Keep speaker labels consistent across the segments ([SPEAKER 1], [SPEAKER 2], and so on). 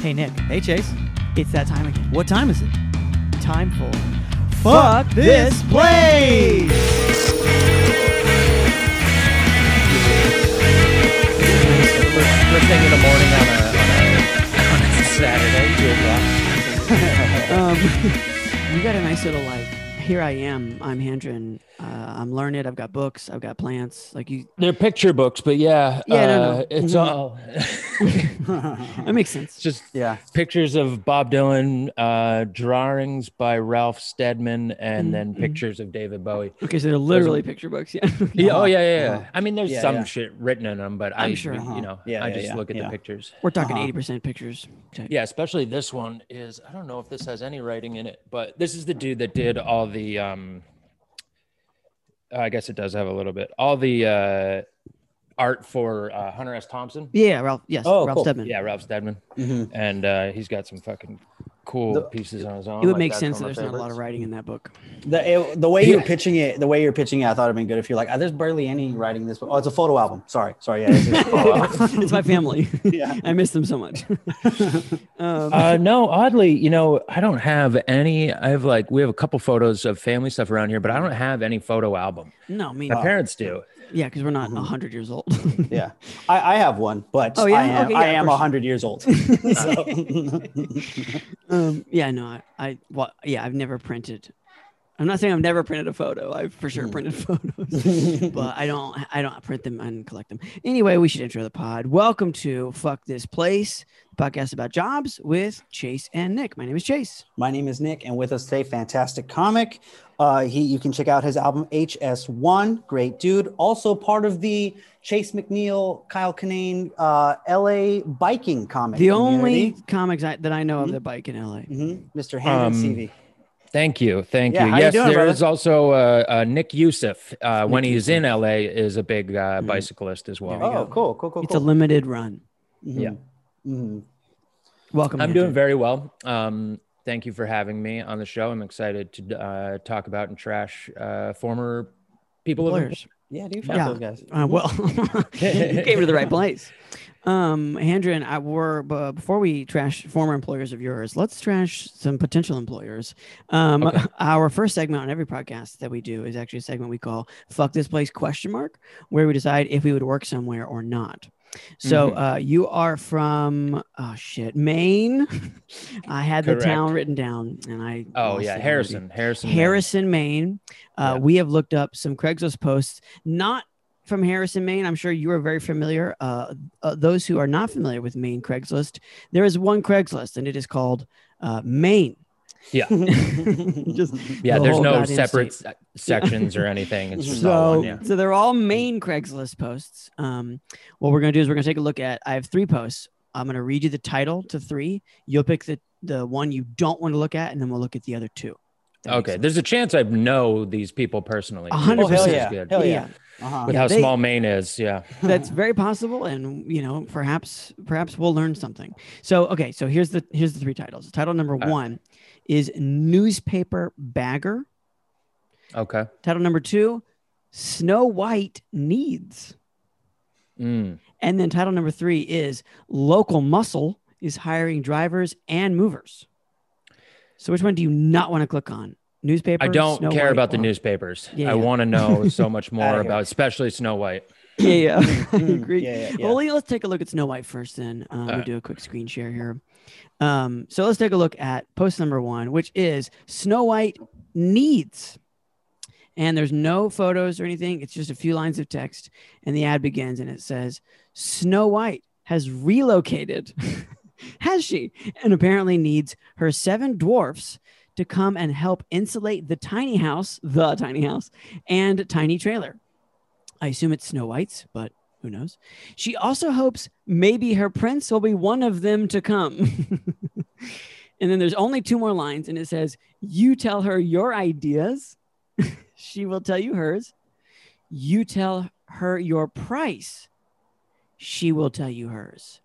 [SPEAKER 1] Hey, Nick,
[SPEAKER 2] Hey, Chase.
[SPEAKER 1] it's that time again.
[SPEAKER 2] What time is it?
[SPEAKER 1] Time for
[SPEAKER 2] Fuck this place!
[SPEAKER 3] First thing in the morning on a, on a, on a Saturday, two o'clock.
[SPEAKER 1] Um, you got a nice little like. Here I am. I'm Handren. Uh, I'm learned. I've got books. I've got plants. Like you,
[SPEAKER 3] They're picture books, but yeah,
[SPEAKER 1] Yeah, no, no.
[SPEAKER 3] uh, it's
[SPEAKER 1] Mhm.
[SPEAKER 3] all
[SPEAKER 1] that makes sense.
[SPEAKER 3] it's just
[SPEAKER 2] Mm-hmm. yeah.
[SPEAKER 3] pictures of Bob Dylan, uh, drawings by Ralph Steadman, and then
[SPEAKER 1] Mhm.
[SPEAKER 3] pictures of David Bowie.
[SPEAKER 1] Okay, so they're literally picture books. Yeah.
[SPEAKER 3] Yeah, oh yeah, yeah,
[SPEAKER 2] Uh-huh.
[SPEAKER 3] yeah. I mean, there's
[SPEAKER 2] Yeah,
[SPEAKER 3] some
[SPEAKER 2] yeah.
[SPEAKER 3] shit written in them, but
[SPEAKER 1] I'm
[SPEAKER 3] I,
[SPEAKER 1] sure.
[SPEAKER 3] you know,
[SPEAKER 2] Yeah,
[SPEAKER 3] I
[SPEAKER 2] yeah,
[SPEAKER 3] just
[SPEAKER 2] yeah,
[SPEAKER 3] look at
[SPEAKER 2] yeah.
[SPEAKER 3] the pictures.
[SPEAKER 1] We're talking
[SPEAKER 2] Uh-huh.
[SPEAKER 1] 80 percent pictures. Check.
[SPEAKER 3] Yeah, especially this one is I don't know if this has any writing in it, but this is the dude that did all the um I guess it does have a little bit. All the uh art for uh, Hunter S. Thompson.
[SPEAKER 1] Yeah, Ralph. Yes,
[SPEAKER 3] Oh,
[SPEAKER 1] Ralph
[SPEAKER 3] cool.
[SPEAKER 1] Steadman.
[SPEAKER 3] Yeah, Ralph Steadman.
[SPEAKER 2] Mm-hmm.
[SPEAKER 3] And uh he's got some fucking cool
[SPEAKER 2] The-
[SPEAKER 3] pieces on his own.
[SPEAKER 1] It would
[SPEAKER 3] like
[SPEAKER 1] make
[SPEAKER 3] that's
[SPEAKER 1] sense that
[SPEAKER 3] one
[SPEAKER 1] there's not
[SPEAKER 3] my
[SPEAKER 1] a lot
[SPEAKER 3] favorites.
[SPEAKER 1] of writing in that book.
[SPEAKER 2] The, it, the way
[SPEAKER 3] Yeah.
[SPEAKER 2] you're pitching it, the way you're pitching it, I thought it'd been good if you're like, oh, there's barely any writing this. Oh, it's a photo album. Sorry, sorry. Yeah, it's a photo album.
[SPEAKER 1] it's my family.
[SPEAKER 2] Yeah.
[SPEAKER 1] I miss them so much. um,
[SPEAKER 3] uh no oddly you know i don't have any i have like we have a couple photos of family stuff around here but i don't have any photo album
[SPEAKER 1] no, me.
[SPEAKER 3] my parents do
[SPEAKER 1] Yeah, because we're not 100 years old.
[SPEAKER 2] yeah. I, I have one, but
[SPEAKER 1] Oh, yeah?
[SPEAKER 2] I am
[SPEAKER 1] Okay, yeah,
[SPEAKER 2] I
[SPEAKER 1] of
[SPEAKER 2] am
[SPEAKER 1] course.
[SPEAKER 2] hundred years old. So-
[SPEAKER 1] um, yeah, no, I, I well, yeah, I've never printed. I'm not saying I've never printed a photo. I've for
[SPEAKER 3] Hmm.
[SPEAKER 1] sure printed photos, but I don't. I don't print them and collect them. Anyway, we should intro the pod. Welcome to Fuck This Place, the podcast about jobs with Chase and Nick. My name is Chase.
[SPEAKER 2] My name is Nick, and with us today, fantastic comic. Uh, he, you can check out his album HS1, great dude. Also part of the Chase McNeil, Kyle Kinane, uh, LA biking comic.
[SPEAKER 1] The only comics I, that I know
[SPEAKER 3] Hmm?
[SPEAKER 1] of that bike in LA.
[SPEAKER 3] Oh.
[SPEAKER 2] community. Mhm. Mr. Hamden
[SPEAKER 3] Um,
[SPEAKER 2] CV.
[SPEAKER 3] Thank you, thank
[SPEAKER 2] Yeah,
[SPEAKER 3] you.
[SPEAKER 2] how you
[SPEAKER 3] Yes, there
[SPEAKER 2] doing,
[SPEAKER 3] is
[SPEAKER 2] brother?
[SPEAKER 3] also uh, uh, Nick Youssef. Uh, when he's in LA, is a big uh, bicyclist as well.
[SPEAKER 1] There we
[SPEAKER 2] Oh, cool, cool, cool.
[SPEAKER 1] It's
[SPEAKER 2] cool.
[SPEAKER 1] a limited run.
[SPEAKER 2] Mhm.
[SPEAKER 3] Yeah.
[SPEAKER 2] Mhm.
[SPEAKER 1] Welcome.
[SPEAKER 3] I'm
[SPEAKER 1] Andrew.
[SPEAKER 3] doing very well. Um, thank you for having me on the show. I'm excited to uh, talk about and trash uh, former people of
[SPEAKER 1] Lawyers.
[SPEAKER 2] Yeah, dude. Fuck
[SPEAKER 1] Yeah.
[SPEAKER 2] those guys.
[SPEAKER 1] Uh, well, you came to the right place. Um, Handren, I were b- before we trash former employers of yours, let's trash some potential employers. Um,
[SPEAKER 3] Okay.
[SPEAKER 1] our first segment on every podcast that we do is actually a segment we call "Fuck This Place?" question mark, where we decide if we would work somewhere or not.
[SPEAKER 3] Mm-hmm.
[SPEAKER 1] So uh, you are from oh shit Maine. I had the town
[SPEAKER 3] Correct.
[SPEAKER 1] written down, and I
[SPEAKER 3] Oh
[SPEAKER 1] lost it
[SPEAKER 3] yeah,
[SPEAKER 1] already.
[SPEAKER 3] Harrison, Harrison, Maine.
[SPEAKER 1] Harrison, Maine. Uh,
[SPEAKER 3] Yeah.
[SPEAKER 1] We have looked up some Craigslist posts, not from Harrison, Maine. I'm sure you are very familiar. Uh, uh, those who are not familiar with Maine Craigslist, there is one Craigslist, and it is called uh, Maine.
[SPEAKER 3] Yeah,
[SPEAKER 1] Just
[SPEAKER 3] yeah.
[SPEAKER 1] the
[SPEAKER 3] There's
[SPEAKER 1] whole
[SPEAKER 3] no
[SPEAKER 1] goddamn
[SPEAKER 3] separate
[SPEAKER 1] state.
[SPEAKER 3] se- sections or anything. It's just all
[SPEAKER 1] So,
[SPEAKER 3] one. Yeah.
[SPEAKER 1] so they're all main Craigslist posts. Um, what we're gonna do is we're gonna take a look at. I have three posts. I'm gonna read you the title to three. You'll pick the the one you don't want to look at, and then we'll look at the other two. That makes
[SPEAKER 3] Okay,
[SPEAKER 1] sense.
[SPEAKER 3] there's a chance I know these people personally.
[SPEAKER 1] A
[SPEAKER 3] too,
[SPEAKER 1] hundred
[SPEAKER 3] which is
[SPEAKER 1] percent.
[SPEAKER 3] good.
[SPEAKER 2] Hell yeah.
[SPEAKER 1] yeah.
[SPEAKER 2] Uh-huh.
[SPEAKER 3] With
[SPEAKER 1] Yeah,
[SPEAKER 3] how
[SPEAKER 1] they-
[SPEAKER 3] small Maine is, yeah.
[SPEAKER 1] that's very possible and you know perhaps perhaps we'll learn something so okay so here's the here's the three titles title number
[SPEAKER 3] right.
[SPEAKER 1] one is newspaper bagger
[SPEAKER 3] Okay.
[SPEAKER 1] title number two snow white needs
[SPEAKER 3] Mm.
[SPEAKER 1] and then title number three is local muscle is hiring drivers and movers so which one do you not want to click on newspaper
[SPEAKER 3] I don't
[SPEAKER 1] Snow
[SPEAKER 3] care
[SPEAKER 1] White,
[SPEAKER 3] about the
[SPEAKER 1] or-
[SPEAKER 3] newspapers.
[SPEAKER 1] Yeah, yeah.
[SPEAKER 3] I want to know so much more
[SPEAKER 2] Outta here.
[SPEAKER 3] about, especially Snow White.
[SPEAKER 1] yeah yeah i
[SPEAKER 2] Mm,
[SPEAKER 1] agree
[SPEAKER 2] Yeah, yeah, yeah.
[SPEAKER 1] Well, let- let's take a look at Snow White first, then. Um, we
[SPEAKER 3] Alright.
[SPEAKER 1] do a quick screen share here. Um, so let's take a look at post number one, which is Snow White needs. And there's no photos or anything. It's just a few lines of text. And the ad begins and it says, Snow White has relocated. has she? And apparently needs her seven dwarfs to come and help insulate the tiny house, the tiny house, and tiny trailer. I assume it's Snow White's, but who knows? She also hopes maybe her prince will be one of them to come. and then there's only two more lines, and it says, You tell her your ideas, she will tell you hers. You tell her your price, she will tell you hers.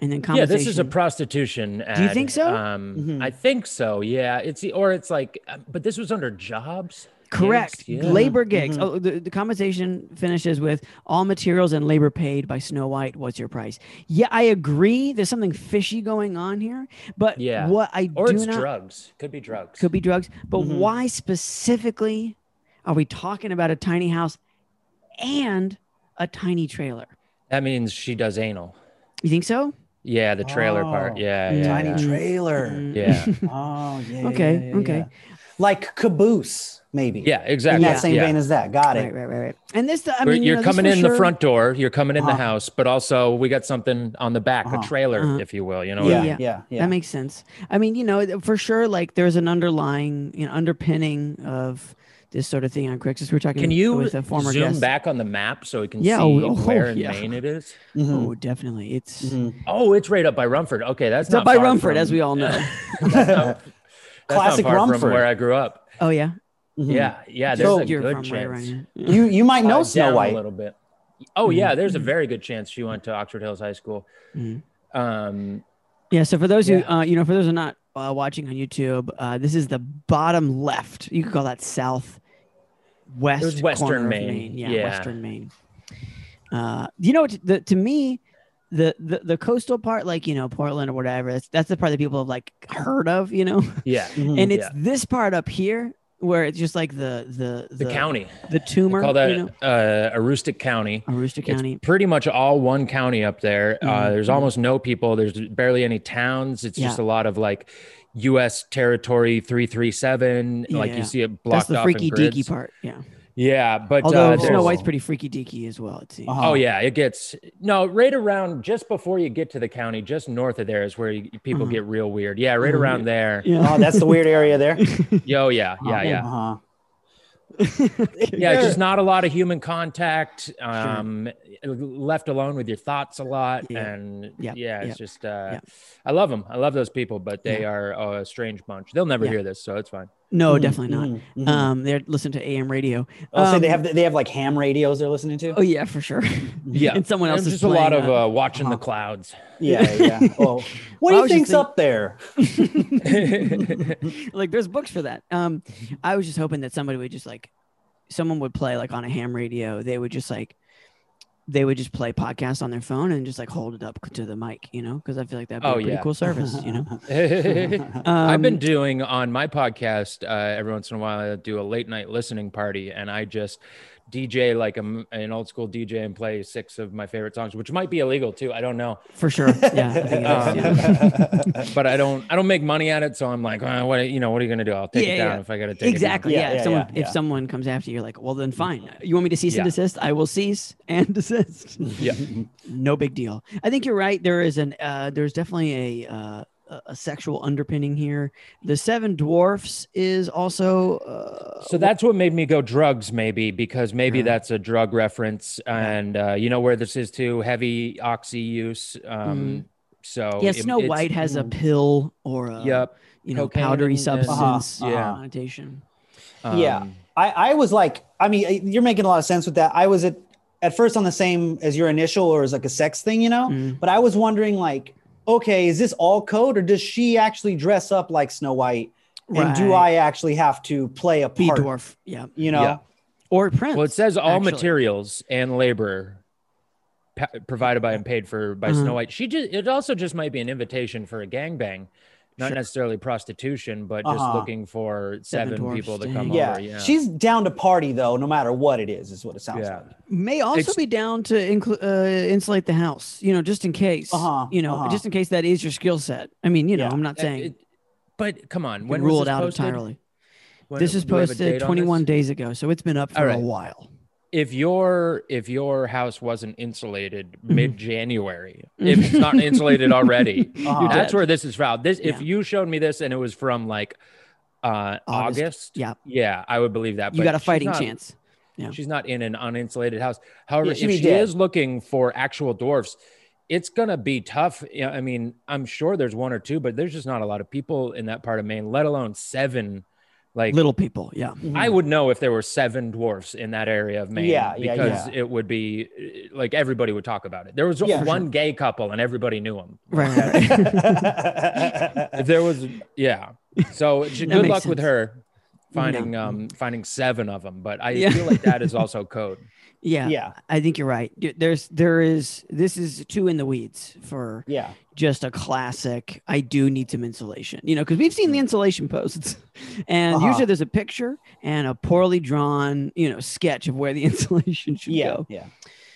[SPEAKER 1] And then
[SPEAKER 3] Yeah,
[SPEAKER 1] conversation.
[SPEAKER 3] this is a prostitution. Ad.
[SPEAKER 1] you think so?
[SPEAKER 3] Um,
[SPEAKER 2] Mhm.
[SPEAKER 3] I think so. Yeah, it's the or it's like, uh, but this was under jobs.
[SPEAKER 1] Correct.
[SPEAKER 3] gigs, yeah. Mm-hmm.
[SPEAKER 1] Labor gigs.
[SPEAKER 2] Mhm.
[SPEAKER 1] Oh, the, the conversation finishes with all materials and labor paid by Snow White. What's your price? Yeah, I agree. There's something fishy going on here, but
[SPEAKER 3] Yeah.
[SPEAKER 1] what I
[SPEAKER 3] Or
[SPEAKER 1] do
[SPEAKER 3] it's
[SPEAKER 1] not
[SPEAKER 3] drugs. Mm-hmm. Could be drugs.
[SPEAKER 1] could be drugs. But
[SPEAKER 2] Mhm.
[SPEAKER 1] why specifically are we talking about a tiny house and a tiny trailer?
[SPEAKER 3] that means she does anal.
[SPEAKER 1] You think so?
[SPEAKER 3] Yeah, the trailer
[SPEAKER 2] Oh,
[SPEAKER 3] part. Yeah, yeah.
[SPEAKER 2] Tiny
[SPEAKER 3] yeah.
[SPEAKER 2] trailer.
[SPEAKER 1] Mm.
[SPEAKER 3] yeah.
[SPEAKER 2] Oh, yeah.
[SPEAKER 1] Okay,
[SPEAKER 2] yeah, yeah,
[SPEAKER 1] okay.
[SPEAKER 2] yeah. Like caboose, maybe.
[SPEAKER 3] Yeah,
[SPEAKER 2] In
[SPEAKER 3] exactly.
[SPEAKER 2] that same
[SPEAKER 3] yeah.
[SPEAKER 2] vein as that. Got
[SPEAKER 1] Right,
[SPEAKER 2] it.
[SPEAKER 1] right, right, right. And this, I
[SPEAKER 3] Where
[SPEAKER 1] mean, you
[SPEAKER 3] you're
[SPEAKER 1] know, this
[SPEAKER 3] coming
[SPEAKER 1] for
[SPEAKER 3] in the
[SPEAKER 1] sure-
[SPEAKER 3] front door, you're coming in the
[SPEAKER 2] Uh-huh.
[SPEAKER 3] house, but also we got something on the back,
[SPEAKER 2] Uh-huh.
[SPEAKER 3] a trailer,
[SPEAKER 1] Uh-huh.
[SPEAKER 3] if you will. You know,
[SPEAKER 2] Yeah,
[SPEAKER 3] what I
[SPEAKER 2] yeah,
[SPEAKER 1] Yeah.
[SPEAKER 2] yeah.
[SPEAKER 1] That makes sense. I mean, you know, th- for sure, like there's an underlying, you know, underpinning of this sort of thing on Craigslist. We We're talking
[SPEAKER 3] Can you
[SPEAKER 1] with a Mm, former
[SPEAKER 3] zoom
[SPEAKER 1] guest.
[SPEAKER 3] back on the map so we can
[SPEAKER 1] Yeah,
[SPEAKER 3] see
[SPEAKER 1] oh, oh,
[SPEAKER 3] where in
[SPEAKER 1] yeah.
[SPEAKER 3] Maine it is?
[SPEAKER 2] Mhm,
[SPEAKER 1] Oh, definitely. It's
[SPEAKER 2] mhm.
[SPEAKER 3] Oh, it's right up by Rumford. Okay, that's
[SPEAKER 1] It's
[SPEAKER 3] not
[SPEAKER 1] up by
[SPEAKER 3] far
[SPEAKER 1] Rumford,
[SPEAKER 3] from-
[SPEAKER 1] as we all know.
[SPEAKER 3] That's not- that's not
[SPEAKER 2] Classic
[SPEAKER 3] far from
[SPEAKER 2] Rumford.
[SPEAKER 3] where I grew up.
[SPEAKER 1] oh yeah.
[SPEAKER 2] Mhm.
[SPEAKER 3] Yeah, yeah. There's
[SPEAKER 2] So-
[SPEAKER 3] a
[SPEAKER 1] You're
[SPEAKER 3] good
[SPEAKER 1] from right
[SPEAKER 3] chance.
[SPEAKER 1] around here.
[SPEAKER 2] Mm-hmm.
[SPEAKER 1] Hmm.
[SPEAKER 2] You you might know
[SPEAKER 3] Uh, down
[SPEAKER 2] Snow
[SPEAKER 3] a
[SPEAKER 2] White.
[SPEAKER 3] little bit. Oh yeah, there's a very good chance she went to Oxford Hills High School.
[SPEAKER 1] Mhm.
[SPEAKER 3] Um,
[SPEAKER 1] Yeah. So for those who,
[SPEAKER 3] Yeah.
[SPEAKER 1] uh, you know, for those who are not uh, watching on YouTube, uh, this is the bottom left. You could call that south west.
[SPEAKER 3] western
[SPEAKER 1] corner of
[SPEAKER 3] Maine.
[SPEAKER 1] Yeah,
[SPEAKER 3] Yeah.
[SPEAKER 1] Western Maine. Uh, you know, to, the, to me, the, the the coastal part, like you know, Portland or whatever, that's, that's the part that people have like heard of. You know,
[SPEAKER 3] yeah,
[SPEAKER 2] Mhm.
[SPEAKER 1] and it's
[SPEAKER 3] Hmm, Yeah.
[SPEAKER 1] this part up here where it's just like the the
[SPEAKER 3] the, county.
[SPEAKER 1] the
[SPEAKER 3] They
[SPEAKER 1] tumor.
[SPEAKER 3] call that
[SPEAKER 1] you know,
[SPEAKER 3] uh, Aroostook County.
[SPEAKER 1] Aroostook County.
[SPEAKER 3] It's pretty much all one county up there. Uh,
[SPEAKER 1] Mhm.
[SPEAKER 3] there's almost no people. There's barely any towns. It's just a lot of like U.S. territory 337. Like
[SPEAKER 1] Yeah.
[SPEAKER 3] you see it
[SPEAKER 1] That's
[SPEAKER 3] blocked
[SPEAKER 1] the
[SPEAKER 3] off
[SPEAKER 1] freaky
[SPEAKER 3] in grids.
[SPEAKER 1] deaky part. Yeah.
[SPEAKER 3] Yeah, but
[SPEAKER 1] Although
[SPEAKER 3] uh,
[SPEAKER 1] Snow
[SPEAKER 3] there's-
[SPEAKER 1] White's pretty freaky deaky as well. It seems.
[SPEAKER 2] Uh-huh.
[SPEAKER 3] Oh yeah, it gets no right around just before you get to the county, just north of there is where you, people
[SPEAKER 1] Uh-huh.
[SPEAKER 3] get real weird. Yeah, right
[SPEAKER 1] Uh-huh.
[SPEAKER 3] around there.
[SPEAKER 1] Yeah. Oh,
[SPEAKER 2] Oh, that's the weird area there.
[SPEAKER 3] Yo, yeah, yeah, yeah.
[SPEAKER 2] Uh-huh.
[SPEAKER 3] yeah
[SPEAKER 2] Sure.
[SPEAKER 3] just not a lot of human contact um left alone with your thoughts a lot
[SPEAKER 1] Yeah.
[SPEAKER 3] and
[SPEAKER 1] Yeah.
[SPEAKER 3] yeah, it's
[SPEAKER 1] Yeah.
[SPEAKER 3] just uh
[SPEAKER 1] Yeah.
[SPEAKER 3] i love them i love those people but they are a strange bunch they'll never
[SPEAKER 1] Yeah.
[SPEAKER 3] hear this so it's fine
[SPEAKER 1] No,
[SPEAKER 2] Mhm,
[SPEAKER 1] definitely not.
[SPEAKER 2] mhm, mhm.
[SPEAKER 1] Um, they're listening to AM radio.
[SPEAKER 2] oh, so they
[SPEAKER 1] um,
[SPEAKER 2] have they have like ham radios they're listening to.
[SPEAKER 1] Oh yeah, for sure.
[SPEAKER 3] yeah
[SPEAKER 1] And someone else
[SPEAKER 3] And
[SPEAKER 1] is
[SPEAKER 3] just a lot
[SPEAKER 1] playing,
[SPEAKER 3] of
[SPEAKER 1] uh,
[SPEAKER 3] uh, watching
[SPEAKER 2] uh-huh.
[SPEAKER 3] the clouds
[SPEAKER 2] Yeah, yeah. Oh, what
[SPEAKER 1] Well, I
[SPEAKER 2] do you
[SPEAKER 1] was just
[SPEAKER 2] think's
[SPEAKER 1] think-
[SPEAKER 2] up there?
[SPEAKER 1] like there's books for that. Um,
[SPEAKER 2] Mm-hmm.
[SPEAKER 1] I was just hoping that somebody would just like, someone would play like on a ham radio. They would just like, they would just play podcasts on their phone and just like hold it up to the mic, you know, because I feel like that'd be
[SPEAKER 3] Oh,
[SPEAKER 1] a pretty
[SPEAKER 3] yeah.
[SPEAKER 1] cool service, you know.
[SPEAKER 3] i've been
[SPEAKER 1] Um,
[SPEAKER 3] doing on my podcast uh, every once in a while i do a late night listening party and i just dj like I'm an old school dj and play six of my favorite songs which might be illegal too i don't know
[SPEAKER 1] for sure. Yeah, I think it is,
[SPEAKER 3] Um,
[SPEAKER 1] yeah.
[SPEAKER 3] but I don't I don't make money at it, so I'm like, "Ah, what you know, what are you gonna do? I'll take
[SPEAKER 1] Yeah,
[SPEAKER 3] it down
[SPEAKER 1] yeah.
[SPEAKER 3] if I gotta take
[SPEAKER 1] Exactly.
[SPEAKER 3] it
[SPEAKER 1] Yeah.
[SPEAKER 2] Yeah,
[SPEAKER 1] if
[SPEAKER 2] yeah,
[SPEAKER 1] someone
[SPEAKER 2] yeah,
[SPEAKER 1] if
[SPEAKER 2] yeah.
[SPEAKER 1] someone comes after you, you're like, well, then fine. You want me to cease and
[SPEAKER 3] Yeah.
[SPEAKER 1] desist? I will cease and desist.
[SPEAKER 3] down.
[SPEAKER 1] no big deal. I think you're right. There is an uh, there's definitely a uh, a- a sexual underpinning here. The Seven Dwarfs is also uh,
[SPEAKER 3] Yeah. So that's what made me go drugs, maybe because maybe
[SPEAKER 1] Yeah.
[SPEAKER 3] that's a drug reference,
[SPEAKER 1] Uh-huh.
[SPEAKER 3] and uh, you know where this is too heavy oxy use. Um, So
[SPEAKER 1] Mm-hmm. yeah.
[SPEAKER 3] it-
[SPEAKER 1] Snow
[SPEAKER 3] it's-
[SPEAKER 1] White has a
[SPEAKER 2] mm.
[SPEAKER 1] pill or a
[SPEAKER 3] Yep.
[SPEAKER 1] you know
[SPEAKER 3] cocaine
[SPEAKER 1] powdery
[SPEAKER 3] and- uh, and-
[SPEAKER 2] Uh-huh,
[SPEAKER 1] substance
[SPEAKER 2] uh-huh.
[SPEAKER 1] connotation. Uh,
[SPEAKER 2] Yeah.
[SPEAKER 3] um,
[SPEAKER 2] I, I was like, I mean, you're making a lot of sense with that. I was at at first on the same as your initial or as like a sex thing, you know.
[SPEAKER 1] Mm.
[SPEAKER 2] But I was wondering, like, okay, is this all code or does she actually dress up like Snow White? And do
[SPEAKER 1] Right.
[SPEAKER 2] I actually have to play a
[SPEAKER 1] Be
[SPEAKER 2] part?
[SPEAKER 1] dwarf, yeah,
[SPEAKER 2] You know,
[SPEAKER 3] Yeah.
[SPEAKER 1] or Prince.
[SPEAKER 3] Well, it says all
[SPEAKER 1] actually.
[SPEAKER 3] materials and labor. pa- Provided by and paid for by
[SPEAKER 1] Uh-huh.
[SPEAKER 3] Snow White. She just it also just might be an invitation for a gangbang, not
[SPEAKER 1] Sure.
[SPEAKER 3] necessarily prostitution, but just
[SPEAKER 2] Uh-huh.
[SPEAKER 3] looking for
[SPEAKER 1] Seven
[SPEAKER 3] seven,
[SPEAKER 1] dwarfs,
[SPEAKER 3] people to
[SPEAKER 1] dang.
[SPEAKER 3] come
[SPEAKER 2] yeah.
[SPEAKER 3] over. Yeah,
[SPEAKER 2] she's down to party though, no matter what it is, is what it sounds
[SPEAKER 3] yeah.
[SPEAKER 2] like.
[SPEAKER 1] may also
[SPEAKER 3] It's-
[SPEAKER 1] be down to inclu- uh, insulate the house, you know, just in case,
[SPEAKER 2] Uh-huh,
[SPEAKER 1] you know,
[SPEAKER 2] uh-huh.
[SPEAKER 1] just in case that is your skill set. I mean, you know,
[SPEAKER 2] Yeah.
[SPEAKER 1] I'm not
[SPEAKER 3] Uh,
[SPEAKER 1] saying
[SPEAKER 3] it- but come on,
[SPEAKER 1] you
[SPEAKER 3] when
[SPEAKER 1] can
[SPEAKER 3] was
[SPEAKER 1] rule it
[SPEAKER 3] this
[SPEAKER 1] out
[SPEAKER 3] posted?
[SPEAKER 1] entirely.
[SPEAKER 3] When-
[SPEAKER 1] this is
[SPEAKER 3] do we have a
[SPEAKER 1] posted
[SPEAKER 3] date on
[SPEAKER 1] 21
[SPEAKER 3] this?
[SPEAKER 1] days ago, so it's been up for
[SPEAKER 3] All
[SPEAKER 1] a
[SPEAKER 3] right.
[SPEAKER 1] while.
[SPEAKER 3] If your if your house wasn't insulated
[SPEAKER 1] Mm-hmm.
[SPEAKER 3] mid January, if it's not insulated already,
[SPEAKER 2] Uh-huh.
[SPEAKER 1] You're
[SPEAKER 3] that's
[SPEAKER 1] dead.
[SPEAKER 3] where this is found. This if
[SPEAKER 1] Mm-hmm. Yeah.
[SPEAKER 3] you showed me this and it was from like uh
[SPEAKER 1] August.
[SPEAKER 3] August,
[SPEAKER 1] Yeah.
[SPEAKER 3] yeah, I would believe that.
[SPEAKER 1] You
[SPEAKER 3] but
[SPEAKER 1] got a
[SPEAKER 3] she's
[SPEAKER 1] fighting
[SPEAKER 3] not-
[SPEAKER 1] chance. Yeah.
[SPEAKER 3] She's not in an uninsulated house. However,
[SPEAKER 2] Yeah, she'd
[SPEAKER 3] if
[SPEAKER 2] be
[SPEAKER 3] she
[SPEAKER 2] dead.
[SPEAKER 3] is looking for actual dwarfs, it's gonna be tough. You know, I mean, I'm sure there's one or two, but there's just not a lot of people in that part of Maine, let alone seven. Like
[SPEAKER 1] Little people. Yeah.
[SPEAKER 3] I would know if there were seven dwarfs in that area of Maine.
[SPEAKER 2] Yeah, yeah,
[SPEAKER 3] because
[SPEAKER 2] yeah.
[SPEAKER 3] it would be uh, like everybody would talk about it. There was
[SPEAKER 2] Yeah, for
[SPEAKER 3] one gay couple and everybody knew him.
[SPEAKER 1] Right. right,
[SPEAKER 2] Mm-hmm.
[SPEAKER 1] right.
[SPEAKER 3] If there was, yeah. So it's-
[SPEAKER 1] That
[SPEAKER 3] good
[SPEAKER 1] makes
[SPEAKER 3] luck with
[SPEAKER 1] sense.
[SPEAKER 3] her finding um finding seven of them, but I
[SPEAKER 1] Yeah.
[SPEAKER 3] feel like that is also code.
[SPEAKER 1] Yeah,
[SPEAKER 2] yeah,
[SPEAKER 1] I think you're right. D- There's there is this is two in the weeds for
[SPEAKER 2] yeah.
[SPEAKER 1] just a classic. I do need some insulation, you know, because we've seen the insulation posts, and
[SPEAKER 2] Mm. Uh-huh.
[SPEAKER 1] usually there's a picture and a poorly drawn, you know, sketch of where the insulation should
[SPEAKER 2] yeah,
[SPEAKER 1] go.
[SPEAKER 2] yeah,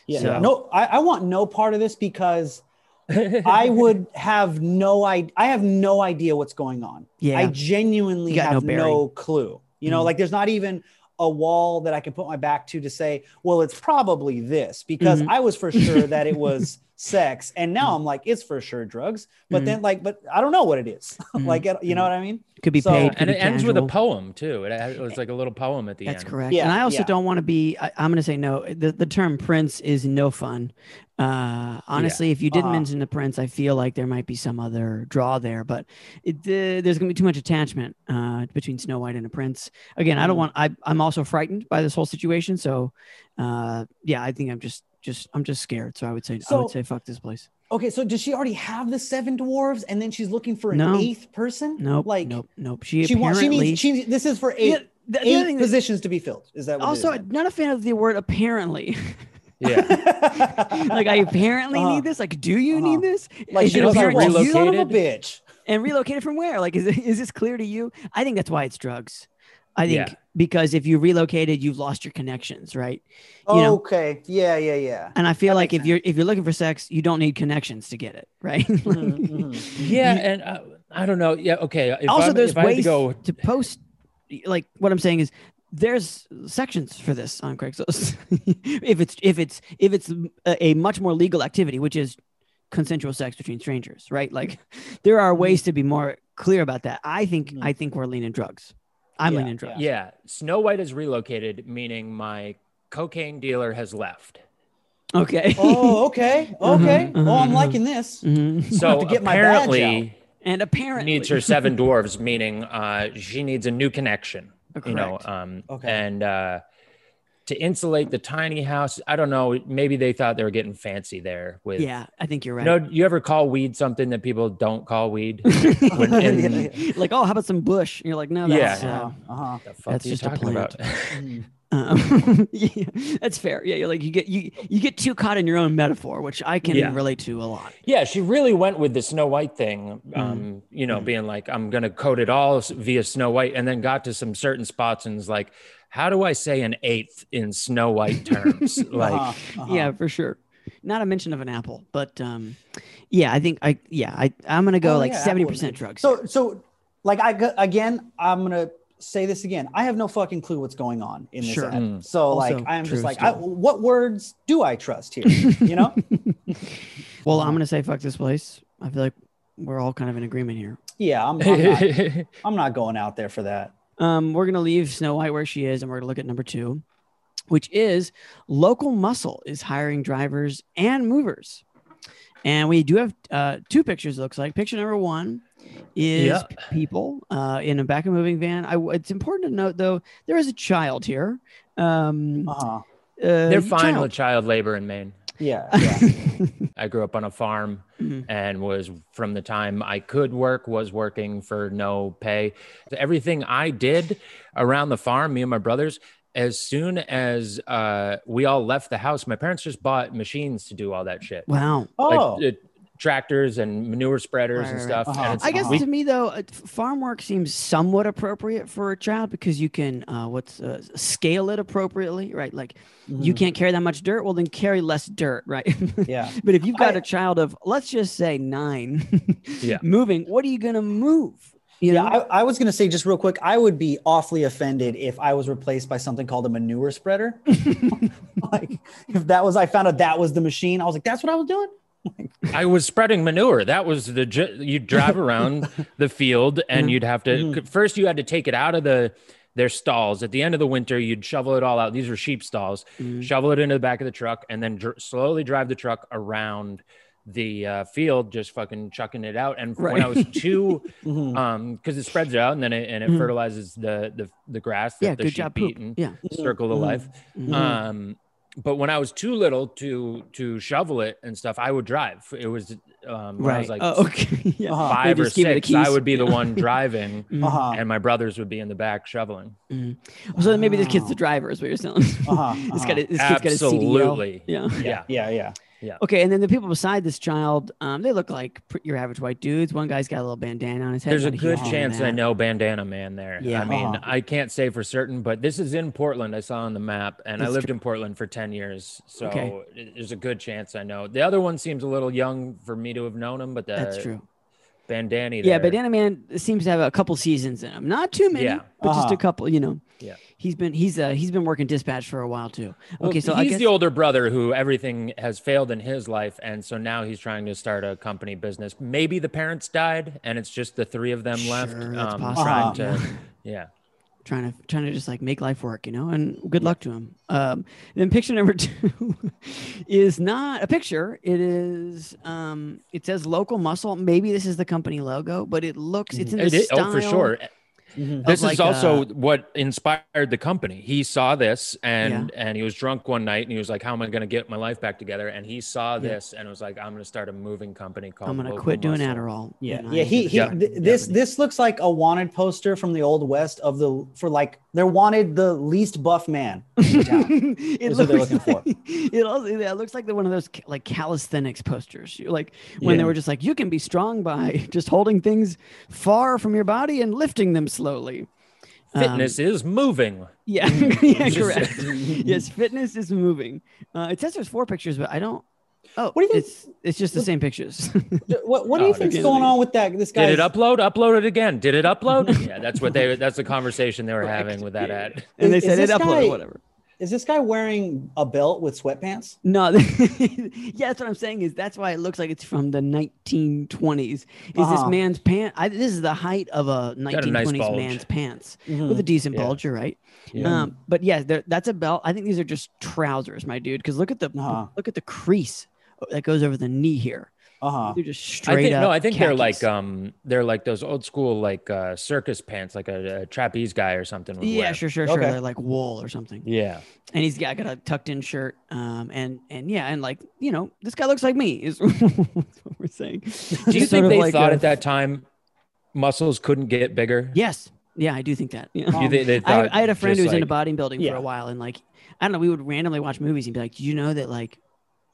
[SPEAKER 2] yeah.
[SPEAKER 1] So-
[SPEAKER 2] No, I, I want no part of this because I would have no idea. I have no idea what's going on.
[SPEAKER 1] Yeah,
[SPEAKER 2] I genuinely
[SPEAKER 1] You got no
[SPEAKER 2] have no,
[SPEAKER 1] bearing.
[SPEAKER 2] clue. You know,
[SPEAKER 1] Mhm.
[SPEAKER 2] like there's not even a wall that I can put my back to to say, well, it's probably this because
[SPEAKER 1] Mhm.
[SPEAKER 2] I was for sure that it was sex, and
[SPEAKER 1] Mm-hmm.
[SPEAKER 2] now I'm like, it's for sure drugs. But
[SPEAKER 1] Mhm.
[SPEAKER 2] then, like, but I don't know what it is.
[SPEAKER 1] Mhm.
[SPEAKER 2] like, it- you know what I mean?
[SPEAKER 1] could be
[SPEAKER 2] so-
[SPEAKER 1] paid. could
[SPEAKER 3] and it
[SPEAKER 1] be
[SPEAKER 3] ends with a
[SPEAKER 1] casual.
[SPEAKER 3] poem too. It, it was like a little poem at the
[SPEAKER 1] That's
[SPEAKER 3] end.
[SPEAKER 1] correct.
[SPEAKER 2] Yeah,
[SPEAKER 1] and I also
[SPEAKER 2] yeah.
[SPEAKER 1] don't want to be. I, I'm going to say no. The, the term prince is no fun. Uh, honestly, if you didn't
[SPEAKER 2] Uh-huh.
[SPEAKER 1] mention the prince, I feel like there might be some other draw there, but it, uh, there's going to be too much attachment uh, between Snow White and a prince. Again, I don't want.
[SPEAKER 2] Mm.
[SPEAKER 1] I, I'm also frightened by this whole situation. So, uh, yeah, I think I'm just just I'm just scared. So I would say I
[SPEAKER 2] So-
[SPEAKER 1] would say fuck this place.
[SPEAKER 2] Okay, so does she already have the seven dwarves, and then she's looking for an
[SPEAKER 1] No.
[SPEAKER 2] eighth person?
[SPEAKER 1] Nope.
[SPEAKER 2] like
[SPEAKER 1] nope. Nope. She,
[SPEAKER 2] she wants. She
[SPEAKER 1] apparently.
[SPEAKER 2] needs. She, this is for eight.
[SPEAKER 1] Yeah, the- the other
[SPEAKER 2] Eight
[SPEAKER 1] thing that-
[SPEAKER 2] positions to be filled. Is that what
[SPEAKER 1] also,
[SPEAKER 2] It is?
[SPEAKER 1] not a fan of the word apparently.
[SPEAKER 3] Yeah.
[SPEAKER 1] like I apparently
[SPEAKER 2] Uh-huh.
[SPEAKER 1] need this. Like, do you
[SPEAKER 2] Uh-huh.
[SPEAKER 1] need this?
[SPEAKER 2] like
[SPEAKER 1] Is
[SPEAKER 2] she
[SPEAKER 1] it
[SPEAKER 2] doesn't
[SPEAKER 1] apparent
[SPEAKER 2] want
[SPEAKER 1] to you?
[SPEAKER 2] son of a bitch.
[SPEAKER 1] and relocated from where? Like, is it- is this clear to you? I think that's why it's drugs. I think
[SPEAKER 3] Yeah.
[SPEAKER 1] because if you relocated, you've lost your connections, right? You know?
[SPEAKER 2] Okay. Yeah. Yeah. Yeah.
[SPEAKER 1] And I feel
[SPEAKER 2] That
[SPEAKER 1] like
[SPEAKER 2] makes
[SPEAKER 1] if you're if you're looking for sex, you don't need connections to get it, right? Like-
[SPEAKER 2] Mhm, mhm.
[SPEAKER 3] Yeah, and uh, I don't know. Yeah, okay. If
[SPEAKER 1] also,
[SPEAKER 3] I'm-
[SPEAKER 1] there's
[SPEAKER 3] if I had
[SPEAKER 1] ways
[SPEAKER 3] to go.
[SPEAKER 1] to, post. Like what I'm saying is, there's sections for this on Craigslist. if it's if it's if it's a, a much more legal activity, which is consensual sex between strangers, right? Like there are ways to be more clear about that. I think
[SPEAKER 2] Mhm.
[SPEAKER 1] I think we're leaning drugs. I'm
[SPEAKER 2] Yeah,
[SPEAKER 1] leaning drugs.
[SPEAKER 3] Yeah, Snow White is relocated, meaning my cocaine dealer has left.
[SPEAKER 1] Okay.
[SPEAKER 2] Oh. Okay. Okay.
[SPEAKER 1] Mhm,
[SPEAKER 2] oh, I'm
[SPEAKER 1] mhm,
[SPEAKER 2] liking this.
[SPEAKER 1] Mhm.
[SPEAKER 3] So
[SPEAKER 2] to get my badge
[SPEAKER 3] apparently,
[SPEAKER 1] And apparently,
[SPEAKER 3] needs her seven dwarves, meaning uh, she needs a new connection. You know,
[SPEAKER 1] Correct.
[SPEAKER 3] um,
[SPEAKER 2] Okay.
[SPEAKER 3] and uh, to insulate the tiny house, I don't know. Maybe they thought they were getting fancy there with.
[SPEAKER 1] yeah, I think you're right.
[SPEAKER 3] No, you ever call weed something that people don't call weed? When
[SPEAKER 2] Yeah,
[SPEAKER 3] in-
[SPEAKER 2] yeah, yeah.
[SPEAKER 1] like, oh, how about some bush? And you're like, no, that's
[SPEAKER 3] Yeah.
[SPEAKER 1] uh,
[SPEAKER 2] Uh-huh.
[SPEAKER 3] the fuck
[SPEAKER 1] That's
[SPEAKER 3] are you
[SPEAKER 1] just a
[SPEAKER 3] talking
[SPEAKER 1] plant.
[SPEAKER 3] about?
[SPEAKER 2] Mhm.
[SPEAKER 1] Um, yeah, that's fair. Yeah, you're like you get you you get too caught in your own metaphor, which I can
[SPEAKER 3] Yeah.
[SPEAKER 1] relate to a lot.
[SPEAKER 3] Yeah, she really went with the Snow White thing, um,
[SPEAKER 2] Mm-hmm.
[SPEAKER 3] you know, being like, I'm going to code it all s- via Snow White, and then got to some certain spots and was like, how do I say an eighth in Snow White terms? like,
[SPEAKER 2] Uh-huh, uh-huh.
[SPEAKER 1] Yeah, for sure. Not a mention of an apple, but um, yeah, I think I yeah I I'm gonna go
[SPEAKER 2] Oh,
[SPEAKER 1] like
[SPEAKER 2] yeah,
[SPEAKER 1] seventy
[SPEAKER 2] apple,
[SPEAKER 1] percent
[SPEAKER 2] man.
[SPEAKER 1] drugs.
[SPEAKER 2] So so like I go- again, I'm gonna say this again. I have no fucking clue what's going on in this
[SPEAKER 1] Sure.
[SPEAKER 2] ad.
[SPEAKER 3] Mm.
[SPEAKER 2] So
[SPEAKER 1] Also
[SPEAKER 2] like I'm
[SPEAKER 1] true
[SPEAKER 2] just like, I,
[SPEAKER 1] still.
[SPEAKER 2] what words do I trust here? You know?
[SPEAKER 1] well, I'm gonna say fuck this place. I feel like we're all kind of in agreement here.
[SPEAKER 2] yeah. I'm, I'm, not, I'm not going out there for that.
[SPEAKER 1] Um, we're gonna leave Snow White where she is, and we're gonna look at number two, which is local muscle is hiring drivers and movers, and we do have uh, two pictures. It looks like picture number one is
[SPEAKER 3] Yeah.
[SPEAKER 1] p- people uh, in a back of a moving van. I, it's important to note though there is a child here. Um, uh,
[SPEAKER 2] Uh-huh.
[SPEAKER 3] They're fine with child labor in Maine.
[SPEAKER 2] Yeah. yeah.
[SPEAKER 1] child.
[SPEAKER 3] I grew up on a farm
[SPEAKER 2] Mm-hmm.
[SPEAKER 1] Mhm.
[SPEAKER 3] and was from the time I could work was working for no pay. So everything I did around the farm, me and my brothers, as soon as uh, we all left the house, my parents just bought machines to do all that shit.
[SPEAKER 1] wow.
[SPEAKER 2] Oh,
[SPEAKER 3] like uh, tractors and manure spreaders
[SPEAKER 1] Right,
[SPEAKER 3] and
[SPEAKER 1] right,
[SPEAKER 3] stuff.
[SPEAKER 2] right.
[SPEAKER 3] And
[SPEAKER 2] Uh-huh.
[SPEAKER 3] it's,
[SPEAKER 1] I guess
[SPEAKER 3] we-
[SPEAKER 1] to me though, uh, f- farm work seems somewhat appropriate for a child because you can uh, what's uh, scale it appropriately, right? Like you
[SPEAKER 3] Mm.
[SPEAKER 2] Mhm.
[SPEAKER 1] can't carry that much dirt, well then carry less dirt, right?
[SPEAKER 2] yeah.
[SPEAKER 1] but if you've got
[SPEAKER 2] I-
[SPEAKER 1] a child of let's just say nine,
[SPEAKER 3] Yeah.
[SPEAKER 1] moving, what are you gonna move? You
[SPEAKER 2] yeah,
[SPEAKER 1] know?
[SPEAKER 2] I, I was gonna say just real quick, I would be awfully offended if I was replaced by something called a manure spreader. like if that was, I found out that was the machine. I was like, that's what I was doing.
[SPEAKER 3] I was spreading manure. That was the ju- you'd drive around the field
[SPEAKER 1] Mm-hmm.
[SPEAKER 3] and you'd have to
[SPEAKER 2] Mhm.
[SPEAKER 3] first you had to take it out of the their stalls. At the end of the winter, you'd shovel it all out. These were sheep stalls.
[SPEAKER 1] Mm.
[SPEAKER 3] Shovel it into the back of the truck and then dr- slowly drive the truck around the uh, field, just fucking chucking it out. And when I was two,
[SPEAKER 1] Mm-hmm.
[SPEAKER 2] Mhm.
[SPEAKER 3] um, because it spreads it out and then it and it
[SPEAKER 1] Mhm. fertilizes
[SPEAKER 3] fertilizes the the the grass. That
[SPEAKER 1] yeah,
[SPEAKER 3] the
[SPEAKER 1] good
[SPEAKER 3] sheep
[SPEAKER 1] job, poop.
[SPEAKER 3] eat and
[SPEAKER 1] Yeah.
[SPEAKER 3] circle of
[SPEAKER 2] Mhm.
[SPEAKER 3] life.
[SPEAKER 1] Mhm.
[SPEAKER 3] Um, but when I was too little to to shovel it and stuff, I would drive. It was Um, when I
[SPEAKER 1] Right.
[SPEAKER 3] was like
[SPEAKER 1] oh, okay. yeah.
[SPEAKER 2] Uh-huh.
[SPEAKER 1] They
[SPEAKER 3] five or
[SPEAKER 1] just give you the
[SPEAKER 3] six, I
[SPEAKER 1] keys.
[SPEAKER 3] would be the one driving,
[SPEAKER 1] Mm.
[SPEAKER 2] Uh-huh.
[SPEAKER 3] and my brothers would be in the back shoveling.
[SPEAKER 1] So then maybe this kid's
[SPEAKER 2] Wow.
[SPEAKER 1] the driver is what you're saying.
[SPEAKER 2] Uh-huh,
[SPEAKER 1] this
[SPEAKER 2] uh-huh.
[SPEAKER 1] guy, this kid's got a CDL.
[SPEAKER 3] Absolutely.
[SPEAKER 1] Yeah.
[SPEAKER 3] Yeah.
[SPEAKER 2] Yeah, yeah.
[SPEAKER 1] Okay, and then the people beside this child, um, they look like pr- your average white dudes. One guy's got a little bandana on his head.
[SPEAKER 3] There's a
[SPEAKER 1] not
[SPEAKER 3] good
[SPEAKER 1] huge one
[SPEAKER 3] chance
[SPEAKER 1] on
[SPEAKER 3] I
[SPEAKER 1] that.
[SPEAKER 3] know Bandana Man there.
[SPEAKER 1] Yeah.
[SPEAKER 3] I mean,
[SPEAKER 2] Uh-huh.
[SPEAKER 3] I can't say for certain, but this is in Portland. I saw on the map, and I
[SPEAKER 1] That's
[SPEAKER 3] lived in Portland for 10 years. So
[SPEAKER 1] Okay.
[SPEAKER 3] it- there's a good chance I know. The other one seems a little young for me to have known him, but the
[SPEAKER 1] That's true.
[SPEAKER 3] Bandani
[SPEAKER 1] Yeah,
[SPEAKER 3] there-
[SPEAKER 1] Bandana Man seems to have a couple seasons in him. Not too many,
[SPEAKER 3] Yeah.
[SPEAKER 1] but just
[SPEAKER 2] Uh-huh.
[SPEAKER 1] a couple. You know.
[SPEAKER 3] Yeah.
[SPEAKER 1] He's been he's uh he's been working dispatch for a while too.
[SPEAKER 3] Well,
[SPEAKER 1] Okay, so
[SPEAKER 3] he's
[SPEAKER 1] I guess
[SPEAKER 3] the older brother who everything has failed in his life, and so now he's trying to start a company business. Maybe the parents died, and it's just the three of them left. um,
[SPEAKER 1] Sure, that's possible.
[SPEAKER 3] trying
[SPEAKER 1] Uh-huh.
[SPEAKER 3] to, yeah,
[SPEAKER 1] trying to trying to just like make life work, you know. And good luck to him. Um, then picture number two is not a picture. It is um, it says local muscle. Maybe this is the company logo, but it looks it's in the
[SPEAKER 3] It is-
[SPEAKER 1] style.
[SPEAKER 3] oh for sure.
[SPEAKER 2] Mhm.
[SPEAKER 3] This
[SPEAKER 1] like,
[SPEAKER 3] is also
[SPEAKER 1] uh,
[SPEAKER 3] what inspired the company. He saw this, and and he was drunk one night, and he was like, "How am I going to get my life back together?" And he saw this, and was like, "I'm going to start a moving company called."
[SPEAKER 1] I'm gonna
[SPEAKER 3] Local
[SPEAKER 1] quit doing
[SPEAKER 3] Muscle."
[SPEAKER 1] Adderall.
[SPEAKER 2] Yeah,
[SPEAKER 1] and I
[SPEAKER 2] yeah. He,
[SPEAKER 1] did
[SPEAKER 2] he
[SPEAKER 1] it.
[SPEAKER 2] th- this this looks like a wanted poster from the old west of the for like they're wanted the least buff man in town.
[SPEAKER 1] it
[SPEAKER 2] That's what they're
[SPEAKER 1] looks
[SPEAKER 2] looking for.
[SPEAKER 1] like, it also yeah, it looks like the, one of those ca- like calisthenics posters. You're like when they
[SPEAKER 2] Yeah.
[SPEAKER 1] were just like you can be strong by just holding things far from your body and lifting them slowly. Um,
[SPEAKER 3] Fitness is moving.
[SPEAKER 1] yeah, yeah,
[SPEAKER 3] Just-
[SPEAKER 1] correct. yes, fitness is moving. Uh, it says there's four pictures, but I don't. Oh,
[SPEAKER 2] What do you think-
[SPEAKER 1] It's it's just the same pictures.
[SPEAKER 2] what what do you
[SPEAKER 3] Oh,
[SPEAKER 2] think's
[SPEAKER 1] okay.
[SPEAKER 2] going on with that? This guy
[SPEAKER 3] Did it upload? Upload it again. Did it upload? yeah, that's what they. That's the conversation they were having with that ad.
[SPEAKER 1] and they
[SPEAKER 2] Is- is
[SPEAKER 1] said it
[SPEAKER 2] this
[SPEAKER 1] uploaded
[SPEAKER 2] guy-
[SPEAKER 1] whatever.
[SPEAKER 2] Is this guy wearing a belt with sweatpants?
[SPEAKER 1] No, yeah, that's what I'm saying. Is that's why it looks like it's from the 1920s. Is this
[SPEAKER 2] Uh-huh.
[SPEAKER 1] man's pant? I, this is the height of a
[SPEAKER 3] nice
[SPEAKER 1] 1920s
[SPEAKER 3] bulge. Hmm.
[SPEAKER 1] man's pants with a decent
[SPEAKER 3] Yeah.
[SPEAKER 1] bulge, you're right?
[SPEAKER 3] Yeah.
[SPEAKER 1] Um, but Mm-hmm. yeah, there- that's a belt. I think these are just trousers, my dude. Because look at the
[SPEAKER 2] Uh-huh.
[SPEAKER 1] look at the crease that goes over the knee here.
[SPEAKER 2] Uh huh.
[SPEAKER 1] They're just
[SPEAKER 3] Uh-huh. I
[SPEAKER 1] straight
[SPEAKER 3] think
[SPEAKER 1] up.
[SPEAKER 3] no, I think they're like
[SPEAKER 1] khakis.
[SPEAKER 3] um, they're like those old school like uh, circus pants, like a, a trapeze guy or something. would
[SPEAKER 1] yeah,
[SPEAKER 3] uh, wear.
[SPEAKER 1] sure, sure, sure.
[SPEAKER 2] Okay.
[SPEAKER 1] They're like wool or something.
[SPEAKER 3] Yeah.
[SPEAKER 1] and he's got, got a tucked in shirt um and and yeah and like you know this guy looks like me is what we're saying
[SPEAKER 3] Do you think they thought at that time muscles couldn't get bigger?
[SPEAKER 1] yes yeah i do think that yeah
[SPEAKER 3] You think they
[SPEAKER 1] I,
[SPEAKER 3] thought
[SPEAKER 1] I had a friend
[SPEAKER 3] Oh just
[SPEAKER 1] who was
[SPEAKER 3] like,
[SPEAKER 1] into bodybuilding for
[SPEAKER 2] Yeah.
[SPEAKER 1] a while and like i don't know we would randomly watch movies and be like did you know that like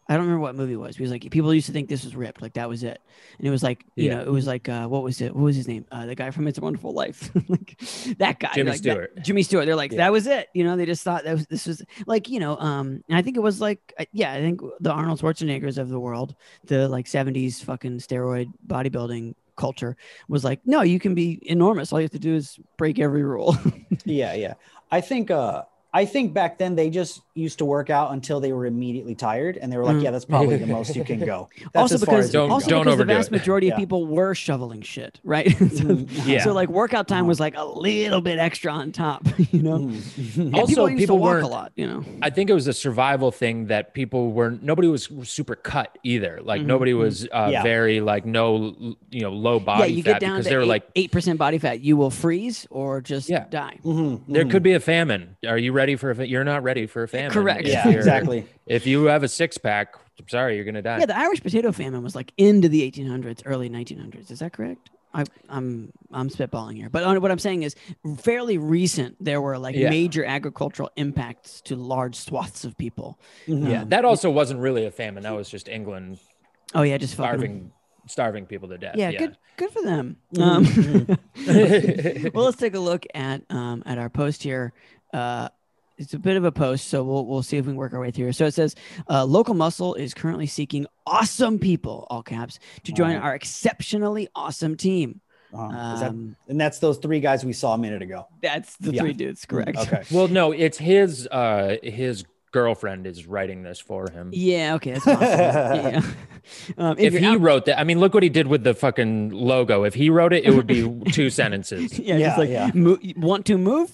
[SPEAKER 1] i don't remember what movie it was he was like people used to think this was ripped like that was it and it was like you
[SPEAKER 3] Yeah.
[SPEAKER 1] know it was like uh what was it what was his name uh the guy from it's a wonderful life like that guy
[SPEAKER 3] Jimmy
[SPEAKER 1] like, that-
[SPEAKER 3] Stewart.
[SPEAKER 1] Jimmy Stewart. They're like,
[SPEAKER 3] Yeah.
[SPEAKER 1] that was it. You know, they just thought that was, this was like, you know, um, and I think it was like, I- yeah, I think the Arnold Schwarzeneggers of the world, the like 70s fucking steroid bodybuilding culture was like, no, you can be enormous. All you have to do is break every rule.
[SPEAKER 2] Yeah, yeah. I think uh I think back then they just used to work out until they were immediately tired and they were like,
[SPEAKER 1] Mm.
[SPEAKER 2] Yeah, that's probably the most you can go. That's
[SPEAKER 1] also
[SPEAKER 2] as far
[SPEAKER 1] because,
[SPEAKER 2] as you can
[SPEAKER 3] Don't-
[SPEAKER 1] also
[SPEAKER 2] go.
[SPEAKER 3] don't
[SPEAKER 1] because the
[SPEAKER 3] overdo
[SPEAKER 1] vast
[SPEAKER 3] it.
[SPEAKER 1] majority
[SPEAKER 2] Yeah.
[SPEAKER 1] of people were shoveling shit, right? so,
[SPEAKER 2] Mm,
[SPEAKER 3] Yeah.
[SPEAKER 1] so like workout time was like a little bit extra on top, you know?
[SPEAKER 2] mm.
[SPEAKER 1] And
[SPEAKER 3] Also,
[SPEAKER 1] people used
[SPEAKER 3] people
[SPEAKER 1] to walk a
[SPEAKER 3] weren't-
[SPEAKER 1] lot, you know?
[SPEAKER 3] I think it was a survival thing that people were nobody was super cut either. Like
[SPEAKER 1] Mhm,
[SPEAKER 3] nobody was uh,
[SPEAKER 2] Yeah.
[SPEAKER 3] very like no you know low body
[SPEAKER 1] yeah, you
[SPEAKER 3] fat
[SPEAKER 1] get down
[SPEAKER 3] because
[SPEAKER 1] to
[SPEAKER 3] they were like
[SPEAKER 1] eight percent body fat, you will freeze or just
[SPEAKER 3] Yeah.
[SPEAKER 1] die.
[SPEAKER 2] Mhm,
[SPEAKER 3] there
[SPEAKER 2] mhm.
[SPEAKER 3] could be a famine. Are you ready for a fa- you're not ready for a famine.
[SPEAKER 1] Correct.
[SPEAKER 3] if
[SPEAKER 2] Yeah,
[SPEAKER 3] you're-
[SPEAKER 2] exactly.
[SPEAKER 3] If you have a six pack, I'm sorry, you're gonna die.
[SPEAKER 1] Yeah, the Irish potato famine was like into the 1800s, early 1900s. Is that correct? I, I'm I'm spitballing here, but on, what I'm saying is fairly recent. There were like
[SPEAKER 3] Yeah.
[SPEAKER 1] major agricultural impacts to large swaths of people.
[SPEAKER 2] Mhm.
[SPEAKER 3] yeah. That also wasn't really a famine. That was just England
[SPEAKER 1] Oh yeah, just fucking
[SPEAKER 3] starving starving people to death.
[SPEAKER 1] Yeah, good good for them.
[SPEAKER 2] Mhm,
[SPEAKER 1] Um, well, let's take a look at um, at our post here. Uh, it's a bit of a post, so we'll we'll see if we can work our way through. So it says, uh, local muscle is currently seeking awesome people, all caps, to join
[SPEAKER 2] Wow.
[SPEAKER 1] our exceptionally awesome team.
[SPEAKER 2] Uh, is that-
[SPEAKER 1] Um,
[SPEAKER 2] and that's those three guys we saw a minute ago.
[SPEAKER 1] That's the
[SPEAKER 2] Yeah. Mm,
[SPEAKER 1] three dudes, correct?
[SPEAKER 2] Okay.
[SPEAKER 3] Well, no, it's his uh his girlfriend is writing this for him.
[SPEAKER 1] Yeah. Okay. That's possible. yeah. Um, if,
[SPEAKER 3] If
[SPEAKER 1] you're
[SPEAKER 3] he
[SPEAKER 1] out-
[SPEAKER 3] wrote that, I mean, look what he did with the fucking logo. If he wrote it, it would be two sentences.
[SPEAKER 1] yeah,
[SPEAKER 2] Yeah,
[SPEAKER 1] just like
[SPEAKER 2] yeah.
[SPEAKER 1] mo- want to move,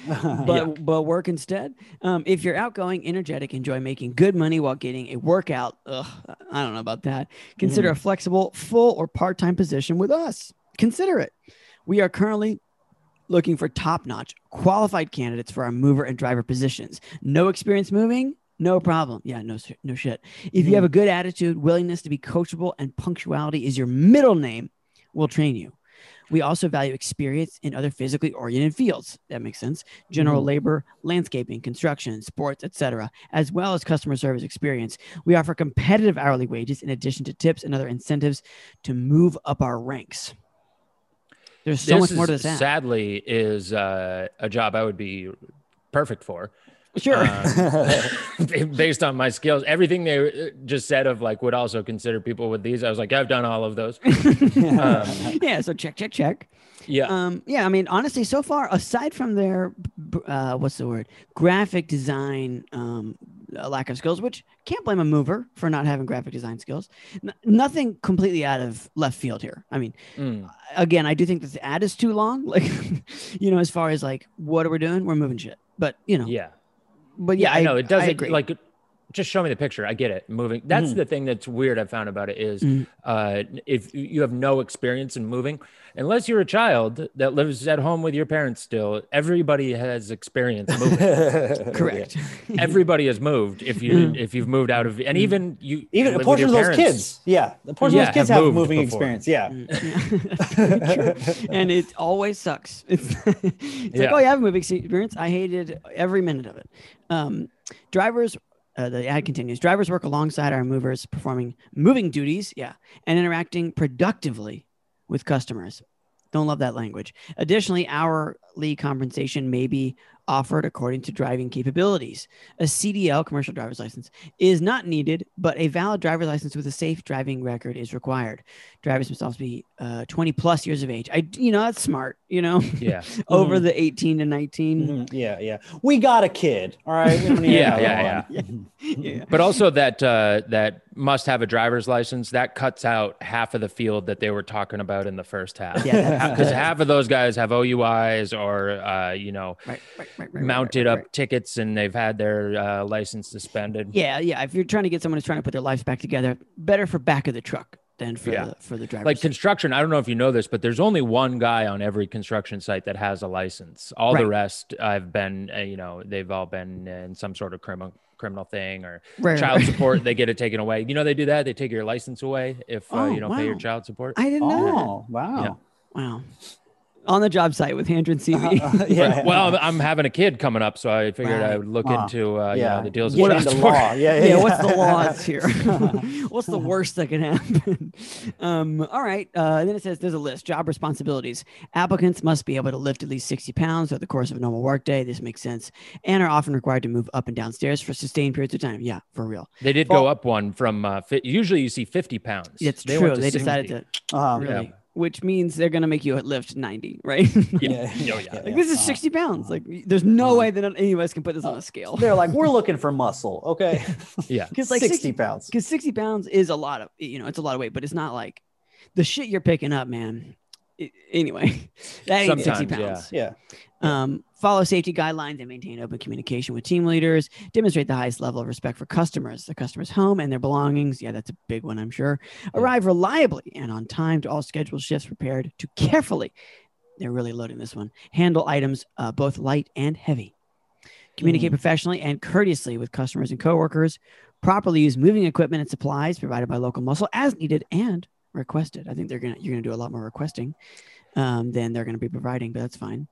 [SPEAKER 1] but but work instead. Um, if you're outgoing, energetic, enjoy making good money while getting a workout. Ugh, I don't know about that. Consider a flexible, full or part-time position with us. Consider it. We are currently looking for top-notch, qualified candidates for our mover and driver positions. No experience moving? No problem. Yeah, no, sh- no shit. If you have a good attitude, willingness to be coachable, and punctuality is your middle name, we'll train you. We also value experience in other physically oriented fields. That makes sense. General labor, landscaping, construction, sports, etc., as well as customer service experience. We offer competitive hourly wages in addition to tips and other incentives to move up our ranks. There's so much
[SPEAKER 3] is,
[SPEAKER 1] more to this. app.
[SPEAKER 3] Sadly, is uh, a job I would be perfect for.
[SPEAKER 1] Sure.
[SPEAKER 3] Um, based on my skills, everything they uh, just said of like would also consider people with these. I was like, I've done all of those. Um,
[SPEAKER 1] yeah. So check, check, check.
[SPEAKER 3] yeah.
[SPEAKER 1] um yeah i mean honestly so far aside from their b- b- uh what's the word graphic design um uh, lack of skills which can't blame a mover for not having graphic design skills N- nothing completely out of left field here i mean
[SPEAKER 3] Mm.
[SPEAKER 1] again i do think that the ad is too long like you know as far as like what are we doing we're moving shit but you know
[SPEAKER 3] Yeah.
[SPEAKER 1] but
[SPEAKER 3] yeah,
[SPEAKER 1] yeah,
[SPEAKER 3] I know it doesn't
[SPEAKER 1] agree.
[SPEAKER 3] like just show me the picture. I get it. Moving. That's the thing that's weird I found about it is
[SPEAKER 1] Mhm.
[SPEAKER 3] uh, if you have no experience in moving, unless you're a child that lives at home with your parents still, everybody has experience moving.
[SPEAKER 1] correct
[SPEAKER 3] everybody has moved if you if you've moved out of and even you
[SPEAKER 2] Even a
[SPEAKER 3] live with
[SPEAKER 2] portion of
[SPEAKER 3] your
[SPEAKER 2] those
[SPEAKER 3] parents.
[SPEAKER 2] kids. Yeah. A portion of
[SPEAKER 3] Yeah,
[SPEAKER 2] those kids
[SPEAKER 3] have
[SPEAKER 2] have,
[SPEAKER 3] moved
[SPEAKER 2] moving
[SPEAKER 3] before.
[SPEAKER 2] experience. Yeah.
[SPEAKER 1] Mm, yeah. and it always sucks. It's, it's like,
[SPEAKER 3] Yeah.
[SPEAKER 1] oh, you have a movie experience. I hated every minute of it. Um, drivers, uh, the ad continues. Drivers work alongside our movers, performing moving duties, yeah, and interacting productively with customers. Don't love that language. Additionally, hourly compensation may be offered according to driving capabilities. A CDL commercial driver's license is not needed, but a valid driver's license with a safe driving record is required drivers themselves be uh, 20 plus years of age. I, you know, that's smart, you know,
[SPEAKER 3] Yeah.
[SPEAKER 1] over
[SPEAKER 3] Mm-hmm.
[SPEAKER 1] the 18 to 19.
[SPEAKER 2] Mhm. Yeah. Yeah. We got a kid. All right. We don't need
[SPEAKER 3] Yeah,
[SPEAKER 2] another
[SPEAKER 3] yeah,
[SPEAKER 2] one.
[SPEAKER 3] Mm-hmm.
[SPEAKER 1] yeah.
[SPEAKER 3] But also that uh, that must have a driver's license that cuts out half of the field that they were talking about in the first half.
[SPEAKER 1] Yeah, that's-
[SPEAKER 3] because half of those guys have OUIs or uh, you know
[SPEAKER 1] Right, right, right, right, right,
[SPEAKER 3] mounted
[SPEAKER 1] right,
[SPEAKER 3] up
[SPEAKER 1] right.
[SPEAKER 3] tickets and they've had their uh, license suspended.
[SPEAKER 1] Yeah. Yeah. If you're trying to get someone who's trying to put their lives back together, better for back of the truck than for,
[SPEAKER 3] Yeah.
[SPEAKER 1] the, for the driver.
[SPEAKER 3] Like construction, I don't know if you know this, but there's only one guy on every construction site that has a license. All the rest, I've been, uh, you know, they've all been in some sort of criminal criminal thing or
[SPEAKER 1] Right, right,
[SPEAKER 3] child
[SPEAKER 1] right.
[SPEAKER 3] support. They get it taken away. You know, they do that. They take your license away if uh,
[SPEAKER 1] Oh,
[SPEAKER 3] you don't pay your
[SPEAKER 1] wow.
[SPEAKER 3] child support.
[SPEAKER 1] I didn't know.
[SPEAKER 2] Oh, wow.
[SPEAKER 1] that. Wow. On the job site with Handrin CV.
[SPEAKER 2] Uh,
[SPEAKER 3] But-
[SPEAKER 2] yeah.
[SPEAKER 3] well, I'm, I'm having a kid coming up, so I figured I
[SPEAKER 1] Right.
[SPEAKER 3] would look
[SPEAKER 2] Wow.
[SPEAKER 3] into uh, you
[SPEAKER 2] yeah.
[SPEAKER 3] know, the deals. of
[SPEAKER 2] Get
[SPEAKER 3] child
[SPEAKER 2] into
[SPEAKER 3] support.
[SPEAKER 2] law. Yeah.
[SPEAKER 1] yeah, what's the laws here? what's the worst that can happen? Um, all right. Uh, and then it says there's a list job responsibilities. Applicants must be able to lift at least 60 pounds over the course of a normal workday. This makes sense. And are often required to move up and down stairs for sustained periods of time. Yeah, for real.
[SPEAKER 3] They did go up one from uh, fi- usually you see 50 pounds.
[SPEAKER 1] It's
[SPEAKER 3] They went
[SPEAKER 1] true.
[SPEAKER 3] to
[SPEAKER 1] They decided
[SPEAKER 3] 60.
[SPEAKER 1] to
[SPEAKER 2] Uh,
[SPEAKER 1] really,
[SPEAKER 3] Oh, Yeah.
[SPEAKER 1] which means they're going to make you lift 90, right?
[SPEAKER 3] Yeah.
[SPEAKER 2] Yeah.
[SPEAKER 3] Oh, yeah. Uh-huh.
[SPEAKER 1] like, this is 60 pounds. Like, there's no way that any of us can put this
[SPEAKER 3] Uh,
[SPEAKER 1] on a scale.
[SPEAKER 2] They're like, we're looking for muscle. Okay.
[SPEAKER 3] Yeah.
[SPEAKER 1] Because, like,
[SPEAKER 2] 60 pounds.
[SPEAKER 1] because 60 pounds is a lot of you know it's a lot of weight but it's not like the shit you're picking up man I- anyway that ain't 60
[SPEAKER 3] Sometimes, yeah.
[SPEAKER 1] pounds
[SPEAKER 2] Yeah.
[SPEAKER 1] um, follow safety guidelines and maintain open communication with team leaders demonstrate the highest level of respect for customers the customer's home and their belongings yeah that's a big one i'm sure arrive reliably and on time to all scheduled shifts prepared to carefully they're really loading this one handle items uh, both light and heavy communicate professionally and courteously with customers and coworkers properly use moving equipment and supplies provided by local muscle as needed and requested i think they're gonna you're gonna do a lot more requesting um, than they're gonna be providing but that's fine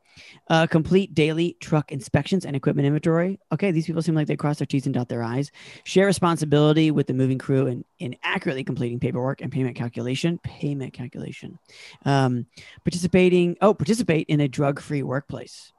[SPEAKER 1] uh, complete daily truck inspections and equipment inventory okay these people seem like they cross their t's and dot their i's share responsibility with the moving crew in, in accurately completing paperwork and payment calculation payment calculation um, participating oh participate in a drug-free workplace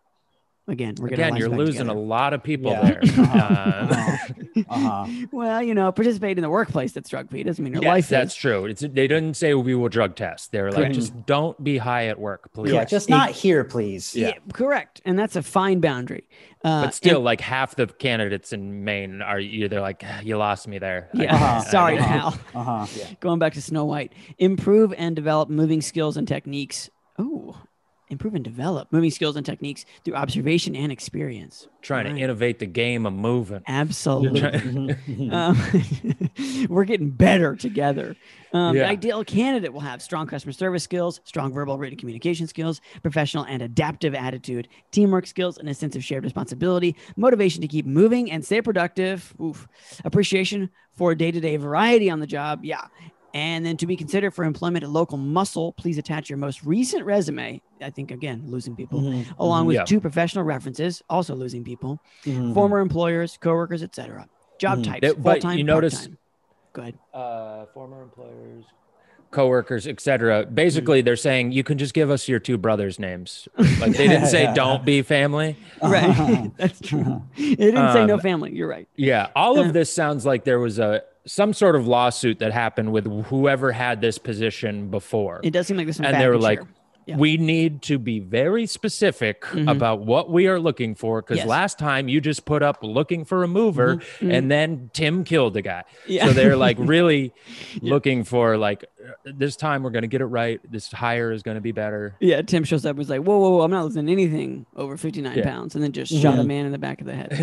[SPEAKER 1] again we're gonna
[SPEAKER 3] Again,
[SPEAKER 1] line
[SPEAKER 3] you're
[SPEAKER 1] back
[SPEAKER 3] losing
[SPEAKER 1] together.
[SPEAKER 3] a lot of people
[SPEAKER 2] Yeah.
[SPEAKER 3] there.
[SPEAKER 2] Uh-huh.
[SPEAKER 3] Uh,
[SPEAKER 2] Uh-huh.
[SPEAKER 1] well you know participate in the workplace that's drug-free doesn't mean your
[SPEAKER 3] yes,
[SPEAKER 1] life is.
[SPEAKER 3] that's true. It's, they didn't say we will drug test. They were like,
[SPEAKER 1] Correct.
[SPEAKER 3] just don't be high at work, please.
[SPEAKER 2] Yeah. Just not here, please.
[SPEAKER 1] Yeah. correct. And that's a fine boundary. Uh,
[SPEAKER 3] but still, like half the candidates in Maine are either like, "Ah, you lost me there.
[SPEAKER 1] and-
[SPEAKER 3] I
[SPEAKER 1] yeah.
[SPEAKER 2] Uh-huh.
[SPEAKER 3] guess, I
[SPEAKER 1] Sorry,
[SPEAKER 3] guess."
[SPEAKER 1] pal.
[SPEAKER 2] Uh-huh. Yeah.
[SPEAKER 1] Going back to Snow White, improve and develop moving skills and techniques. Ooh, improve and develop moving skills and techniques through observation and experience.
[SPEAKER 3] Trying
[SPEAKER 1] Right.
[SPEAKER 3] to innovate the game of moving.
[SPEAKER 1] Absolutely.
[SPEAKER 2] Mhm.
[SPEAKER 1] um, we're getting better together. Um, The
[SPEAKER 3] Mm-hmm. Yeah.
[SPEAKER 1] ideal candidate will have strong customer service skills, strong verbal written communication skills, professional and adaptive attitude, teamwork skills, and a sense of shared responsibility, motivation to keep moving and stay productive, oof, appreciation for day to day variety on the job. Yeah. And then to be considered for employment at local muscle, please attach your most recent resume. I think, again, losing people,
[SPEAKER 2] Mhm.
[SPEAKER 1] along with
[SPEAKER 3] Mm-hmm. Yeah.
[SPEAKER 1] two professional references, also losing people
[SPEAKER 2] Mhm.
[SPEAKER 1] former employers, coworkers, etc. Job
[SPEAKER 2] Mhm.
[SPEAKER 1] types,
[SPEAKER 3] Mm-hmm. That-
[SPEAKER 1] full
[SPEAKER 3] but
[SPEAKER 1] time,
[SPEAKER 3] you notice-
[SPEAKER 1] part-time. Go ahead.
[SPEAKER 3] Uh, former employers, coworkers, etc. Basically,
[SPEAKER 1] Mm.
[SPEAKER 3] they're saying you can just give us your two brothers' names. Like they didn't say don't be family.
[SPEAKER 1] Right, that's true. It didn't say no
[SPEAKER 3] Um,
[SPEAKER 1] family. You're right.
[SPEAKER 3] Yeah, all
[SPEAKER 1] Yeah.
[SPEAKER 3] of this sounds like there was a some sort of lawsuit that happened with whoever had this position before.
[SPEAKER 1] It does seem like there's some.
[SPEAKER 3] and
[SPEAKER 1] bad
[SPEAKER 3] they were
[SPEAKER 1] picture.
[SPEAKER 3] like,
[SPEAKER 1] Yeah.
[SPEAKER 3] we need to be very specific
[SPEAKER 1] Mhm.
[SPEAKER 3] about what we are looking for because
[SPEAKER 1] Yes. Mm-hmm.
[SPEAKER 3] last time you just put up looking for a mover and then Tim killed the guy.
[SPEAKER 1] Yeah.
[SPEAKER 3] So they're like really
[SPEAKER 1] Yeah.
[SPEAKER 3] looking for like this time we're going to get it right. This hire is going to be better.
[SPEAKER 1] yeah. Tim shows up. and was like, whoa, whoa, whoa! I'm not losing anything over 59
[SPEAKER 3] Yeah.
[SPEAKER 1] pounds, and then just shot a
[SPEAKER 2] Mhm.
[SPEAKER 1] man in the back of the head.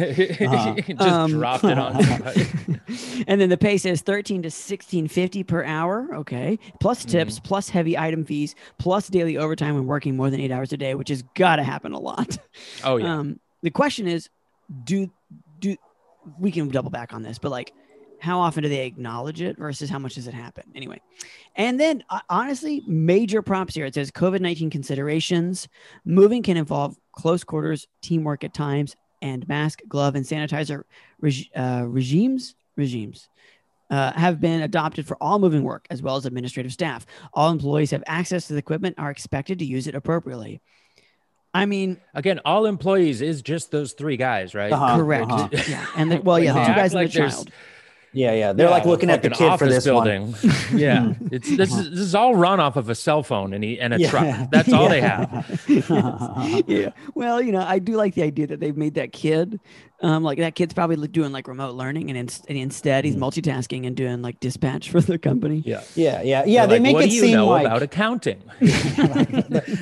[SPEAKER 2] Uh,
[SPEAKER 3] just
[SPEAKER 1] Um,
[SPEAKER 3] dropped it on somebody.
[SPEAKER 1] and then the pay says 13 to 1650 per hour okay plus
[SPEAKER 3] Mm-hmm.
[SPEAKER 1] tips plus heavy item fees plus daily overtime when working more than eight hours a day which has got to happen a lot
[SPEAKER 2] Uh-huh.
[SPEAKER 3] Oh yeah.
[SPEAKER 1] um the question is do do we can double back on this but like how often do they acknowledge it versus how much does it happen anyway and then uh, honestly major props here it says covid-19 considerations moving can involve close quarters teamwork at times and mask glove and sanitizer reg- uh, regimes regimes uh, have been adopted for all moving work as well as administrative staff all employees have access to the equipment are expected to use it appropriately i mean
[SPEAKER 3] Again, all employees is just those three guys, right?
[SPEAKER 2] Uh-huh.
[SPEAKER 1] Correct.
[SPEAKER 2] uh-huh.
[SPEAKER 1] Yeah. And the, well, yeah, the
[SPEAKER 2] They
[SPEAKER 1] two
[SPEAKER 3] act
[SPEAKER 1] guys and
[SPEAKER 3] like
[SPEAKER 1] the
[SPEAKER 3] there's-
[SPEAKER 1] child.
[SPEAKER 2] Yeah, yeah. They're like
[SPEAKER 3] Yeah,
[SPEAKER 2] looking at the
[SPEAKER 3] fucking
[SPEAKER 2] kid for
[SPEAKER 3] office
[SPEAKER 2] this one. Hmm.
[SPEAKER 3] building. yeah, it's this is this is all run off of a cell phone and he, and
[SPEAKER 2] Uh-huh.
[SPEAKER 3] a
[SPEAKER 2] Yeah.
[SPEAKER 3] truck. That's all they have.
[SPEAKER 1] Yes. yeah. Well, you know, I do like the idea that they've made that kid, um, like that kid's probably li- doing like remote learning, and, ins- and instead he's multitasking and doing like dispatch for the company.
[SPEAKER 3] Yeah.
[SPEAKER 2] Yeah, yeah, yeah.
[SPEAKER 3] They're
[SPEAKER 2] They
[SPEAKER 3] like,
[SPEAKER 2] make
[SPEAKER 3] what
[SPEAKER 2] it
[SPEAKER 3] do you
[SPEAKER 2] seem
[SPEAKER 3] know
[SPEAKER 2] like
[SPEAKER 3] about accounting?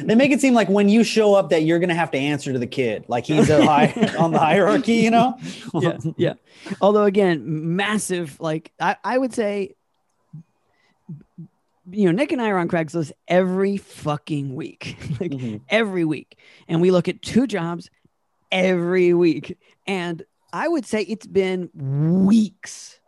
[SPEAKER 2] they make it seem like when you show up that you're gonna have to answer to the kid, like he's a high, on the hierarchy, you know?
[SPEAKER 1] yeah, yeah. Although again, massive. Like I, I would say, you know, Nick and I are on Craigslist every fucking week, like
[SPEAKER 3] Mm-hmm.
[SPEAKER 2] Mhm.
[SPEAKER 1] every week, and we look at two jobs every week. And I would say it's been weeks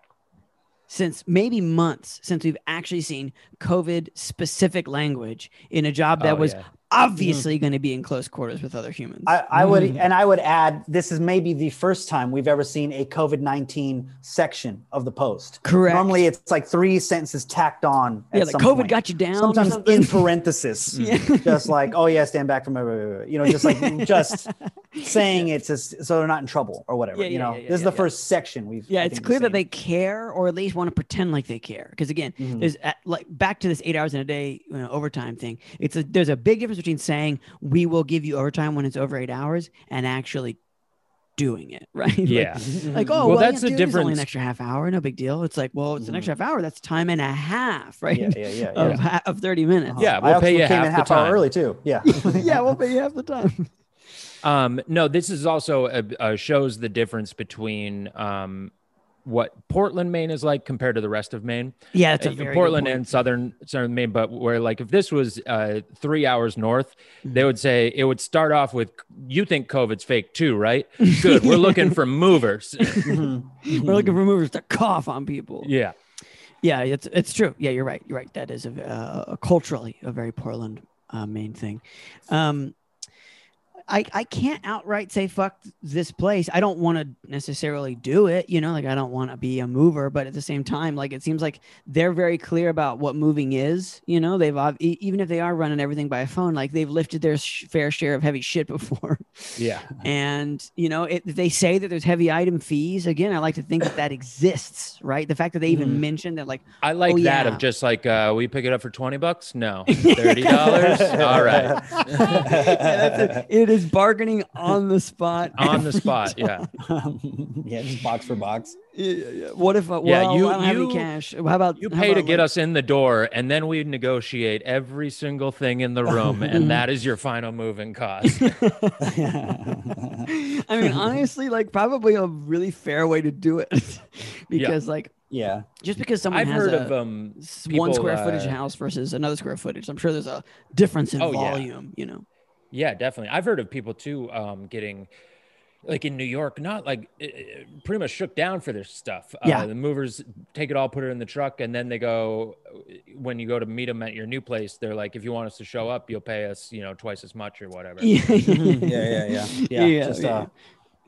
[SPEAKER 1] since maybe months since we've actually seen COVID specific language in a job that
[SPEAKER 3] Oh,
[SPEAKER 1] was
[SPEAKER 3] yeah. Mm.
[SPEAKER 1] obviously going to be in close quarters with other humans.
[SPEAKER 2] I, I would,
[SPEAKER 1] Mm.
[SPEAKER 2] and I would add, this is maybe the first time we've ever seen a COVID nineteen section of the post.
[SPEAKER 1] Correct.
[SPEAKER 2] Normally, it's like three sentences tacked on.
[SPEAKER 1] yeah,
[SPEAKER 2] at
[SPEAKER 1] like
[SPEAKER 2] some
[SPEAKER 1] COVID
[SPEAKER 2] point.
[SPEAKER 1] got you down. or
[SPEAKER 2] Sometimes
[SPEAKER 1] something.
[SPEAKER 2] in parentheses,
[SPEAKER 1] Yeah.
[SPEAKER 2] just like, oh yeah, stand back from, you know, just like just saying it's just, so they're not in trouble or whatever.
[SPEAKER 1] Yeah,
[SPEAKER 2] you
[SPEAKER 1] yeah,
[SPEAKER 2] know,
[SPEAKER 1] yeah, yeah,
[SPEAKER 2] this is the
[SPEAKER 1] yeah.
[SPEAKER 2] first section we've.
[SPEAKER 1] Yeah,
[SPEAKER 2] I
[SPEAKER 1] it's
[SPEAKER 2] think,
[SPEAKER 1] clear that
[SPEAKER 2] seen.
[SPEAKER 1] they care, or at least want to pretend like they care. Because again,
[SPEAKER 3] Mm.
[SPEAKER 2] Mhm.
[SPEAKER 1] there's at, like back to this eight hours in a day you know, overtime thing. It's a, there's a big difference between saying we will give you overtime when it's over eight hours and actually doing it, right? Like-
[SPEAKER 3] Yeah.
[SPEAKER 2] Mm-hmm.
[SPEAKER 1] Like, oh, well,
[SPEAKER 3] Well,
[SPEAKER 1] that's
[SPEAKER 3] that's
[SPEAKER 1] yeah,
[SPEAKER 3] the
[SPEAKER 1] dude, it's Only an
[SPEAKER 3] difference. Mm.
[SPEAKER 1] extra half hour, no big deal. It's like, well, it's an
[SPEAKER 2] Mhm.
[SPEAKER 1] extra half hour. That's time and a half, right?
[SPEAKER 2] Yeah, yeah, yeah. yeah.
[SPEAKER 1] Of, ha- of thirty minutes.
[SPEAKER 3] Yeah,
[SPEAKER 2] I
[SPEAKER 3] we'll
[SPEAKER 2] also
[SPEAKER 3] pay you
[SPEAKER 2] came
[SPEAKER 3] half
[SPEAKER 2] in
[SPEAKER 3] the
[SPEAKER 2] half hour
[SPEAKER 3] time.
[SPEAKER 2] early too. Yeah.
[SPEAKER 1] yeah, we'll pay you half the time.
[SPEAKER 3] Um, no, this is also uh uh shows the difference between um, what Portland, Maine is like compared to the rest of Maine.
[SPEAKER 1] Yeah, it's a
[SPEAKER 3] Uh,
[SPEAKER 1] very good
[SPEAKER 3] Portland
[SPEAKER 1] point.
[SPEAKER 3] and southern southern Maine, but where like if this was uh, three hours north,
[SPEAKER 1] Mm-hmm.
[SPEAKER 3] they would say it would start off with you think COVID's fake too, right? Good, we're looking for movers.
[SPEAKER 2] Mm-hmm.
[SPEAKER 1] we're looking for movers to cough on people.
[SPEAKER 3] yeah,
[SPEAKER 1] Yeah, it's it's true. Yeah, you're right. You're right. That is a, v- uh, a culturally a very Portland uh, main thing. Um, I I can't outright say fuck this place. I don't want to necessarily do it. You know, like I don't want to be a mover, but at the same time, like it seems like they're very clear about what moving is. You know, they've ob- e- even if they are running everything by a phone, like they've lifted their sh- fair share of heavy shit before.
[SPEAKER 3] yeah.
[SPEAKER 1] And you know, it, they say that there's heavy item fees. Again, I like to think that that exists, right? The fact that they even
[SPEAKER 2] Mhm.
[SPEAKER 1] mentioned that, like,
[SPEAKER 3] I like
[SPEAKER 1] Oh,
[SPEAKER 3] that
[SPEAKER 1] yeah.
[SPEAKER 3] of just like uh, we pick it up for twenty bucks. No, thirty dollars. All right,
[SPEAKER 1] Yeah, that's it. it is bargaining on the spot.
[SPEAKER 3] on the spot. Yeah.
[SPEAKER 2] yeah, just box for box.
[SPEAKER 1] Yeah, yeah. What if? Uh, well,
[SPEAKER 3] Yeah, you-
[SPEAKER 1] I don't have any
[SPEAKER 3] you-
[SPEAKER 1] cash. How about
[SPEAKER 3] You
[SPEAKER 1] how
[SPEAKER 3] pay to
[SPEAKER 1] about,
[SPEAKER 3] get
[SPEAKER 1] like-
[SPEAKER 3] us in the door, and then we negotiate every single thing in the room, and that is your final moving cost.
[SPEAKER 1] I mean, honestly, like probably a really fair way to do it, because like
[SPEAKER 2] yeah.
[SPEAKER 1] just because someone
[SPEAKER 3] I've
[SPEAKER 1] has
[SPEAKER 3] heard
[SPEAKER 1] a,
[SPEAKER 3] of um,
[SPEAKER 1] s-
[SPEAKER 3] people,
[SPEAKER 1] one square footage
[SPEAKER 3] uh,
[SPEAKER 1] house versus another square footage, I'm sure there's a difference in
[SPEAKER 3] Oh, yeah.
[SPEAKER 1] volume. You know,
[SPEAKER 3] Yeah, definitely. I've heard of people too um, getting like in New York, not like eh, eh, pretty much shook down for their stuff.
[SPEAKER 1] Yeah.
[SPEAKER 3] Uh, the movers take it all, put it in the truck, and then they go. eh, When you go to meet them at your new place, they're like, "If you want us to show up, you'll pay us, you know, twice as much or whatever."
[SPEAKER 1] yeah,
[SPEAKER 2] yeah, yeah, yeah.
[SPEAKER 1] Mm-hmm. Yeah,
[SPEAKER 2] just,
[SPEAKER 1] yeah.
[SPEAKER 2] Uh,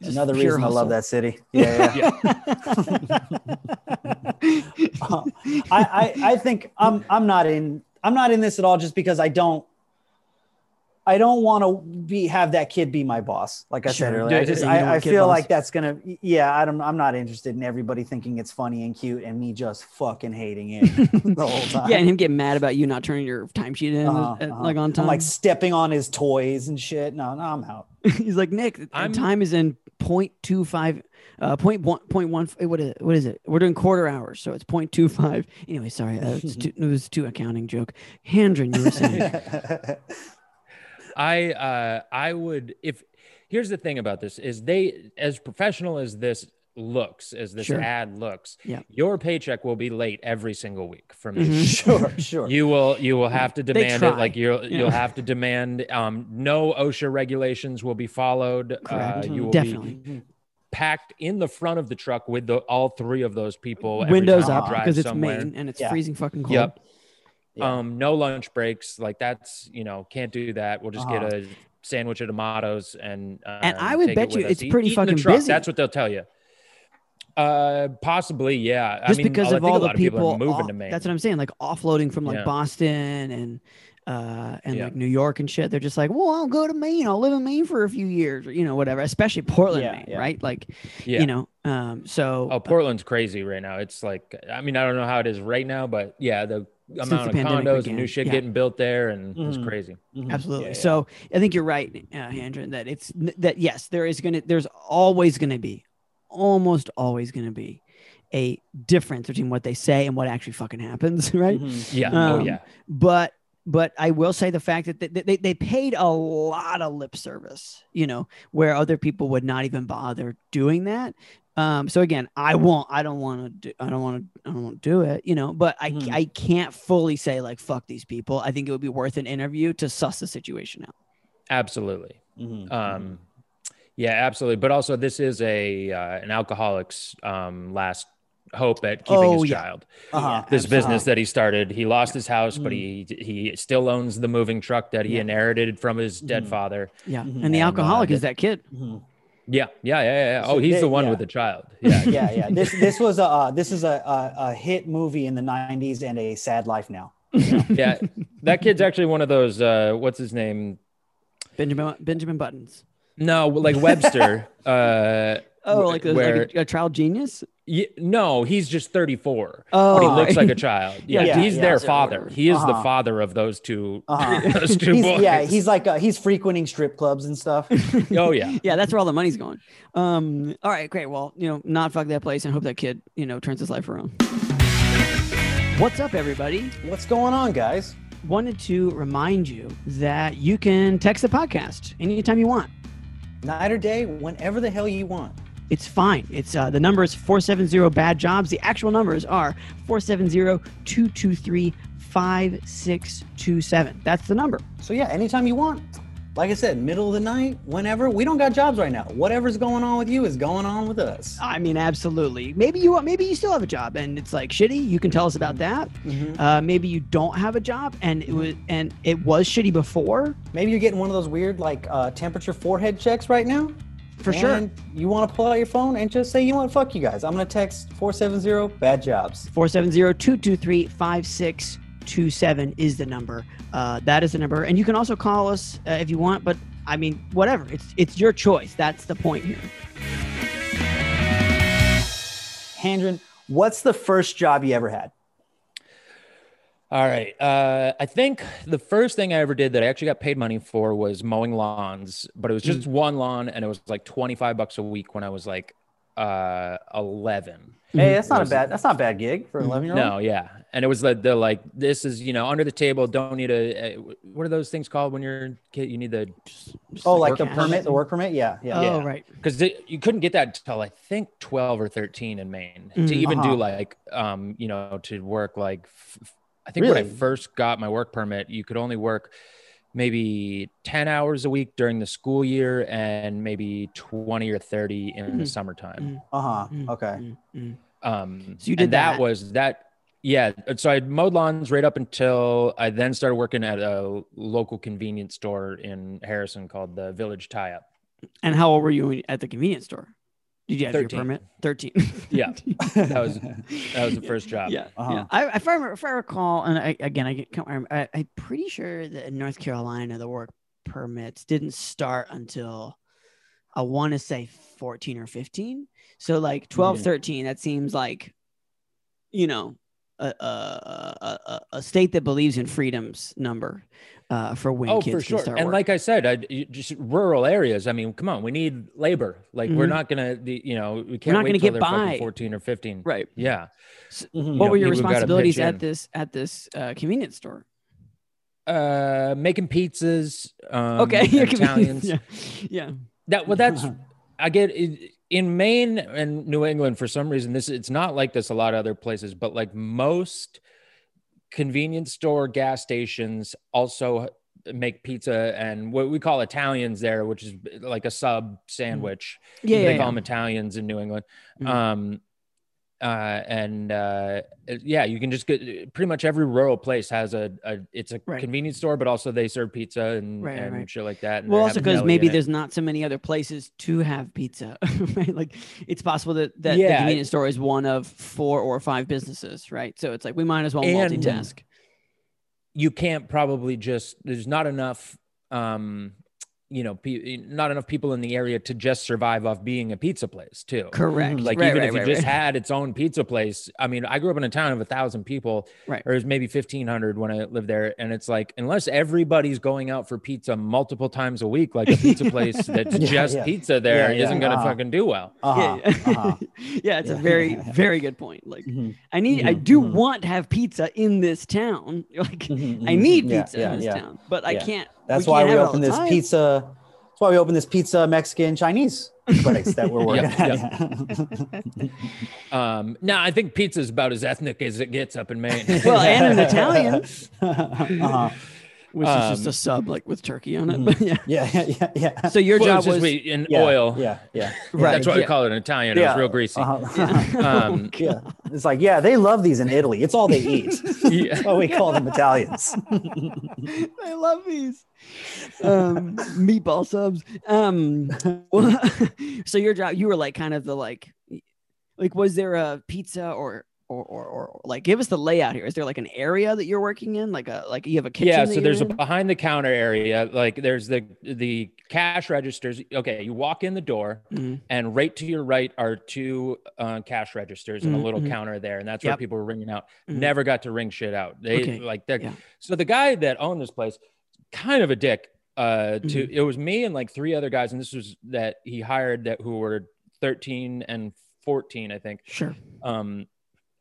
[SPEAKER 1] Just
[SPEAKER 2] another
[SPEAKER 1] pure
[SPEAKER 2] reason I
[SPEAKER 1] hustle.
[SPEAKER 2] love that city. Yeah, yeah. Uh, I, I, I think I'm, I'm not in, I'm not in this at all, just because I don't, I don't want to be have that kid be my boss. Like I said
[SPEAKER 1] Sure.
[SPEAKER 2] earlier, I
[SPEAKER 3] Yeah,
[SPEAKER 2] just,
[SPEAKER 1] yeah, you don't
[SPEAKER 2] I, I
[SPEAKER 1] want kid
[SPEAKER 2] feel
[SPEAKER 1] boss.
[SPEAKER 2] like that's gonna, yeah. I don't, I'm not interested in everybody thinking it's funny and cute and me just fucking hating it the whole time.
[SPEAKER 1] Yeah, and him getting mad about you not turning your timesheet in
[SPEAKER 2] Uh-huh,
[SPEAKER 1] at-
[SPEAKER 2] uh-huh.
[SPEAKER 1] like on time.
[SPEAKER 2] I'm like stepping on his toys and shit. No, no, I'm out.
[SPEAKER 1] He's like Nick. the
[SPEAKER 3] I'm-
[SPEAKER 1] time is in point two five, uh, point one, point one. eh, What is it? What is it? We're doing quarter hours, so it's point two five. Anyway, sorry, uh, it's too, it was too accounting joke. Handren, you were saying.
[SPEAKER 3] I uh, I would if here's the thing about this is they as professional as this looks as this
[SPEAKER 1] Sure.
[SPEAKER 3] ad looks
[SPEAKER 1] Yeah.
[SPEAKER 3] your paycheck will be late every single week from this.
[SPEAKER 1] Mhm.
[SPEAKER 2] sure, sure.
[SPEAKER 3] You will you will have to demand it
[SPEAKER 1] try,
[SPEAKER 3] like you'll
[SPEAKER 1] you know.
[SPEAKER 3] you'll have to demand um no OSHA regulations will be followed. Uh,
[SPEAKER 1] Correct.
[SPEAKER 3] you will
[SPEAKER 1] Definitely.
[SPEAKER 3] be packed in the front of the truck with the all three of those people. every
[SPEAKER 1] Windows
[SPEAKER 3] time you
[SPEAKER 1] up
[SPEAKER 3] drive
[SPEAKER 1] because it's
[SPEAKER 3] somewhere.
[SPEAKER 1] Maine and it's
[SPEAKER 2] Yeah.
[SPEAKER 1] freezing fucking cold.
[SPEAKER 3] Yep.
[SPEAKER 2] Yeah.
[SPEAKER 3] Um no lunch breaks. Like that's you know, can't do that. We'll just get a sandwich of tomatoes and uh,
[SPEAKER 1] Uh-huh. And I would
[SPEAKER 3] take it
[SPEAKER 1] bet
[SPEAKER 3] with
[SPEAKER 1] you
[SPEAKER 3] us.
[SPEAKER 1] it's
[SPEAKER 3] Eat-
[SPEAKER 1] pretty
[SPEAKER 3] eat in the
[SPEAKER 1] fucking
[SPEAKER 3] truck.
[SPEAKER 1] busy.
[SPEAKER 3] That's what they'll tell you. Uh possibly, yeah.
[SPEAKER 1] Just
[SPEAKER 3] I mean,
[SPEAKER 1] because
[SPEAKER 3] I
[SPEAKER 1] of
[SPEAKER 3] think
[SPEAKER 1] all
[SPEAKER 3] a lot
[SPEAKER 1] the
[SPEAKER 3] of people,
[SPEAKER 1] people,
[SPEAKER 3] are moving
[SPEAKER 1] off-
[SPEAKER 3] to Maine.
[SPEAKER 1] that's what I'm saying. Like offloading from like
[SPEAKER 3] Yeah.
[SPEAKER 1] Boston and uh and
[SPEAKER 3] Yeah.
[SPEAKER 1] like New York and shit. They're just like, well, I'll go to Maine. I'll live in Maine for a few years, or you know, whatever. Especially Portland,
[SPEAKER 2] Yeah,
[SPEAKER 1] Maine,
[SPEAKER 2] yeah.
[SPEAKER 1] right? Like,
[SPEAKER 3] yeah.
[SPEAKER 1] you know, um. So
[SPEAKER 3] Oh, Portland's crazy right now. It's like, I mean, I don't know how it is right now, but yeah, the
[SPEAKER 1] the
[SPEAKER 3] amount of
[SPEAKER 1] pandemic
[SPEAKER 3] condos
[SPEAKER 1] began,
[SPEAKER 3] and new shit
[SPEAKER 1] yeah.
[SPEAKER 3] getting built there and it's
[SPEAKER 2] Mhm.
[SPEAKER 3] crazy.
[SPEAKER 2] Mhm.
[SPEAKER 1] Absolutely.
[SPEAKER 2] Yeah, yeah.
[SPEAKER 1] So I think you're right, uh, Handren, that it's that yes, there is gonna, there's always gonna be, almost always gonna be, a difference between what they say and what actually fucking happens, right?
[SPEAKER 2] Mhm.
[SPEAKER 3] Yeah. oh
[SPEAKER 1] Um,
[SPEAKER 3] yeah.
[SPEAKER 1] But but I will say the fact that they, they they paid a lot of lip service, you know, where other people would not even bother doing that. Um, so again, I won't. I don't want to. Do, I don't want to. I don't want to do it. You know, but I
[SPEAKER 2] Mhm.
[SPEAKER 1] I can't fully say like fuck these people. I think it would be worth an interview to suss the situation out.
[SPEAKER 3] Absolutely.
[SPEAKER 2] Mhm.
[SPEAKER 1] mm-hmm.
[SPEAKER 3] Um, yeah, absolutely. But also this is a, uh, an alcoholic's, um, last hope at keeping
[SPEAKER 1] Oh,
[SPEAKER 3] his
[SPEAKER 1] yeah.
[SPEAKER 3] child.
[SPEAKER 2] Uh-huh.
[SPEAKER 3] This business
[SPEAKER 2] absolutely.
[SPEAKER 3] that he started, he lost his house, but he, he still owns the moving truck that
[SPEAKER 1] Mm-hmm.
[SPEAKER 3] he
[SPEAKER 1] Yeah. Mm-hmm.
[SPEAKER 3] inherited from his dead
[SPEAKER 2] Mhm.
[SPEAKER 3] father.
[SPEAKER 1] Yeah.
[SPEAKER 2] Mhm.
[SPEAKER 1] And the
[SPEAKER 3] And,
[SPEAKER 1] alcoholic
[SPEAKER 3] uh,
[SPEAKER 1] is that kid.
[SPEAKER 2] Mhm.
[SPEAKER 3] Yeah. Yeah. Yeah. yeah.
[SPEAKER 2] So
[SPEAKER 3] Oh, he's
[SPEAKER 2] they-
[SPEAKER 3] the one
[SPEAKER 2] yeah.
[SPEAKER 3] with the child. Yeah.
[SPEAKER 2] yeah, yeah. This this was a uh, this is a, a a hit movie in the '90s and a sad life now.
[SPEAKER 3] yeah. That kid's actually one of those, uh, what's his name?
[SPEAKER 1] Benjamin Benjamin Buttons.
[SPEAKER 3] No, like Webster. uh,
[SPEAKER 1] Oh,
[SPEAKER 3] Wh-
[SPEAKER 1] like, a,
[SPEAKER 3] where-
[SPEAKER 1] like a, a child genius?
[SPEAKER 3] y- no, he's just 34.
[SPEAKER 1] Oh,
[SPEAKER 3] but he
[SPEAKER 1] all
[SPEAKER 3] looks
[SPEAKER 1] right.
[SPEAKER 3] like a child.
[SPEAKER 1] Yeah,
[SPEAKER 3] Yeah,
[SPEAKER 2] yeah,
[SPEAKER 3] he's
[SPEAKER 2] yeah.
[SPEAKER 3] their
[SPEAKER 1] Yeah,
[SPEAKER 3] father.
[SPEAKER 1] whatever.
[SPEAKER 3] He is the
[SPEAKER 2] Uh-huh.
[SPEAKER 3] father of those 2
[SPEAKER 2] Uh-huh.
[SPEAKER 3] those two
[SPEAKER 2] He's,
[SPEAKER 3] boys.
[SPEAKER 2] yeah, he's like uh, he's frequenting strip clubs and stuff.
[SPEAKER 3] oh yeah.
[SPEAKER 1] yeah, that's where all the money's going. Um, all right, great. Well, you know, not fuck that place and hope that kid, you know, turns his life around. What's up, everybody?
[SPEAKER 2] What's going on, guys?
[SPEAKER 1] Wanted to remind you that you can text the podcast anytime you want.
[SPEAKER 2] Night or day, whenever the hell you want.
[SPEAKER 1] It's fine. It's uh, the number is 470 bad jobs. The actual numbers are 470-223-5627. That's the number.
[SPEAKER 2] So yeah, anytime you want. Like I said, middle of the night, whenever. We don't got jobs right now. Whatever's going on with you is going on with us.
[SPEAKER 1] I mean, absolutely. Maybe you maybe you still have a job and it's like shitty. You can tell us
[SPEAKER 3] Mm-hmm.
[SPEAKER 1] about that.
[SPEAKER 2] Mhm.
[SPEAKER 1] Uh, maybe you don't have a job and it was and it was shitty before
[SPEAKER 2] Maybe you're getting one of those weird like uh, temperature forehead checks right now.
[SPEAKER 1] for sure.
[SPEAKER 2] And you want to pull out your phone and just say, you know what, fuck you guys. I'm gonna text 470 bad jobs.
[SPEAKER 1] 470-223-5627 is the number. Uh, that is the number, and you can also call us uh, if you want. But I mean, whatever. It's it's your choice. That's the point here.
[SPEAKER 2] Handren, what's the first job you ever had?
[SPEAKER 3] All right. Uh, I think the first thing I ever did that I actually got paid money for
[SPEAKER 2] Mm.
[SPEAKER 3] was mowing lawns, but it was just one lawn and it was like 25 bucks a week when I was like uh, 11.
[SPEAKER 1] Mm-hmm.
[SPEAKER 2] Hey, that's not a
[SPEAKER 3] Was-
[SPEAKER 2] bad. That's not a bad gig for an
[SPEAKER 1] Mhm.
[SPEAKER 2] eleven year old.
[SPEAKER 3] No, yeah, and it was the, the like this is you know under the table. Don't need a uh, what are those things called when you're a kid? You need the
[SPEAKER 1] Just
[SPEAKER 2] Oh, like the
[SPEAKER 1] cash.
[SPEAKER 2] permit, the work permit. Yeah, yeah.
[SPEAKER 1] Oh,
[SPEAKER 3] Yeah.
[SPEAKER 1] right.
[SPEAKER 3] because you couldn't get that until I think 12 or 13 in Maine
[SPEAKER 1] Mm.
[SPEAKER 3] to even
[SPEAKER 2] Uh-huh.
[SPEAKER 3] do like, um, you know, to work like, f- f- I think when I
[SPEAKER 2] Really?
[SPEAKER 3] first got my work permit, you could only work maybe 10 hours a week during the school year and maybe 20 or 30 in
[SPEAKER 2] Mm-hmm.
[SPEAKER 3] the
[SPEAKER 1] Mm.
[SPEAKER 3] summertime.
[SPEAKER 2] Uh huh.
[SPEAKER 1] Mm,
[SPEAKER 2] Okay.
[SPEAKER 1] mm, mm.
[SPEAKER 3] Um,
[SPEAKER 1] So you did
[SPEAKER 3] and that,
[SPEAKER 1] that.
[SPEAKER 3] was that. Yeah. So I mowed lawns right up until I then started working at a local convenience store in Harrison called the Village Tie Up.
[SPEAKER 1] And how old were you when- at the convenience store? Did you have
[SPEAKER 3] 13.
[SPEAKER 1] your permit? 13.
[SPEAKER 3] Yeah.
[SPEAKER 1] Mm-hmm.
[SPEAKER 3] That was- That was the first job.
[SPEAKER 1] Yeah,
[SPEAKER 2] Uh-huh.
[SPEAKER 1] yeah. I, if I remember- if I recall, and I, again, I get, can't remember- I, I'm pretty sure that in North Carolina, the work permits didn't start until I want to say 14 or 15. So like 12,
[SPEAKER 2] Yeah.
[SPEAKER 1] 13, that seems like, you know, a, a, a, a- a state that believes in freedoms number uh, for when kids can start
[SPEAKER 3] Oh, and
[SPEAKER 1] work.
[SPEAKER 3] like i said I, you- just rural areas i mean come on we need labor like we're
[SPEAKER 1] Mhm.
[SPEAKER 3] not gonna the- you know we can't
[SPEAKER 1] not
[SPEAKER 3] wait
[SPEAKER 1] gonna
[SPEAKER 3] till
[SPEAKER 1] get
[SPEAKER 3] they're fucking
[SPEAKER 1] by.
[SPEAKER 3] 14 or 15
[SPEAKER 1] right.
[SPEAKER 3] yeah
[SPEAKER 2] Mhm.
[SPEAKER 1] What
[SPEAKER 3] know,
[SPEAKER 1] were your
[SPEAKER 3] people gotta pitch
[SPEAKER 1] responsibilities at
[SPEAKER 3] in.
[SPEAKER 1] this at this uh, convenience store?
[SPEAKER 3] uh making pizzas um,
[SPEAKER 1] okay, your convenience-
[SPEAKER 3] italians
[SPEAKER 1] Yeah. yeah.
[SPEAKER 3] that well that's i get it, in maine and new england for some reason this it's not like this a lot of other places but like most convenience store gas stations also make pizza and what we call italians there which is like a sub sandwich
[SPEAKER 1] Mm. Yeah.
[SPEAKER 3] they
[SPEAKER 1] yeah,
[SPEAKER 3] call them Italians in New England.
[SPEAKER 1] Mhm.
[SPEAKER 3] Um, uh, and uh, yeah, you can just get pretty much every rural place has a, a it's a
[SPEAKER 1] Right.
[SPEAKER 3] convenience store, but also they serve pizza and,
[SPEAKER 1] Right, right,
[SPEAKER 3] and
[SPEAKER 1] right.
[SPEAKER 3] shit like that. and
[SPEAKER 1] Well,
[SPEAKER 3] they
[SPEAKER 1] also
[SPEAKER 3] have
[SPEAKER 1] because
[SPEAKER 3] deli
[SPEAKER 1] maybe
[SPEAKER 3] in it.
[SPEAKER 1] there's not so many other places to have pizza. right? Like it's possible that, that the
[SPEAKER 3] Yeah.
[SPEAKER 1] convenience store is one of four or five businesses, right? So it's like we might as well
[SPEAKER 3] And-
[SPEAKER 1] multitask.
[SPEAKER 3] you can't probably just there's not enough um you know pe- not enough people in the area to just survive off being a pizza place too.
[SPEAKER 1] Correct.
[SPEAKER 3] Like
[SPEAKER 1] Right,
[SPEAKER 3] even
[SPEAKER 1] right,
[SPEAKER 3] if you
[SPEAKER 1] right,
[SPEAKER 3] just
[SPEAKER 1] right.
[SPEAKER 3] had its own pizza place, I mean, I grew up in a town of a thousand people,
[SPEAKER 1] Right.
[SPEAKER 3] or it was maybe fifteen hundred when I lived there, and it's like unless everybody's going out for pizza multiple times a week, like a pizza place that's
[SPEAKER 2] Yeah,
[SPEAKER 3] just
[SPEAKER 2] yeah.
[SPEAKER 3] pizza there
[SPEAKER 2] Yeah, yeah.
[SPEAKER 3] not gonna
[SPEAKER 2] Uh-huh.
[SPEAKER 3] fucking do well.
[SPEAKER 2] Uh-huh.
[SPEAKER 1] yeah, yeah.
[SPEAKER 2] Uh-huh.
[SPEAKER 1] yeah, it's a
[SPEAKER 2] Yeah.
[SPEAKER 1] very, very good point. Like
[SPEAKER 3] Mm-hmm.
[SPEAKER 2] Mhm.
[SPEAKER 1] I need, I
[SPEAKER 2] Mhm,
[SPEAKER 1] do
[SPEAKER 2] mhm.
[SPEAKER 1] want to have pizza in this town. Like
[SPEAKER 2] Mhm,
[SPEAKER 1] I
[SPEAKER 2] mhm.
[SPEAKER 1] need
[SPEAKER 2] Yeah,
[SPEAKER 1] pizza
[SPEAKER 2] yeah,
[SPEAKER 1] in this
[SPEAKER 2] yeah.
[SPEAKER 1] town, but I
[SPEAKER 2] Yeah.
[SPEAKER 1] can't.
[SPEAKER 2] That's
[SPEAKER 1] we
[SPEAKER 2] why
[SPEAKER 1] can't
[SPEAKER 2] we
[SPEAKER 1] have it all
[SPEAKER 2] open
[SPEAKER 1] the
[SPEAKER 2] this
[SPEAKER 1] time.
[SPEAKER 2] pizza. That's why we open this pizza Mexican Chinese place that we're working
[SPEAKER 3] Yep,
[SPEAKER 2] at.
[SPEAKER 3] Um, no, I think pizza's about as ethnic as it gets up in Maine.
[SPEAKER 1] Well, and an Italian,
[SPEAKER 2] uh-huh.
[SPEAKER 1] which is just a
[SPEAKER 3] Um, mm-hmm.
[SPEAKER 1] sub, like with turkey on it.
[SPEAKER 2] Mhm.
[SPEAKER 1] But yeah.
[SPEAKER 2] Yeah, yeah, yeah, yeah.
[SPEAKER 1] So your
[SPEAKER 3] Well,
[SPEAKER 1] job
[SPEAKER 3] it's just
[SPEAKER 1] was
[SPEAKER 3] we- in
[SPEAKER 2] yeah,
[SPEAKER 3] oil.
[SPEAKER 2] Yeah, yeah.
[SPEAKER 1] Right,
[SPEAKER 3] That's why
[SPEAKER 1] yeah.
[SPEAKER 3] we call it an Italian. It
[SPEAKER 2] Yeah.
[SPEAKER 3] was real greasy.
[SPEAKER 2] Uh-huh.
[SPEAKER 3] Um,
[SPEAKER 2] yeah. It's like, yeah, they love these in Italy. It's all they eat.
[SPEAKER 3] Yeah.
[SPEAKER 2] That's why we call them Italians.
[SPEAKER 1] I love these um, meatball subs. Um, well, so your job, you were like kind of the like, like was there a pizza or or or, or like give us the layout here? Is there like an area that you're working in? Like a like you have a kitchen?
[SPEAKER 3] yeah
[SPEAKER 1] that
[SPEAKER 3] so
[SPEAKER 1] you're
[SPEAKER 3] there's a
[SPEAKER 1] in?
[SPEAKER 3] behind the counter area like there's the the cash registers okay you walk in the door
[SPEAKER 1] Mhm.
[SPEAKER 3] and right to your right are two uh, cash registers and
[SPEAKER 1] Mhm,
[SPEAKER 3] a little
[SPEAKER 1] mhm.
[SPEAKER 3] counter there and that's
[SPEAKER 1] Yep.
[SPEAKER 3] where people were ringing out
[SPEAKER 1] Mhm.
[SPEAKER 3] never got to ring shit out they
[SPEAKER 1] Okay,
[SPEAKER 3] like that
[SPEAKER 1] yeah.
[SPEAKER 3] so the guy that owned this place kind of a dick uh to
[SPEAKER 1] Mm-hmm.
[SPEAKER 3] it was me and like three other guys and this was that he hired that who were 13 and 14 i think
[SPEAKER 1] Sure.
[SPEAKER 3] um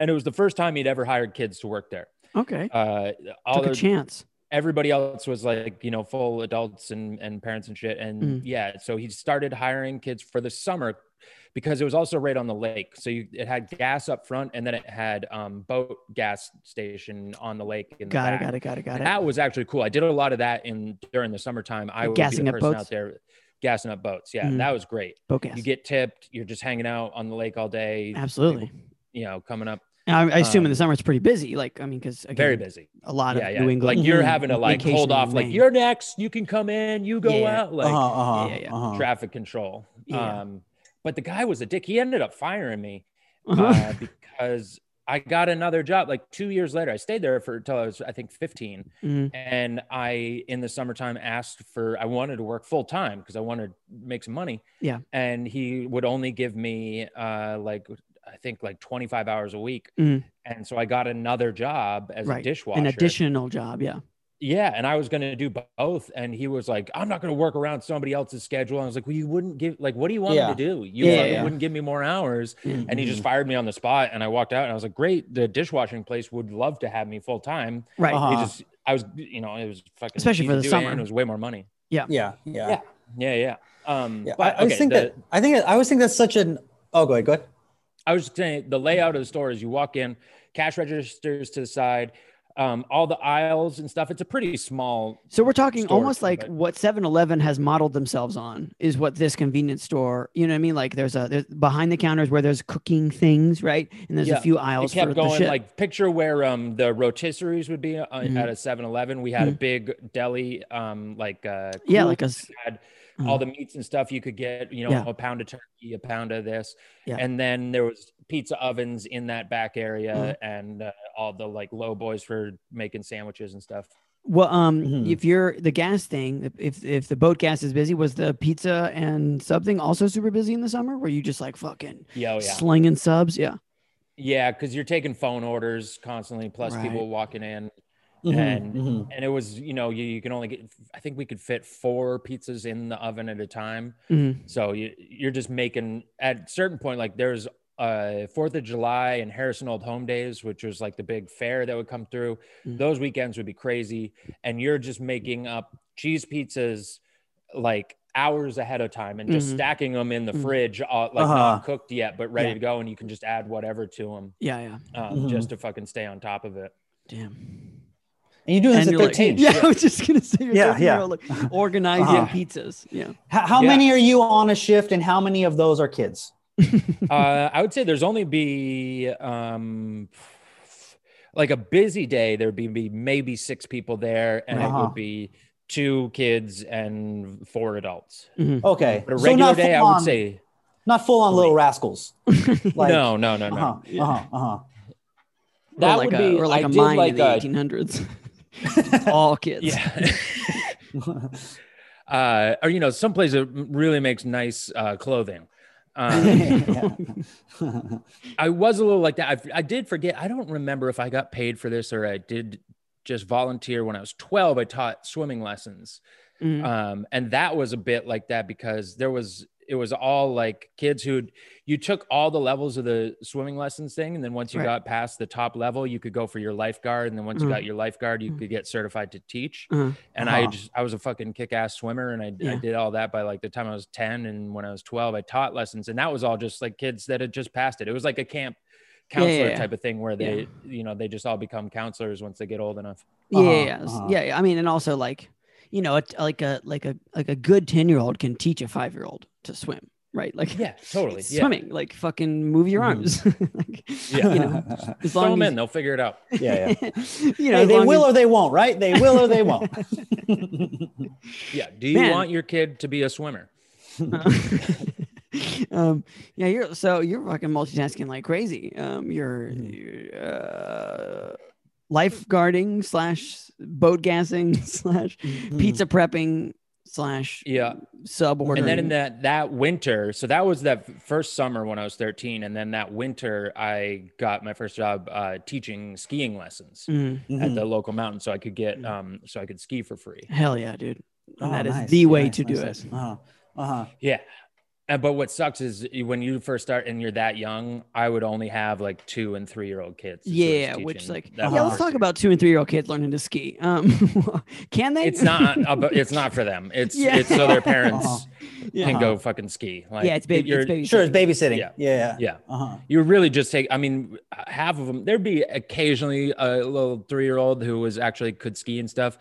[SPEAKER 3] and it was the first time he'd ever hired kids to work there
[SPEAKER 1] Okay.
[SPEAKER 3] uh all
[SPEAKER 1] Took a
[SPEAKER 3] their
[SPEAKER 1] chance.
[SPEAKER 3] everybody else was like you know full adults and and parents and shit and
[SPEAKER 1] Mm.
[SPEAKER 3] yeah so he started hiring kids for the summer because it was also right on the lake so you, it had gas up front and then it had um boat gas station on the lake in
[SPEAKER 1] Got
[SPEAKER 3] the
[SPEAKER 1] it.
[SPEAKER 3] back.
[SPEAKER 1] Got it. Got it. Got
[SPEAKER 3] And
[SPEAKER 1] it.
[SPEAKER 3] that was actually cool i did a lot of that in during the summertime i
[SPEAKER 1] Like
[SPEAKER 3] would
[SPEAKER 1] gassing
[SPEAKER 3] be
[SPEAKER 1] up
[SPEAKER 3] the person
[SPEAKER 1] boats?
[SPEAKER 3] out there gassing up boats yeah
[SPEAKER 1] Mm.
[SPEAKER 3] that was great
[SPEAKER 1] Bocas.
[SPEAKER 3] you get tipped you're just hanging out on the lake all day
[SPEAKER 1] Absolutely.
[SPEAKER 3] you know coming up
[SPEAKER 1] And I, I assume in the
[SPEAKER 3] um,
[SPEAKER 1] summer it's pretty busy. Like I mean, because
[SPEAKER 3] very busy
[SPEAKER 1] A lot of
[SPEAKER 3] yeah, yeah.
[SPEAKER 1] New England. Mm-hmm.
[SPEAKER 3] like you're having to like
[SPEAKER 1] vacation
[SPEAKER 3] hold
[SPEAKER 1] in
[SPEAKER 3] off like
[SPEAKER 1] Maine.
[SPEAKER 3] you're next you can come in you go
[SPEAKER 1] Yeah.
[SPEAKER 3] out like
[SPEAKER 2] uh-huh, uh-huh,
[SPEAKER 1] yeah, yeah.
[SPEAKER 2] uh-huh.
[SPEAKER 3] traffic control.
[SPEAKER 1] Yeah.
[SPEAKER 3] Um, but the guy was a dick. He ended up firing me
[SPEAKER 1] Uh-huh.
[SPEAKER 3] uh, because I got another job like two years later. I stayed there for until I was, I think, 15.
[SPEAKER 1] Mhm.
[SPEAKER 3] And I, in the summertime, asked for, I wanted to work full time because I wanted to make some money.
[SPEAKER 1] Yeah.
[SPEAKER 3] And he would only give me uh, like, I think like 25 hours a week.
[SPEAKER 1] Mhm.
[SPEAKER 3] And so I got another job as
[SPEAKER 1] Right.
[SPEAKER 3] a dishwasher.
[SPEAKER 1] an additional job. Yeah.
[SPEAKER 3] yeah, and I was going to do both, and he was like, "I'm not going to work around somebody else's schedule." And I was like, "Well, you wouldn't give like, what do you want
[SPEAKER 2] Yeah.
[SPEAKER 3] me to do? You
[SPEAKER 1] Yeah,
[SPEAKER 3] fucking
[SPEAKER 1] yeah.
[SPEAKER 3] wouldn't give me more hours."
[SPEAKER 1] Mm.
[SPEAKER 3] And he just
[SPEAKER 2] Mhm.
[SPEAKER 3] fired me on the spot, and I walked out, and I was like, "Great, the dishwashing place would love to have me full time."
[SPEAKER 1] Right.
[SPEAKER 2] Uh-huh.
[SPEAKER 3] He just, I was, you know, it was fucking
[SPEAKER 1] Especially for
[SPEAKER 3] easy
[SPEAKER 1] the
[SPEAKER 3] to do,
[SPEAKER 1] summer.
[SPEAKER 3] and it was way more money.
[SPEAKER 2] yeah, yeah,
[SPEAKER 3] Yeah. Yeah, yeah. Um,
[SPEAKER 2] yeah. I,
[SPEAKER 3] but,
[SPEAKER 2] I always
[SPEAKER 3] okay,
[SPEAKER 2] think
[SPEAKER 3] the-
[SPEAKER 2] that I think I always think that's such an. Oh, go ahead, go ahead.
[SPEAKER 3] I was just saying the layout of the store is you walk in, cash registers to the side, um, all the aisles and stuff. It's a pretty small.
[SPEAKER 1] So we're talking
[SPEAKER 3] Store
[SPEAKER 1] almost
[SPEAKER 3] too,
[SPEAKER 1] like
[SPEAKER 3] but-
[SPEAKER 1] what 7-Eleven has modeled themselves on is what this convenience store, you know what I mean? Like there's a there's behind the counters where there's cooking things, right? And there's
[SPEAKER 3] Yeah.
[SPEAKER 1] a few
[SPEAKER 3] It
[SPEAKER 1] aisles for
[SPEAKER 3] kept
[SPEAKER 1] the
[SPEAKER 3] going
[SPEAKER 1] shit.
[SPEAKER 3] like picture where um the rotisseries would be uh,
[SPEAKER 1] Mhm.
[SPEAKER 3] at a 7-Eleven. We had a big deli um like uh
[SPEAKER 1] Mm-hmm. yeah,
[SPEAKER 3] cool
[SPEAKER 1] like a s-
[SPEAKER 3] had all the meats and stuff you could get, you know,
[SPEAKER 1] Yeah.
[SPEAKER 3] a pound of turkey, a pound of this.
[SPEAKER 1] Yeah.
[SPEAKER 3] And then there was pizza ovens in that back area
[SPEAKER 1] Mm-hmm.
[SPEAKER 3] and uh, all the like low boys for making sandwiches and stuff.
[SPEAKER 1] well um
[SPEAKER 2] Mhm.
[SPEAKER 3] Mm-hmm.
[SPEAKER 1] if you're the gas thing, if if the boat gas is busy, was the pizza and sub thing also super busy in the summer? Were you just like fucking
[SPEAKER 3] Yeah, oh, yeah.
[SPEAKER 1] slinging subs? Yeah.
[SPEAKER 3] Yeah, because you're taking phone orders constantly, plus
[SPEAKER 1] Right.
[SPEAKER 3] people walking in.
[SPEAKER 2] Mhm,
[SPEAKER 3] And-
[SPEAKER 2] mhm.
[SPEAKER 3] And it was, you know, you, you can only get, I think we could fit four pizzas in the oven at a time.
[SPEAKER 1] Mhm.
[SPEAKER 3] So you, you're just making, at certain point, like there's uh, Fourth of July and Harrison Old Home Days, which was like the big fair that would come through.
[SPEAKER 1] Mm.
[SPEAKER 3] Those weekends would be crazy. And you're just making up cheese pizzas like hours ahead of time and just
[SPEAKER 1] Mhm.
[SPEAKER 3] stacking them in the
[SPEAKER 1] Mm.
[SPEAKER 3] fridge, uh, like
[SPEAKER 2] Uh-huh.
[SPEAKER 3] not cooked yet, but ready
[SPEAKER 1] Yeah.
[SPEAKER 3] to go. And you can just add whatever to them
[SPEAKER 1] Yeah, yeah.
[SPEAKER 3] um,
[SPEAKER 2] Mhm.
[SPEAKER 3] just to fucking stay on top of it.
[SPEAKER 1] Damn.
[SPEAKER 2] And you're doing
[SPEAKER 1] And
[SPEAKER 2] this
[SPEAKER 1] you're
[SPEAKER 2] at
[SPEAKER 1] like,
[SPEAKER 2] 13.
[SPEAKER 1] yeah, I was just gonna say, you're
[SPEAKER 2] Yeah,
[SPEAKER 1] 13 year old, like organizing
[SPEAKER 2] Uh-huh.
[SPEAKER 1] pizzas. Yeah.
[SPEAKER 2] How, how
[SPEAKER 3] Yeah.
[SPEAKER 2] many are you on a shift, and how many of those are kids?
[SPEAKER 3] uh, I would say there's only be um, like a busy day. There'd be, be maybe six people there, and it
[SPEAKER 2] Uh-huh.
[SPEAKER 3] would be two kids and four adults.
[SPEAKER 2] Okay,
[SPEAKER 3] But a
[SPEAKER 2] so
[SPEAKER 3] regular
[SPEAKER 2] not
[SPEAKER 3] day, I
[SPEAKER 2] full
[SPEAKER 3] would
[SPEAKER 2] on-
[SPEAKER 3] say
[SPEAKER 2] not full on Little Rascals. Like,
[SPEAKER 3] no, no, no, no.
[SPEAKER 2] Uh-huh,
[SPEAKER 1] Yeah.
[SPEAKER 2] uh-huh, uh-huh.
[SPEAKER 3] That
[SPEAKER 1] or like
[SPEAKER 3] would
[SPEAKER 1] a,
[SPEAKER 3] be
[SPEAKER 1] or like
[SPEAKER 3] I
[SPEAKER 1] a
[SPEAKER 3] did
[SPEAKER 1] mine
[SPEAKER 3] like
[SPEAKER 1] in the
[SPEAKER 3] a-
[SPEAKER 1] 1800s. All kids.
[SPEAKER 3] Yeah. uh, or you know, some place that really makes nice uh, clothing. Um, I was a little like that. I, I did forget. I don't remember if I got paid for this or I did just volunteer when I was 12. I taught swimming lessons.
[SPEAKER 1] Mhm.
[SPEAKER 3] Um, and that was a bit like that because there was, it was all like kids who you took all the levels of the swimming lessons thing. And then once you
[SPEAKER 1] Right.
[SPEAKER 3] got past the top level, you could go for your lifeguard. And then once
[SPEAKER 1] Mhm.
[SPEAKER 3] you got your lifeguard, you
[SPEAKER 1] Mhm.
[SPEAKER 3] could get certified to teach.
[SPEAKER 1] Uh-huh.
[SPEAKER 3] And I
[SPEAKER 2] Uh-huh.
[SPEAKER 3] just, I was a fucking kick ass swimmer. And I, I
[SPEAKER 1] Yeah.
[SPEAKER 3] did all that by like the time I was 10. And when I was 12, I taught lessons. And that was all just like kids that had just passed it. It was like a camp
[SPEAKER 1] Yeah, yeah,
[SPEAKER 3] counselor
[SPEAKER 1] yeah.
[SPEAKER 3] type of thing where they,
[SPEAKER 1] Yeah.
[SPEAKER 3] you know, they just all become counselors once they get old enough.
[SPEAKER 1] Yeah,
[SPEAKER 2] Uh-huh,
[SPEAKER 1] yeah, yeah. S-
[SPEAKER 2] uh-huh.
[SPEAKER 1] yeah, yeah. I mean, and also like, you know, it, like a like a like a good ten year old can teach a five year old to swim, right? Like,
[SPEAKER 3] Yeah, totally.
[SPEAKER 1] it's
[SPEAKER 3] Yeah.
[SPEAKER 1] swimming, like fucking move your
[SPEAKER 2] Mhm.
[SPEAKER 1] arms, like,
[SPEAKER 3] Yeah.
[SPEAKER 1] you know, as
[SPEAKER 3] Throw
[SPEAKER 1] long
[SPEAKER 3] them
[SPEAKER 1] as
[SPEAKER 3] in, they'll figure it out.
[SPEAKER 2] yeah, yeah.
[SPEAKER 1] you know,
[SPEAKER 2] Hey,
[SPEAKER 1] as
[SPEAKER 2] they
[SPEAKER 1] long
[SPEAKER 2] will
[SPEAKER 1] as-
[SPEAKER 2] or they won't, right? They will or they won't.
[SPEAKER 3] Yeah. Do you
[SPEAKER 1] Man.
[SPEAKER 3] want your kid to be a swimmer?
[SPEAKER 1] um, yeah, you're so you're fucking multitasking like crazy. Um, you're,
[SPEAKER 2] Mhm.
[SPEAKER 1] you're, uh, lifeguarding slash boat gassing slash
[SPEAKER 2] Mm-hmm.
[SPEAKER 1] pizza prepping slash
[SPEAKER 3] Mm. Yeah.
[SPEAKER 1] sub ordering.
[SPEAKER 3] And then in that that winter, so that was that first summer when I was 13. And then that winter, I got my first job uh, teaching skiing lessons
[SPEAKER 1] Mm,
[SPEAKER 3] at
[SPEAKER 2] Mhm.
[SPEAKER 3] the local mountain. So I could get,
[SPEAKER 1] Mhm.
[SPEAKER 3] um, so I could ski for free.
[SPEAKER 1] hell yeah, dude. And
[SPEAKER 2] Oh,
[SPEAKER 1] that is
[SPEAKER 2] nice,
[SPEAKER 1] the way
[SPEAKER 2] nice,
[SPEAKER 1] to do
[SPEAKER 2] nice,
[SPEAKER 1] it.
[SPEAKER 2] nice. Uh-huh. Uh-huh.
[SPEAKER 3] Yeah. And, but what sucks is you- when you first start and you're that young, I would only have like two and three year old kids. is who I was
[SPEAKER 1] Yeah, which
[SPEAKER 3] teaching
[SPEAKER 1] like
[SPEAKER 3] that
[SPEAKER 1] yeah,
[SPEAKER 2] whole
[SPEAKER 1] let's
[SPEAKER 3] first
[SPEAKER 1] talk
[SPEAKER 3] year.
[SPEAKER 1] about two and three year old kids learning to ski. Um, can they?
[SPEAKER 3] It's not. about- It's not for them. It's
[SPEAKER 1] Yeah.
[SPEAKER 3] it's so their parents
[SPEAKER 2] Uh-huh.
[SPEAKER 1] Yeah.
[SPEAKER 3] can go fucking ski. Like
[SPEAKER 1] yeah, it's baby.
[SPEAKER 3] you're-
[SPEAKER 1] It's baby.
[SPEAKER 2] Sure, it's babysitting.
[SPEAKER 3] Yeah.
[SPEAKER 2] Yeah. Yeah.
[SPEAKER 3] Yeah,
[SPEAKER 2] Uh-huh.
[SPEAKER 3] you really just take. I mean, half of them. There'd be occasionally a little three year old who was actually could ski and stuff.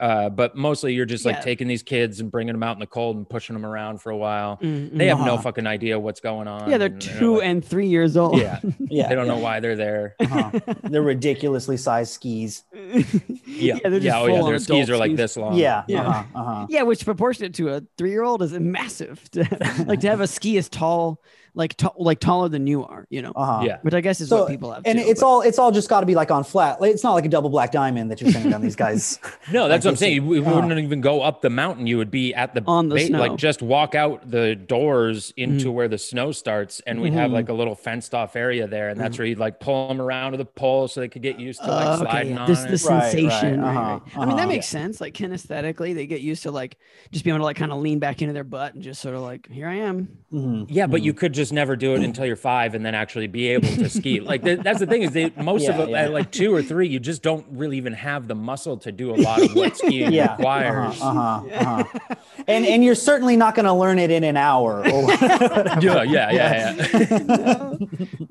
[SPEAKER 3] Uh, but mostly you're just like
[SPEAKER 1] Yeah.
[SPEAKER 3] taking these kids and bringing them out in the cold and pushing them around for a while.
[SPEAKER 1] Mm,
[SPEAKER 3] They
[SPEAKER 1] mm.
[SPEAKER 3] have no
[SPEAKER 2] Uh-huh.
[SPEAKER 3] fucking idea what's going on.
[SPEAKER 1] yeah, they're
[SPEAKER 3] and
[SPEAKER 1] two
[SPEAKER 3] like-
[SPEAKER 1] and three years old.
[SPEAKER 3] yeah,
[SPEAKER 2] Yeah.
[SPEAKER 3] they don't know why they're there.
[SPEAKER 2] Uh-huh. They're ridiculously sized skis.
[SPEAKER 1] yeah,
[SPEAKER 3] Yeah,
[SPEAKER 1] they're just
[SPEAKER 3] yeah, oh yeah.
[SPEAKER 1] full-on
[SPEAKER 3] Their skis
[SPEAKER 1] adult
[SPEAKER 3] are like
[SPEAKER 1] skis.
[SPEAKER 3] this long.
[SPEAKER 2] yeah.
[SPEAKER 1] yeah.
[SPEAKER 2] Uh-huh. Uh-huh.
[SPEAKER 1] Yeah, which proportionate to a three-year-old is massive. To, like to have a ski as tall like t- like taller than you are, you know.
[SPEAKER 2] Uh-huh.
[SPEAKER 3] Yeah.
[SPEAKER 1] Which I guess is
[SPEAKER 2] So,
[SPEAKER 1] what people have.
[SPEAKER 2] And
[SPEAKER 1] too,
[SPEAKER 2] it's
[SPEAKER 1] but-
[SPEAKER 2] all it's all just got to be like on flat. Like, it's not like a double black diamond that you're sending down these guys.
[SPEAKER 3] No, that's what I'm
[SPEAKER 2] it's-
[SPEAKER 3] saying. We
[SPEAKER 2] uh-huh.
[SPEAKER 3] wouldn't even go up the mountain. You would be at the
[SPEAKER 1] On the snow. Mm.
[SPEAKER 3] like just walk out the doors into where the snow starts, and we'd
[SPEAKER 1] Mm-hmm.
[SPEAKER 3] have like a little fenced off area there, and that's where you'd like pull them around to the pole so they could get used to like
[SPEAKER 1] Mm. Oh, okay,
[SPEAKER 3] sliding
[SPEAKER 1] yeah.
[SPEAKER 3] on.
[SPEAKER 1] This
[SPEAKER 3] it.
[SPEAKER 1] the
[SPEAKER 2] Right, right,
[SPEAKER 1] sensation. right,
[SPEAKER 2] uh-huh,
[SPEAKER 1] right. I mean,
[SPEAKER 2] uh-huh.
[SPEAKER 1] that makes sense. Like kinesthetically, they get used to like just being able to like kind of lean back into their butt and just sort of like, here I am.
[SPEAKER 2] Mhm.
[SPEAKER 3] Yeah, but
[SPEAKER 1] Mm.
[SPEAKER 3] you could just never do it until you're five, and then actually be able to ski. Like th- that's the thing is, they most of
[SPEAKER 2] Yeah,
[SPEAKER 3] it
[SPEAKER 2] yeah.
[SPEAKER 3] at like two or three, you just don't really even have the muscle to do a lot of what skiing
[SPEAKER 2] Yeah.
[SPEAKER 3] requires.
[SPEAKER 2] Uh-huh, uh-huh, uh-huh. And and you're certainly not going to learn it in an hour. Or
[SPEAKER 1] Uh-huh.
[SPEAKER 3] Yeah, yeah, yeah, yeah.
[SPEAKER 1] no,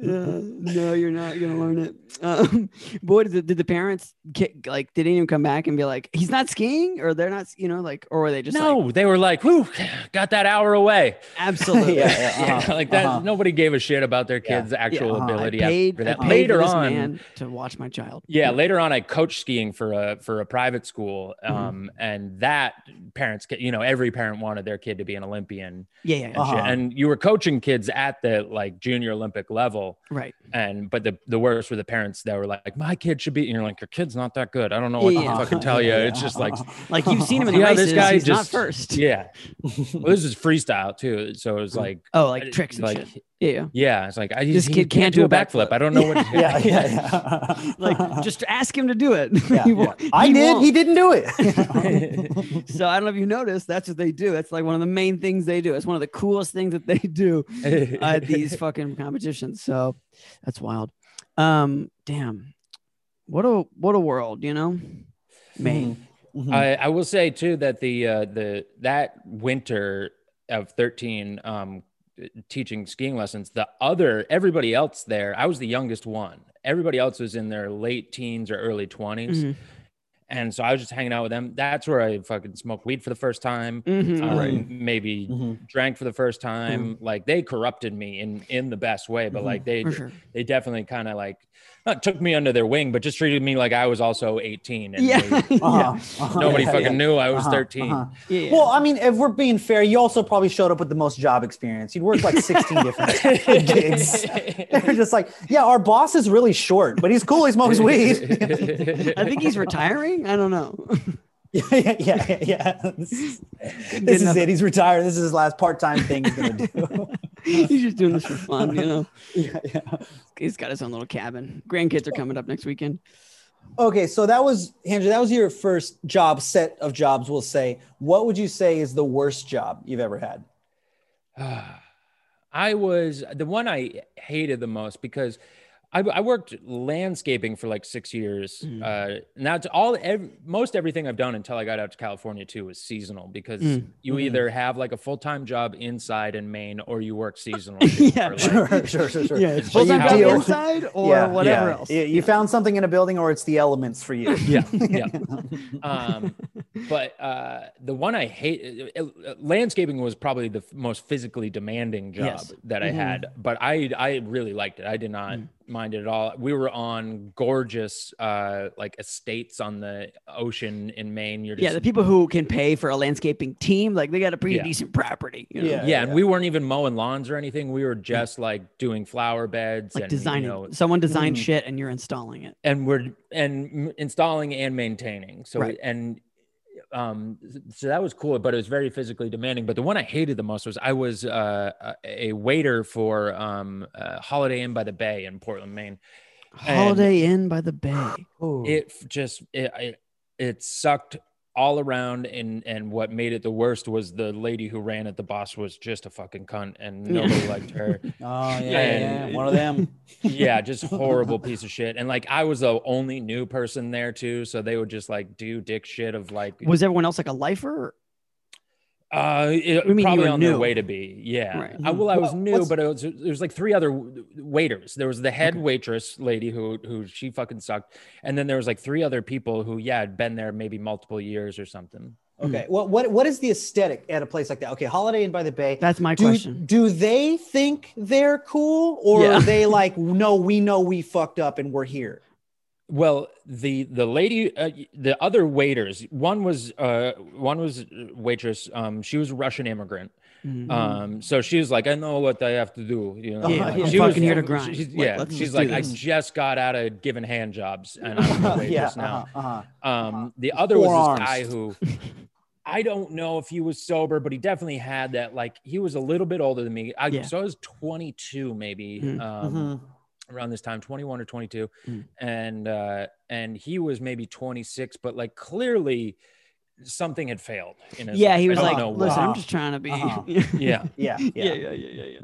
[SPEAKER 1] Uh, no, you're not gonna learn it. Um, boy, did the, did the parents ki- like? Did anyone come back and be like, he's not skiing, or they're not, you know, like, or were they just
[SPEAKER 3] no,
[SPEAKER 1] like,
[SPEAKER 3] they were like, "Whew, got that hour away."
[SPEAKER 1] absolutely?
[SPEAKER 2] Yeah, yeah,
[SPEAKER 3] Yeah,
[SPEAKER 2] uh-huh,
[SPEAKER 3] like that.
[SPEAKER 2] uh-huh.
[SPEAKER 3] Nobody gave a shit about their
[SPEAKER 2] Yeah,
[SPEAKER 3] kids' actual
[SPEAKER 2] uh-huh. I
[SPEAKER 3] ability
[SPEAKER 1] I paid,
[SPEAKER 3] after
[SPEAKER 1] I
[SPEAKER 3] that.
[SPEAKER 1] paid
[SPEAKER 3] Later
[SPEAKER 1] for this
[SPEAKER 3] on,
[SPEAKER 1] man to watch my child.
[SPEAKER 3] yeah, later on, I coached skiing for a for a private school,
[SPEAKER 1] Mhm.
[SPEAKER 3] um, and that parents, ca- you know, every parent wanted their kid to be an Olympian,
[SPEAKER 1] yeah, yeah, yeah.
[SPEAKER 3] and, shit.
[SPEAKER 2] Uh-huh.
[SPEAKER 3] and you were coaching kids at the like junior Olympic level,
[SPEAKER 1] right.
[SPEAKER 3] and but the the worst were the parents that were like, my kid should be, and you're like, your kid's not that good. I don't know what
[SPEAKER 1] Yeah.
[SPEAKER 3] to fucking tell you. It's just like,
[SPEAKER 2] Uh-huh.
[SPEAKER 1] Like you've seen him in the
[SPEAKER 3] yeah,
[SPEAKER 1] races.
[SPEAKER 3] this guy
[SPEAKER 1] he's not
[SPEAKER 3] just
[SPEAKER 1] first.
[SPEAKER 3] Yeah, well, this is freestyle too, so it was like.
[SPEAKER 1] Oh, like tricks and
[SPEAKER 3] like,
[SPEAKER 1] shit. Yeah, yeah.
[SPEAKER 3] Yeah, it's like I,
[SPEAKER 1] This
[SPEAKER 3] he
[SPEAKER 1] kid
[SPEAKER 3] can't, do a backflip. I don't know what.
[SPEAKER 2] yeah, yeah, yeah.
[SPEAKER 1] Like just ask him to do it.
[SPEAKER 2] Yeah,
[SPEAKER 1] He
[SPEAKER 2] yeah.
[SPEAKER 1] won't-
[SPEAKER 2] I
[SPEAKER 1] he
[SPEAKER 2] did.
[SPEAKER 1] won't.
[SPEAKER 2] He didn't do it.
[SPEAKER 1] so I don't know if you noticed, that's what they do. That's like one of the main things they do. It's one of the coolest things that they do uh, at these fucking competitions. So that's wild. Um, damn, what a what a world, you know. Man,
[SPEAKER 2] Hmm. Mm-hmm.
[SPEAKER 1] Mm-hmm.
[SPEAKER 3] I, I will say too that the uh, the that winter of thirteen, um, teaching skiing lessons, the other everybody else there, I was the youngest one. Everybody else was in their late teens or early 20s
[SPEAKER 1] Mhm.
[SPEAKER 3] and so I was just hanging out with them. That's where I fucking smoked weed for the first time.
[SPEAKER 1] Mhm.
[SPEAKER 3] um,
[SPEAKER 2] Right.
[SPEAKER 3] Maybe
[SPEAKER 1] Mm-hmm.
[SPEAKER 2] Mhm.
[SPEAKER 3] drank for the first time. Like they corrupted me in in the best way, but
[SPEAKER 2] Mhm.
[SPEAKER 3] like they
[SPEAKER 1] Mm-hmm. for sure.
[SPEAKER 3] they definitely kind of like not took me under their wing, but just treated me like I was also 18 and
[SPEAKER 1] Yeah.
[SPEAKER 3] they-
[SPEAKER 1] yeah,
[SPEAKER 3] nobody
[SPEAKER 2] Uh-huh. Yeah,
[SPEAKER 3] fucking
[SPEAKER 2] yeah.
[SPEAKER 3] knew I was
[SPEAKER 2] Uh-huh,
[SPEAKER 3] 13.
[SPEAKER 2] uh-huh.
[SPEAKER 1] yeah, yeah.
[SPEAKER 2] Well, I mean, if we're being fair, you also probably showed up with the most job experience. You'd worked like 16 different gigs. They're just like, yeah, our boss is really short, but he's cool. He smokes weed. Uh-huh.
[SPEAKER 1] I think he's retiring. I don't know.
[SPEAKER 2] yeah, yeah, yeah, yeah. This is,
[SPEAKER 1] get
[SPEAKER 2] this is
[SPEAKER 1] nothing.
[SPEAKER 2] it. He's retired. This is his last part-time thing he's gonna do.
[SPEAKER 1] he's just doing this for fun, you know.
[SPEAKER 2] yeah, yeah.
[SPEAKER 1] He's got his own little cabin. Grandkids are coming up next weekend.
[SPEAKER 2] Okay, so that was Andrew. That was your first job set of jobs. We'll say. What would you say is the worst job you've ever had?
[SPEAKER 3] I was the one I hated the most because I, I worked landscaping for like six years.
[SPEAKER 2] Mm.
[SPEAKER 3] Uh, now it's all ev- most everything I've done until I got out to California too was seasonal because
[SPEAKER 2] Mm,
[SPEAKER 3] you either have like a full time job inside in Maine or you work seasonal. shit
[SPEAKER 1] Yeah,
[SPEAKER 3] for, like,
[SPEAKER 2] Sure, sure, sure, sure.
[SPEAKER 1] Yeah,
[SPEAKER 3] But
[SPEAKER 1] full time
[SPEAKER 3] you
[SPEAKER 1] job
[SPEAKER 3] deal-
[SPEAKER 1] inside or
[SPEAKER 2] Yeah,
[SPEAKER 1] whatever
[SPEAKER 3] yeah.
[SPEAKER 1] else.
[SPEAKER 2] You, you found something in a building, or it's the elements for you.
[SPEAKER 3] yeah yeah um but uh the one i hate uh, uh, landscaping was probably the f- most physically demanding job
[SPEAKER 1] Yes. Mm-hmm. Mm.
[SPEAKER 3] that i had but i i really liked it i did not mind it at all we were on gorgeous uh like estates on the ocean in maine you're just
[SPEAKER 1] Yeah, the people who can pay for a landscaping team, like they got a pretty
[SPEAKER 3] Yeah.
[SPEAKER 1] decent property. You know?
[SPEAKER 2] Yeah.
[SPEAKER 3] yeah, and we weren't even mowing lawns or anything. We were just like doing flower beds
[SPEAKER 1] Like
[SPEAKER 3] and
[SPEAKER 1] designing,
[SPEAKER 3] you know,
[SPEAKER 1] someone designed shit and you're installing it.
[SPEAKER 3] and we're and m- installing and maintaining so
[SPEAKER 1] Right.
[SPEAKER 3] and um so that was cool but it was very physically demanding but the one i hated the most was i was uh, a a waiter for um uh, holiday inn by the bay in portland maine And
[SPEAKER 1] Holiday Inn by the Bay.
[SPEAKER 2] Ooh.
[SPEAKER 3] it f- just it, it it sucked all around and and what made it the worst was the lady who ran it the boss was just a fucking cunt and
[SPEAKER 1] Yeah.
[SPEAKER 3] nobody liked her
[SPEAKER 2] Oh yeah, yeah,
[SPEAKER 3] Yeah.
[SPEAKER 2] yeah, one of them.
[SPEAKER 3] yeah just horrible piece of shit and like i was the only new person there too so they would just like do dick shit of like
[SPEAKER 1] Was everyone else like a lifer?
[SPEAKER 3] Uh, it,
[SPEAKER 1] We mean you
[SPEAKER 3] probably
[SPEAKER 1] were
[SPEAKER 3] on
[SPEAKER 1] new.
[SPEAKER 3] their way to be. Yeah.
[SPEAKER 1] Right. Mm-hmm.
[SPEAKER 3] I, well, I was
[SPEAKER 2] Well,
[SPEAKER 3] new,
[SPEAKER 2] what's-
[SPEAKER 3] but it was, there was like three other w- waiters. There was the head
[SPEAKER 1] Okay.
[SPEAKER 3] waitress lady who who she fucking sucked, and then there was like three other people who yeah had been there maybe multiple years or something.
[SPEAKER 2] Okay. Well, what what is the aesthetic at a place like that? Okay, Holiday Inn by the Bay.
[SPEAKER 1] That's my
[SPEAKER 2] do,
[SPEAKER 1] question.
[SPEAKER 2] Do they think they're cool, or
[SPEAKER 1] Yeah.
[SPEAKER 2] are they like, no, we know we fucked up and we're here?
[SPEAKER 3] Well, the the lady, uh, the other waiters. One was uh, one was waitress. Um, she was a Russian immigrant.
[SPEAKER 1] Mhm.
[SPEAKER 3] Um, so she was like, I know what I have to do. You know,
[SPEAKER 1] Yeah,
[SPEAKER 3] like,
[SPEAKER 2] I'm
[SPEAKER 3] she
[SPEAKER 1] fucking here to grind.
[SPEAKER 3] She's,
[SPEAKER 1] Like,
[SPEAKER 3] yeah,
[SPEAKER 1] let's
[SPEAKER 3] she's
[SPEAKER 1] just
[SPEAKER 3] like,
[SPEAKER 1] do
[SPEAKER 3] I
[SPEAKER 1] this."
[SPEAKER 3] just got out of giving hand jobs, and I'm a waitress
[SPEAKER 2] yeah.
[SPEAKER 3] now.
[SPEAKER 2] Uh-huh, uh-huh.
[SPEAKER 3] Um, the other was
[SPEAKER 2] Forearms.
[SPEAKER 3] this guy who I don't know if he was sober, but he definitely had that. Like he was a little bit older than me. I,
[SPEAKER 1] Yeah.
[SPEAKER 3] So I was 22, maybe
[SPEAKER 1] Mm.
[SPEAKER 3] um,
[SPEAKER 2] Mhm.
[SPEAKER 3] around this time, 21 or 22,
[SPEAKER 1] Mm.
[SPEAKER 3] and uh, and he was maybe 26, but like clearly something had failed. In his
[SPEAKER 1] yeah,
[SPEAKER 3] life.
[SPEAKER 1] he was
[SPEAKER 3] I don't
[SPEAKER 1] like,
[SPEAKER 3] know what.
[SPEAKER 1] listen, I'm
[SPEAKER 2] Uh-huh.
[SPEAKER 1] just trying to be.
[SPEAKER 2] Uh-huh.
[SPEAKER 3] yeah.
[SPEAKER 2] Yeah, yeah.
[SPEAKER 1] yeah, yeah, yeah, yeah, yeah.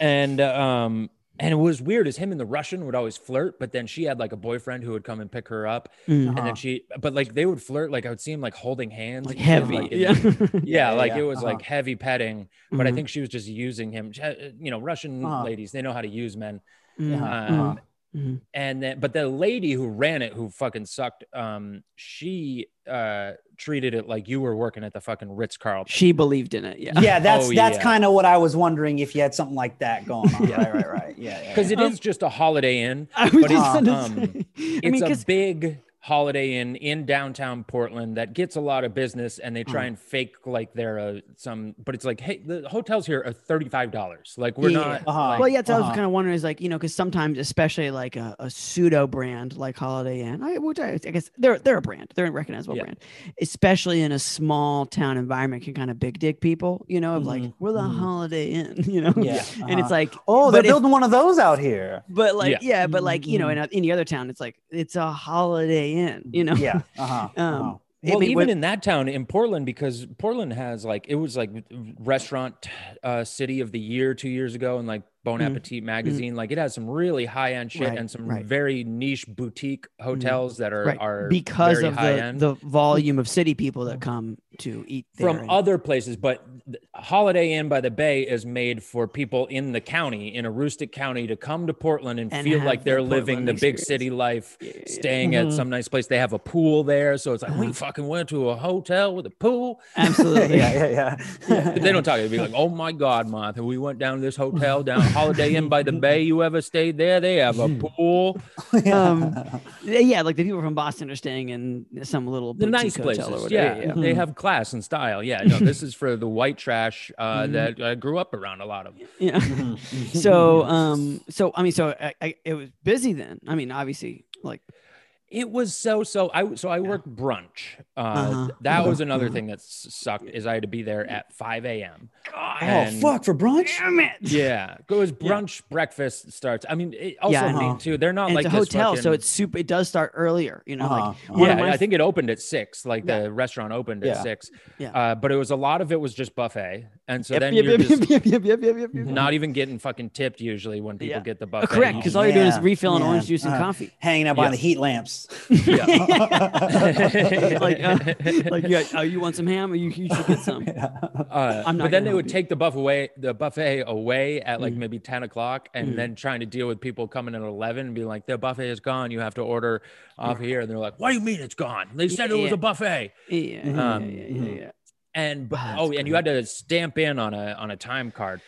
[SPEAKER 3] and um and it was weird is him and the russian would always flirt but then she had like a boyfriend who would come and pick her up
[SPEAKER 1] Mm.
[SPEAKER 3] and
[SPEAKER 2] Uh-huh.
[SPEAKER 3] then she but like they would flirt like i would see him like holding hands
[SPEAKER 1] Like
[SPEAKER 3] and shit,
[SPEAKER 1] heavy.
[SPEAKER 3] like,
[SPEAKER 1] Yeah.
[SPEAKER 3] yeah,
[SPEAKER 2] Yeah,
[SPEAKER 3] like
[SPEAKER 2] yeah,
[SPEAKER 3] it was
[SPEAKER 2] uh-huh.
[SPEAKER 3] like heavy petting but i
[SPEAKER 1] Mhm.
[SPEAKER 3] think she was just using him She had- you know russian
[SPEAKER 2] Uh-huh.
[SPEAKER 3] ladies they know how to use men
[SPEAKER 1] Mhm.
[SPEAKER 3] um,
[SPEAKER 1] Mhm.
[SPEAKER 3] and then but the lady who ran it who fucking sucked um she uh treated it like you were working at the fucking ritz-carlton
[SPEAKER 1] She believed in it. Yeah.
[SPEAKER 2] Yeah, that's
[SPEAKER 3] Oh,
[SPEAKER 2] that's
[SPEAKER 3] yeah.
[SPEAKER 2] kind of what I was wondering if you had something like that going on.
[SPEAKER 3] Yeah.
[SPEAKER 2] Right, right, right. Yeah, yeah.
[SPEAKER 3] because
[SPEAKER 2] yeah.
[SPEAKER 3] it is just a holiday inn
[SPEAKER 1] I was
[SPEAKER 3] But
[SPEAKER 1] just
[SPEAKER 2] it's,
[SPEAKER 1] gonna
[SPEAKER 3] um,
[SPEAKER 1] say. I
[SPEAKER 3] it's
[SPEAKER 1] mean,
[SPEAKER 3] a
[SPEAKER 1] 'cause-
[SPEAKER 3] big holiday inn in downtown portland that gets a lot of business and they
[SPEAKER 1] Mm-hmm.
[SPEAKER 3] try and fake like they're a, some but it's like hey the hotels here are $35 like we're
[SPEAKER 1] Yeah.
[SPEAKER 3] not
[SPEAKER 2] Uh-huh.
[SPEAKER 3] like-
[SPEAKER 1] well, yeah, so I was
[SPEAKER 2] uh-huh.
[SPEAKER 1] kind of wondering is like, you know, because sometimes, especially like a, a pseudo brand like Holiday Inn, I, which I, I guess they're they're a brand, they're a recognizable
[SPEAKER 3] Yeah.
[SPEAKER 1] brand, especially in a small town environment, can kind of big dick people, you know, of like
[SPEAKER 3] Mm-hmm.
[SPEAKER 2] Mhm,
[SPEAKER 1] we're the
[SPEAKER 2] mhm.
[SPEAKER 1] Holiday Inn, you know,
[SPEAKER 2] Yeah,
[SPEAKER 1] and
[SPEAKER 2] uh-huh.
[SPEAKER 1] it's like
[SPEAKER 2] Oh, they're
[SPEAKER 1] but if-
[SPEAKER 2] building one of those out here.
[SPEAKER 1] but like
[SPEAKER 3] Yeah. Mm-hmm.
[SPEAKER 1] yeah, but like you know, in a, any other town, it's like it's a Holiday Inn, you know,
[SPEAKER 2] Yeah. Uh-huh.
[SPEAKER 1] Um,
[SPEAKER 2] uh-huh.
[SPEAKER 1] I
[SPEAKER 3] well,
[SPEAKER 1] mean,
[SPEAKER 3] even
[SPEAKER 1] what-
[SPEAKER 3] in that town in Portland, because Portland has like it was like restaurant uh, city of the year two years ago, and like Bon
[SPEAKER 1] Mm.
[SPEAKER 3] Appetit magazine, like it has some really high end shit
[SPEAKER 1] Right,
[SPEAKER 3] and some
[SPEAKER 1] right. Mm-hmm.
[SPEAKER 3] very niche boutique hotels that are
[SPEAKER 1] right,
[SPEAKER 3] are
[SPEAKER 1] because
[SPEAKER 3] very
[SPEAKER 1] of
[SPEAKER 3] high
[SPEAKER 1] the,
[SPEAKER 3] end.
[SPEAKER 1] the volume of city people that come to eat there
[SPEAKER 3] from
[SPEAKER 1] and-
[SPEAKER 3] other places, but th- Holiday Inn by the Bay is made for people in the county, in a rustic county, to come to Portland and,
[SPEAKER 1] And
[SPEAKER 3] feel
[SPEAKER 1] have
[SPEAKER 3] like
[SPEAKER 1] the
[SPEAKER 3] they're living
[SPEAKER 1] Portland
[SPEAKER 3] the big
[SPEAKER 1] experience.
[SPEAKER 3] city life,
[SPEAKER 1] Yeah, yeah, yeah.
[SPEAKER 3] staying
[SPEAKER 2] Mhm.
[SPEAKER 3] at some nice place. They have a pool there, so it's like
[SPEAKER 1] Uh-huh.
[SPEAKER 3] we fucking went to a hotel with a pool.
[SPEAKER 1] absolutely.
[SPEAKER 2] yeah, yeah, yeah.
[SPEAKER 3] If they don't talk, it'd be like, "Oh my God, Martha, we went down to this hotel down Holiday Inn by the Bay. You ever stayed there? They have a
[SPEAKER 1] Mm-hmm.
[SPEAKER 3] pool,
[SPEAKER 1] um, yeah, like the people from Boston are staying in some little
[SPEAKER 3] the
[SPEAKER 1] boutique
[SPEAKER 3] nice
[SPEAKER 1] hotel
[SPEAKER 3] places.
[SPEAKER 1] or whatever.
[SPEAKER 3] Yeah, they have class and style. Yeah, no, this is for the white trash uh,
[SPEAKER 1] Mhm.
[SPEAKER 3] that I grew up around a lot of."
[SPEAKER 1] yeah. yeah.
[SPEAKER 2] Mm-hmm.
[SPEAKER 1] so, um, so I mean, so I, I, it was busy then. I mean, obviously, like
[SPEAKER 3] It was so so. I so I worked brunch. Uh,
[SPEAKER 1] Uh-huh.
[SPEAKER 3] That was
[SPEAKER 1] Uh-huh.
[SPEAKER 3] another
[SPEAKER 1] Uh-huh.
[SPEAKER 3] thing that s- sucked is I had to be there at five a.m.
[SPEAKER 2] oh
[SPEAKER 3] and-
[SPEAKER 2] fuck for brunch?
[SPEAKER 1] damn it.
[SPEAKER 3] Yeah, goes brunch, breakfast starts. I mean, it also
[SPEAKER 1] Yeah, I
[SPEAKER 3] neat
[SPEAKER 2] know.
[SPEAKER 3] too. They're not
[SPEAKER 1] And
[SPEAKER 3] like
[SPEAKER 1] it's a
[SPEAKER 3] this
[SPEAKER 1] hotel, so
[SPEAKER 3] fucking-
[SPEAKER 1] it's super. It does start earlier, you know. Like
[SPEAKER 2] Uh-huh.
[SPEAKER 1] one of
[SPEAKER 3] yeah,
[SPEAKER 1] my
[SPEAKER 3] I think it opened at six. Like
[SPEAKER 1] Yeah.
[SPEAKER 3] the restaurant opened
[SPEAKER 2] Yeah.
[SPEAKER 3] at six.
[SPEAKER 1] Yeah.
[SPEAKER 3] Uh, but it was a lot of it was just buffet, and so
[SPEAKER 1] Yep,
[SPEAKER 3] then
[SPEAKER 1] yep,
[SPEAKER 3] you're
[SPEAKER 1] yep,
[SPEAKER 3] just
[SPEAKER 1] yep, yep, yep, yep, yep, yep.
[SPEAKER 3] not even getting fucking tipped usually when people
[SPEAKER 1] Yeah.
[SPEAKER 3] get the
[SPEAKER 1] Oh,
[SPEAKER 3] buffet. Uh,
[SPEAKER 1] correct,
[SPEAKER 3] You
[SPEAKER 1] because
[SPEAKER 3] just-
[SPEAKER 1] all you're doing is
[SPEAKER 2] Yeah,
[SPEAKER 1] refilling
[SPEAKER 2] yeah,
[SPEAKER 1] orange juice and
[SPEAKER 2] uh,
[SPEAKER 1] coffee.
[SPEAKER 2] Hanging out behind
[SPEAKER 3] Yeah.
[SPEAKER 2] the heat lamps.
[SPEAKER 3] yeah.
[SPEAKER 1] like, uh, like, yeah, oh, you want some ham? Or you, you should get some.
[SPEAKER 3] Uh,
[SPEAKER 1] I'm not gonna
[SPEAKER 3] but then they
[SPEAKER 1] help
[SPEAKER 3] would
[SPEAKER 1] you.
[SPEAKER 3] take the buffet away, the buffet away at like
[SPEAKER 1] Mm.
[SPEAKER 3] maybe ten o'clock, and
[SPEAKER 1] Mm.
[SPEAKER 3] then trying to deal with people coming at eleven and being like, "The buffet is gone. You have to order off here." And they're like, "What do you mean it's gone? They said it was
[SPEAKER 1] Yeah.
[SPEAKER 3] a buffet."
[SPEAKER 1] Yeah,
[SPEAKER 2] Uh-huh.
[SPEAKER 1] yeah,
[SPEAKER 3] Um,
[SPEAKER 1] yeah, yeah, yeah.
[SPEAKER 3] And b-
[SPEAKER 1] Ah,
[SPEAKER 3] oh,
[SPEAKER 1] that's
[SPEAKER 3] and you had to stamp in on a on a time card.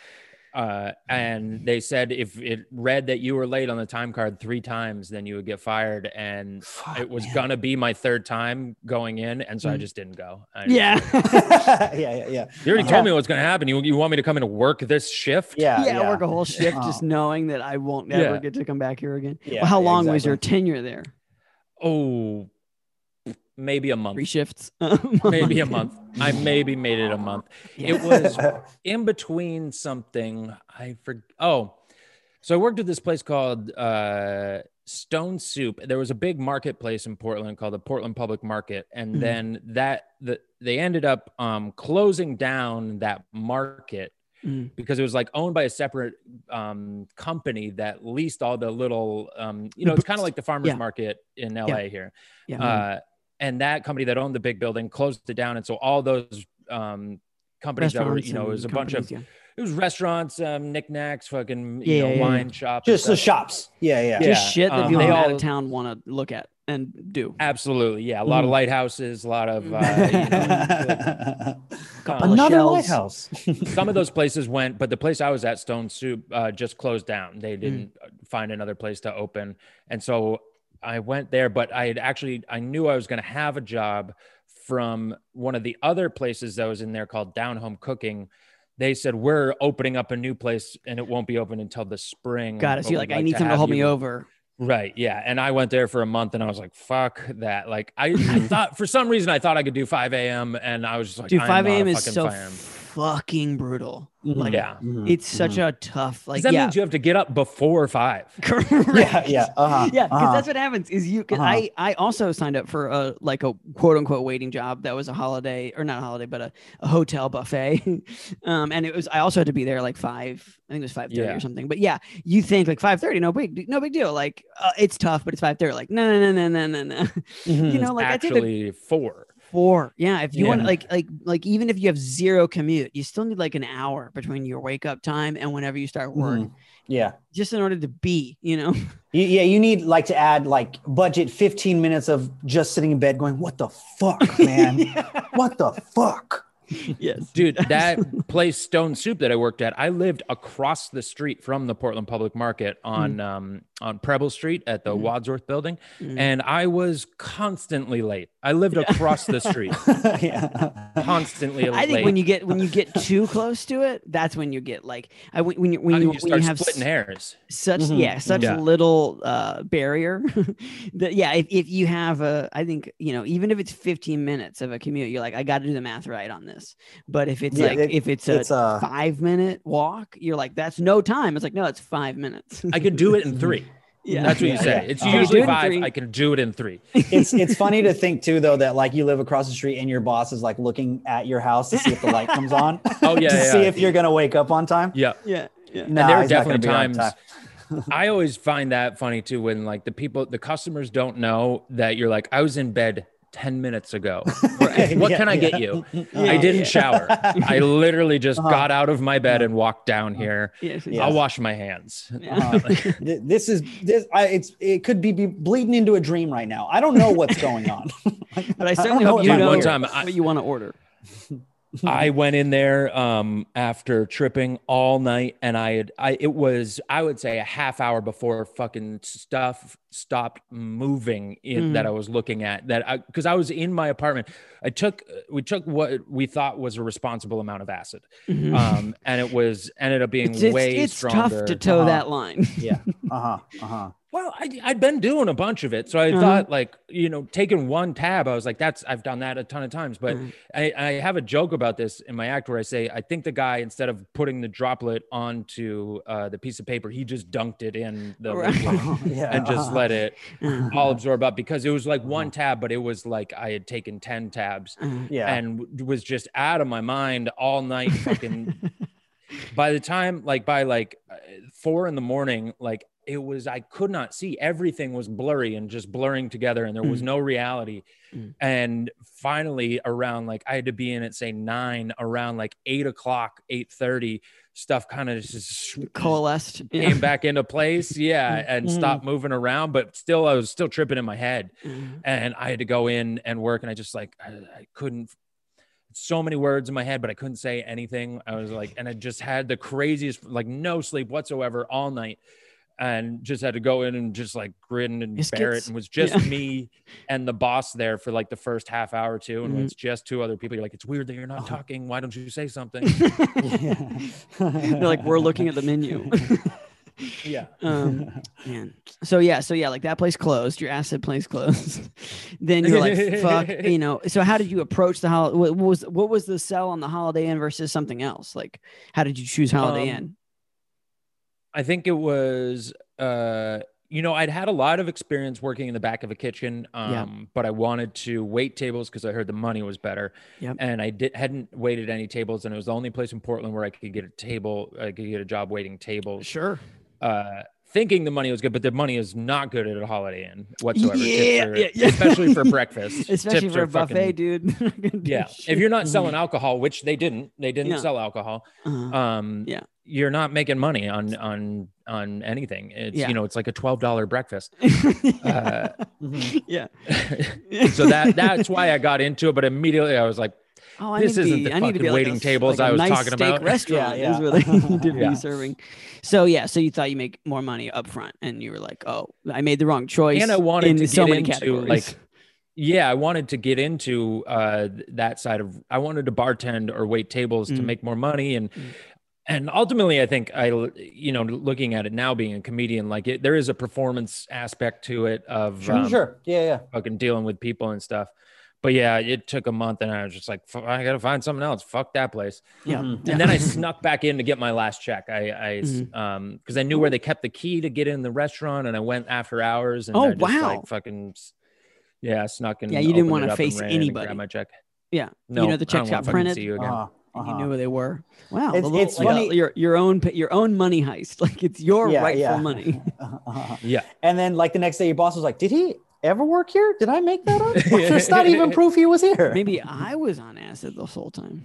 [SPEAKER 3] Uh, and they said if it read that you were late on the time card three times, then you would get fired. And it was gonna be my third time going in, and so I
[SPEAKER 1] Ah, Mm.
[SPEAKER 3] just didn't go. I-
[SPEAKER 1] yeah.
[SPEAKER 2] yeah, yeah, yeah.
[SPEAKER 3] you already
[SPEAKER 2] Uh-huh.
[SPEAKER 3] told me what's gonna happen. You you want me to come in and work this shift?
[SPEAKER 2] Yeah,
[SPEAKER 1] yeah, I work a whole shift just knowing that I won't ever
[SPEAKER 3] Yeah.
[SPEAKER 1] get to come back here again.
[SPEAKER 2] Yeah,
[SPEAKER 1] well, how long was
[SPEAKER 2] exactly.
[SPEAKER 1] your tenure there?
[SPEAKER 3] Oh, maybe a
[SPEAKER 1] Three
[SPEAKER 3] month.
[SPEAKER 1] shifts.
[SPEAKER 3] Maybe a month. I maybe made it a month.
[SPEAKER 1] Yeah.
[SPEAKER 3] It was in between something. I for oh, so I worked at this place called uh, Stone Soup. There was a big marketplace in Portland called the Portland Public Market, and
[SPEAKER 1] Mhm.
[SPEAKER 3] then that the, they ended up um, closing down that market
[SPEAKER 1] Mm.
[SPEAKER 3] because it was like owned by a separate um, company that leased all the little, um,
[SPEAKER 1] The
[SPEAKER 3] you know, it's
[SPEAKER 1] booths.
[SPEAKER 3] kind of like the farmers
[SPEAKER 1] Yeah.
[SPEAKER 3] market in LA here.
[SPEAKER 1] Yeah.
[SPEAKER 3] Uh, and that company that owned the big building closed it down, and so all those um, companies that were, you know, it
[SPEAKER 1] and
[SPEAKER 3] was a bunch of
[SPEAKER 1] companies,
[SPEAKER 3] it was restaurants, um, knickknacks, fucking
[SPEAKER 1] Yeah,
[SPEAKER 3] you know,
[SPEAKER 1] yeah, yeah.
[SPEAKER 3] wine shops, and
[SPEAKER 2] just the
[SPEAKER 3] stuff.
[SPEAKER 2] shops. Yeah, yeah.
[SPEAKER 1] yeah.
[SPEAKER 3] Yeah,
[SPEAKER 1] just shit that
[SPEAKER 3] um,
[SPEAKER 1] people
[SPEAKER 3] they
[SPEAKER 1] out
[SPEAKER 3] all-
[SPEAKER 1] of town want to look at and do.
[SPEAKER 3] Absolutely, yeah, a lot of
[SPEAKER 1] Mhm.
[SPEAKER 3] lighthouses, a lot of uh, you know, Uh,
[SPEAKER 1] Couple of
[SPEAKER 2] Another
[SPEAKER 1] shells.
[SPEAKER 2] lighthouse.
[SPEAKER 3] some of those places went, but the place I was at,
[SPEAKER 1] Hmm.
[SPEAKER 3] Stone Soup, uh, just closed down. They didn't uh find another place to open, and so I went there, but I had actually I knew I was going to have a job from one of the other places that was in there called Down Home Cooking. They said we're opening up a new place and it won't be open until the spring.
[SPEAKER 1] Got it.
[SPEAKER 3] but
[SPEAKER 1] So you're like,
[SPEAKER 3] we'd
[SPEAKER 1] I need someone to
[SPEAKER 3] have
[SPEAKER 1] hold me
[SPEAKER 3] you."
[SPEAKER 1] over.
[SPEAKER 3] Right. Yeah. And I went there for a month and I was like, fuck that. Like I, I thought for some reason I thought I could do 5 a.m. and I was just like,
[SPEAKER 1] Dude,
[SPEAKER 3] I'm
[SPEAKER 1] 5
[SPEAKER 3] not
[SPEAKER 1] a.m.
[SPEAKER 3] a
[SPEAKER 1] is
[SPEAKER 3] fucking
[SPEAKER 1] so
[SPEAKER 3] 5 a.m.
[SPEAKER 1] fucking brutal.
[SPEAKER 2] Mhm.
[SPEAKER 1] Like,
[SPEAKER 3] Yeah.
[SPEAKER 2] Mhm.
[SPEAKER 1] it's such
[SPEAKER 2] Mhm.
[SPEAKER 1] a tough, like,
[SPEAKER 3] Because that
[SPEAKER 1] yeah.
[SPEAKER 3] means you have to get up before five.
[SPEAKER 1] Correct.
[SPEAKER 2] yeah, yeah, uh-huh,
[SPEAKER 1] yeah, because
[SPEAKER 2] uh-huh.
[SPEAKER 1] that's what happens. Is you? Cause
[SPEAKER 2] Uh-huh.
[SPEAKER 1] I I also signed up for a like a quote unquote waiting job that was a holiday or not a holiday, but a, a hotel buffet, um, and it was I also had to be there like five. I think it was five thirty
[SPEAKER 3] Yeah.
[SPEAKER 1] or something. But yeah, you think like five thirty, no big no big deal. Like uh, it's tough, but it's five thirty. Like no no no no no no no.
[SPEAKER 2] Mhm.
[SPEAKER 1] you know, like I did it
[SPEAKER 3] Actually, four.
[SPEAKER 1] four. Yeah, if you want
[SPEAKER 2] Yeah.
[SPEAKER 1] like like like even if you have zero commute, you still need like an hour between your wake up time and whenever you start work,
[SPEAKER 2] Mhm. Yeah.
[SPEAKER 1] just in order to be. You know.
[SPEAKER 2] You, yeah, you need like to add like budget 15 minutes of just sitting in bed going, what the fuck, man? what the fuck?
[SPEAKER 1] yes.
[SPEAKER 3] Dude, that place Stone Soup that I worked at, I lived across the street from the Portland Public Market on
[SPEAKER 1] Mm.
[SPEAKER 3] um, on Preble Street at the
[SPEAKER 1] Mhm.
[SPEAKER 3] Wadsworth Building,
[SPEAKER 1] Mhm.
[SPEAKER 3] and I was constantly late. I lived across the street,
[SPEAKER 2] yeah.
[SPEAKER 3] constantly
[SPEAKER 1] I think
[SPEAKER 3] late.
[SPEAKER 1] when you get when you get too close to it, that's when you get like I when when you
[SPEAKER 3] I
[SPEAKER 1] when you,
[SPEAKER 3] think you
[SPEAKER 1] when
[SPEAKER 3] start
[SPEAKER 1] you have
[SPEAKER 3] splitting
[SPEAKER 1] s-
[SPEAKER 3] hairs. Mm-hmm.
[SPEAKER 1] such
[SPEAKER 2] Mhm.
[SPEAKER 1] yeah such
[SPEAKER 3] Yeah.
[SPEAKER 1] little uh, barrier that yeah if, if you have a I think you know even if it's 15 minutes of a commute you're like I got to do the math right on this but if it's
[SPEAKER 2] Yeah,
[SPEAKER 1] like
[SPEAKER 2] it-
[SPEAKER 1] if it's a
[SPEAKER 2] It's uh
[SPEAKER 1] five minute walk you're like that's no time it's like no it's five minutes
[SPEAKER 3] I could do it in three.
[SPEAKER 1] yeah Oh,
[SPEAKER 3] That's what you
[SPEAKER 2] Yeah.
[SPEAKER 3] say. It's
[SPEAKER 2] Uh, you
[SPEAKER 1] do it
[SPEAKER 3] usually
[SPEAKER 1] in
[SPEAKER 3] five.
[SPEAKER 1] three.
[SPEAKER 3] I can do it in three.
[SPEAKER 2] it's it's funny to think too though that like you live across the street and your boss is like looking at your house to see if the light comes on.
[SPEAKER 3] Oh, yeah,
[SPEAKER 2] to
[SPEAKER 3] yeah,
[SPEAKER 2] see
[SPEAKER 3] yeah.
[SPEAKER 2] if you're gonna wake up on time.
[SPEAKER 3] Yeah.
[SPEAKER 1] yeah yeah
[SPEAKER 2] No,
[SPEAKER 3] there are
[SPEAKER 2] he's not gonna
[SPEAKER 3] definitely
[SPEAKER 2] be on
[SPEAKER 3] times I always find that funny too when like the people, the customers don't know that you're like, I was in bed 10 minutes ago.
[SPEAKER 2] Right.
[SPEAKER 3] What
[SPEAKER 2] Yeah,
[SPEAKER 3] can I
[SPEAKER 2] yeah.
[SPEAKER 3] get you?
[SPEAKER 1] Yeah,
[SPEAKER 3] I
[SPEAKER 1] yeah.
[SPEAKER 3] didn't shower. I literally just
[SPEAKER 2] Uh-huh.
[SPEAKER 3] got out of my bed and walked down here.
[SPEAKER 1] Uh-huh. yes,
[SPEAKER 2] Yeah.
[SPEAKER 3] I'll wash my hands.
[SPEAKER 1] yeah.
[SPEAKER 2] Uh, th- this is this I, it's it could be, be bleeding into a dream right now. I don't know what's going on.
[SPEAKER 1] but I
[SPEAKER 2] don't
[SPEAKER 1] certainly
[SPEAKER 2] know
[SPEAKER 1] hope
[SPEAKER 2] what
[SPEAKER 1] you
[SPEAKER 2] my
[SPEAKER 1] know
[SPEAKER 3] one time I-
[SPEAKER 1] what you want to order
[SPEAKER 3] I went in there um, after tripping all night, and I had I it was I would say a half hour before fucking stuff stopped moving in,
[SPEAKER 1] Mhm.
[SPEAKER 3] that I was looking at that I because I was in my apartment. I took we took what we thought was a responsible amount of acid,
[SPEAKER 1] Mhm.
[SPEAKER 3] um, and it was ended up being
[SPEAKER 1] it's, it's,
[SPEAKER 3] way
[SPEAKER 1] it's
[SPEAKER 3] stronger.
[SPEAKER 1] tough to toe
[SPEAKER 2] Uh-huh.
[SPEAKER 1] that line
[SPEAKER 2] Yeah. Uh-huh. Uh-huh.
[SPEAKER 3] well, I, I'd been doing a bunch of it, so I
[SPEAKER 1] Uh-huh.
[SPEAKER 3] thought like you know taking one tab, I was like that's I've done that a ton of times, but.
[SPEAKER 1] Mhm.
[SPEAKER 3] I, I have a joke about this in my act where I say, I think the guy, instead of putting the droplet onto uh, the piece of paper, he just dunked it in the
[SPEAKER 1] Right.
[SPEAKER 3] liquid
[SPEAKER 2] yeah.
[SPEAKER 3] and just
[SPEAKER 2] uh-huh.
[SPEAKER 3] let it
[SPEAKER 1] Uh,
[SPEAKER 3] all absorb up because it was like one
[SPEAKER 1] Uh-huh.
[SPEAKER 3] tab, but it was like I had taken 10 tabs
[SPEAKER 1] uh,
[SPEAKER 2] yeah.
[SPEAKER 3] and w- was just out of my mind all night. Fucking by the time, like by like uh, four in the morning, like it was, I could not see. Everything was blurry and just blurring together, and there was
[SPEAKER 1] Mm.
[SPEAKER 3] no reality.
[SPEAKER 1] Mm.
[SPEAKER 3] And finally, around like I had to be in at say nine, around like eight o'clock, eight thirty, stuff kind of just
[SPEAKER 1] coalesced. Yeah.
[SPEAKER 3] came back into place. Yeah, and
[SPEAKER 2] Mhm.
[SPEAKER 3] stopped moving around, but still, I was still tripping in my head
[SPEAKER 1] Mm.
[SPEAKER 3] and I had to go in and work, and I just like I, I couldn't. So many words in my head, but I couldn't say anything. I was like, and I just had the craziest, like, no sleep whatsoever all night, and just had to go in and just like grin and bear
[SPEAKER 1] Biscuits.
[SPEAKER 3] it, and was just
[SPEAKER 1] Yeah.
[SPEAKER 3] me and the boss there for like the first half hour too, and when
[SPEAKER 1] Mhm.
[SPEAKER 3] it's just two other people. You're like, it's weird that you're not
[SPEAKER 1] Uh-huh.
[SPEAKER 3] talking. Why don't you say something?
[SPEAKER 1] They're like, we're looking at the menu.
[SPEAKER 2] yeah.
[SPEAKER 1] um, man. So yeah, so yeah, like that place closed. Your acid place closed. then you're like, fuck, you know. So how did you approach the holiday? What was what was the sell on the Holiday Inn versus something else? Like, how did you choose Holiday
[SPEAKER 3] Um,
[SPEAKER 1] Inn?
[SPEAKER 3] I think it was uh you know, I'd had a lot of experience working in the back of a kitchen, um,
[SPEAKER 1] Yeah.
[SPEAKER 3] but I wanted to wait tables because I heard the money was better.
[SPEAKER 1] Yep.
[SPEAKER 3] And I did, hadn't waited any tables, and it was the only place in Portland where I could get a table, I could get a job waiting tables,
[SPEAKER 1] Sure.
[SPEAKER 3] uh, thinking the money was good, but the money is not good at a Holiday Inn whatsoever. Tips
[SPEAKER 1] Yeah,
[SPEAKER 3] are-
[SPEAKER 1] yeah, yeah.
[SPEAKER 3] Especially for breakfast.
[SPEAKER 1] Especially
[SPEAKER 3] tips
[SPEAKER 1] for
[SPEAKER 3] are
[SPEAKER 1] a buffet,
[SPEAKER 3] fucking-
[SPEAKER 1] dude. They're not gonna do
[SPEAKER 3] Yeah.
[SPEAKER 1] shit. Mm-hmm.
[SPEAKER 3] If you're not selling alcohol, which they didn't, they didn't
[SPEAKER 1] Yeah.
[SPEAKER 3] sell alcohol
[SPEAKER 1] Uh,
[SPEAKER 3] um
[SPEAKER 1] Yeah.
[SPEAKER 3] you're not making money on on on anything it's
[SPEAKER 1] Yeah.
[SPEAKER 3] you know it's like a $12 breakfast uh,
[SPEAKER 2] Mhm.
[SPEAKER 1] yeah.
[SPEAKER 3] so that that's why i got into it but immediately i was like
[SPEAKER 1] Oh, I
[SPEAKER 3] This
[SPEAKER 1] need to
[SPEAKER 3] isn't
[SPEAKER 1] be-
[SPEAKER 3] the
[SPEAKER 1] I need to be
[SPEAKER 3] fucking
[SPEAKER 1] like
[SPEAKER 3] waiting
[SPEAKER 1] a s-
[SPEAKER 3] tables
[SPEAKER 1] like a
[SPEAKER 3] I was
[SPEAKER 1] nice
[SPEAKER 3] talking
[SPEAKER 1] steak
[SPEAKER 3] about.
[SPEAKER 1] Restaurant
[SPEAKER 2] Yeah,
[SPEAKER 1] is
[SPEAKER 2] yeah.
[SPEAKER 1] what they need to
[SPEAKER 3] Yeah.
[SPEAKER 1] be serving. So yeah, so you thought you make more money up front, and you were like, "Oh, I made the wrong choice."
[SPEAKER 3] And I wanted
[SPEAKER 1] in
[SPEAKER 3] to
[SPEAKER 1] so
[SPEAKER 3] get
[SPEAKER 1] many
[SPEAKER 3] into,
[SPEAKER 1] categories.
[SPEAKER 3] like- yeah i wanted to get into uh th- that side of i wanted to bartend or wait tables to
[SPEAKER 1] Mm.
[SPEAKER 3] make more money and
[SPEAKER 1] Mm.
[SPEAKER 3] and ultimately i think i l- you know looking at it now being a comedian like it, there is a performance aspect to it of
[SPEAKER 2] Sure,
[SPEAKER 3] um,
[SPEAKER 2] sure. Yeah, yeah.
[SPEAKER 3] fucking dealing with people and stuff but yeah it took a month and i was just like "F- i gotta find something else fuck that place
[SPEAKER 1] yeah,
[SPEAKER 2] Mhm.
[SPEAKER 1] yeah.
[SPEAKER 3] and then i snuck back in to get my last check i i s-
[SPEAKER 1] Mhm.
[SPEAKER 3] um because i knew where they kept the key to get in the restaurant and i went after hours and
[SPEAKER 1] Oh,
[SPEAKER 3] I just, like,
[SPEAKER 1] wow.
[SPEAKER 3] fucking s- yeah snuck in
[SPEAKER 1] Yeah, you didn't
[SPEAKER 3] opened
[SPEAKER 1] wanna
[SPEAKER 3] it up and
[SPEAKER 1] face
[SPEAKER 3] ran and
[SPEAKER 1] anybody.
[SPEAKER 3] grabbed my check
[SPEAKER 1] Yeah, you
[SPEAKER 3] no
[SPEAKER 1] know the
[SPEAKER 3] I don't
[SPEAKER 1] checks
[SPEAKER 3] wanna
[SPEAKER 1] got
[SPEAKER 3] fucking
[SPEAKER 1] printed.
[SPEAKER 3] see you again
[SPEAKER 2] Uh-huh,
[SPEAKER 1] and you
[SPEAKER 2] uh-huh.
[SPEAKER 1] knew where they were. Wow,
[SPEAKER 2] It's-
[SPEAKER 1] the little-
[SPEAKER 2] it's
[SPEAKER 1] like a-
[SPEAKER 2] funny-
[SPEAKER 1] your your own pa- your own money heist. Like it's your
[SPEAKER 2] Yeah,
[SPEAKER 1] rightful
[SPEAKER 2] yeah.
[SPEAKER 1] money.
[SPEAKER 2] Uh-huh, uh-huh.
[SPEAKER 3] yeah
[SPEAKER 2] And then like the next day, your boss was like, "Did he ever work here? Did I make that up? Like, There's not even proof he was here."
[SPEAKER 1] Maybe I was on acid this whole time.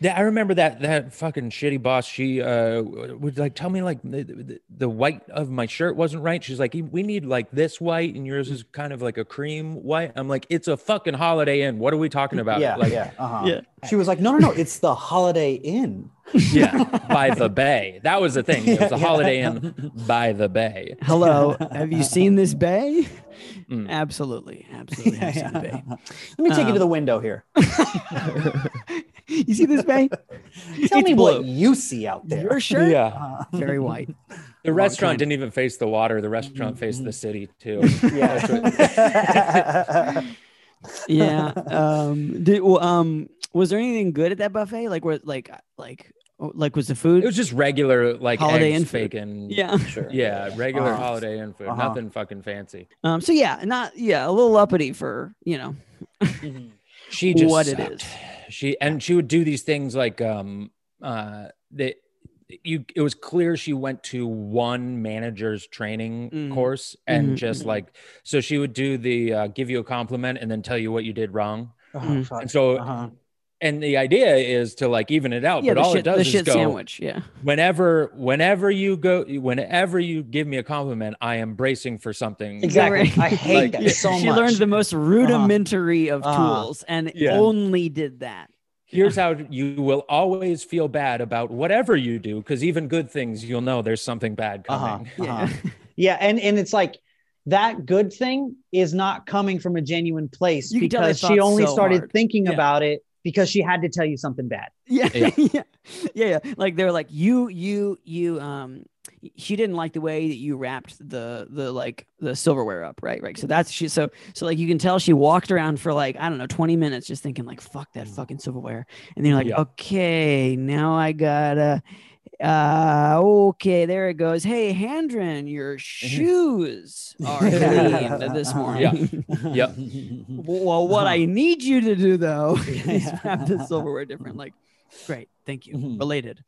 [SPEAKER 3] Yeah, I remember that that fucking shitty boss. She uh, w- would like tell me like the, the, the white of my shirt wasn't right. She's like, "E, we need like this white, and yours is kind of like a cream white. I'm like, it's a fucking Holiday Inn. What are we talking about?
[SPEAKER 2] yeah,
[SPEAKER 3] like,
[SPEAKER 2] yeah, uh-huh.
[SPEAKER 1] Yeah.
[SPEAKER 2] She was like, "No, no, no. It's the Holiday Inn."
[SPEAKER 3] yeah, by the bay. That was the thing. It was a
[SPEAKER 2] Yeah, yeah.
[SPEAKER 3] Holiday Inn by the bay.
[SPEAKER 1] Hello, have you seen this bay?
[SPEAKER 3] Mm.
[SPEAKER 1] Absolutely, absolutely. I've seen the bay.
[SPEAKER 2] Let me take you to
[SPEAKER 1] Um,
[SPEAKER 2] the window here.
[SPEAKER 1] you see this bay?
[SPEAKER 2] Tell
[SPEAKER 1] It's
[SPEAKER 2] me
[SPEAKER 1] blue.
[SPEAKER 2] what you see out there.
[SPEAKER 1] Your shirt? Uh-huh.
[SPEAKER 3] Yeah,
[SPEAKER 2] Uh,
[SPEAKER 1] Very white.
[SPEAKER 3] the
[SPEAKER 1] Wrong
[SPEAKER 3] restaurant
[SPEAKER 1] kind.
[SPEAKER 3] didn't even face the water. The restaurant faced the city too.
[SPEAKER 2] yeah.
[SPEAKER 1] Yeah. Um, did, well, um, was there anything good at that buffet? Like, was like, uh, like, oh, like, was the
[SPEAKER 3] It
[SPEAKER 1] food?
[SPEAKER 3] was just regular like
[SPEAKER 1] Holiday
[SPEAKER 3] eggs,
[SPEAKER 1] Inn food.
[SPEAKER 3] bacon.
[SPEAKER 1] yeah.
[SPEAKER 2] sure.
[SPEAKER 3] yeah, regular
[SPEAKER 2] Uh-huh.
[SPEAKER 3] Holiday Inn food.
[SPEAKER 2] Uh-huh.
[SPEAKER 3] Nothing fucking fancy.
[SPEAKER 1] Um, so yeah, not yeah, a little uppity for you know.
[SPEAKER 2] Mm-hmm.
[SPEAKER 3] she just
[SPEAKER 1] what it
[SPEAKER 3] sucked.
[SPEAKER 1] is.
[SPEAKER 3] she and she would do these things like um uh that you it was clear she went to one manager's training
[SPEAKER 1] Mm.
[SPEAKER 3] course and
[SPEAKER 1] Mhm,
[SPEAKER 3] just
[SPEAKER 2] mhm.
[SPEAKER 3] like so she would do the uh, give you a compliment and then tell you what you did wrong
[SPEAKER 2] Oh,
[SPEAKER 1] Mm.
[SPEAKER 2] fuck.
[SPEAKER 3] and so
[SPEAKER 2] Uh-huh.
[SPEAKER 3] and the idea is to like even it out
[SPEAKER 1] Yeah,
[SPEAKER 3] Oh, but
[SPEAKER 1] the
[SPEAKER 3] all
[SPEAKER 1] shit,
[SPEAKER 3] it does
[SPEAKER 1] the
[SPEAKER 3] is
[SPEAKER 1] shit
[SPEAKER 3] go
[SPEAKER 1] sandwich. Yeah.
[SPEAKER 3] whenever whenever you go whenever you give me a compliment i am bracing for something
[SPEAKER 2] Exactly.
[SPEAKER 1] Right.
[SPEAKER 2] I hate
[SPEAKER 3] Like,
[SPEAKER 2] that
[SPEAKER 3] yeah,
[SPEAKER 2] so
[SPEAKER 1] she
[SPEAKER 2] much.
[SPEAKER 1] learned the most rudimentary of
[SPEAKER 2] Uh-huh.
[SPEAKER 1] tools and
[SPEAKER 3] Yeah.
[SPEAKER 1] only did that.
[SPEAKER 3] Here's how you will always feel bad about whatever you do, because even good things, you'll know there's something bad
[SPEAKER 2] Uh-huh.
[SPEAKER 3] coming.
[SPEAKER 1] Yeah.
[SPEAKER 2] Uh-huh. Yeah, and and it's like that good thing is not coming from a genuine place
[SPEAKER 1] You can tell they
[SPEAKER 2] because she
[SPEAKER 1] thought
[SPEAKER 2] only
[SPEAKER 1] so
[SPEAKER 2] started
[SPEAKER 1] hard.
[SPEAKER 2] thinking
[SPEAKER 1] Yeah.
[SPEAKER 2] about it because she had to tell you something bad.
[SPEAKER 1] Yeah. Yeah.
[SPEAKER 3] Yeah.
[SPEAKER 1] yeah. Yeah. Like they were like, you, you, you, um, she didn't like the way that you wrapped the the like the silverware up, right? Right. So that's she so so like you can tell she walked around for like, I don't know, 20 minutes just thinking like fuck that fucking silverware. And then you're like,
[SPEAKER 3] Yeah.
[SPEAKER 1] okay, now I gotta uh okay, there it goes. Hey Handren, your
[SPEAKER 3] Mm-hmm.
[SPEAKER 1] shoes are clean this morning.
[SPEAKER 3] Yep.
[SPEAKER 1] well, what I need you to do though is wrap the silverware different. Like, Mm-hmm. great, thank you.
[SPEAKER 2] Mhm.
[SPEAKER 1] Related.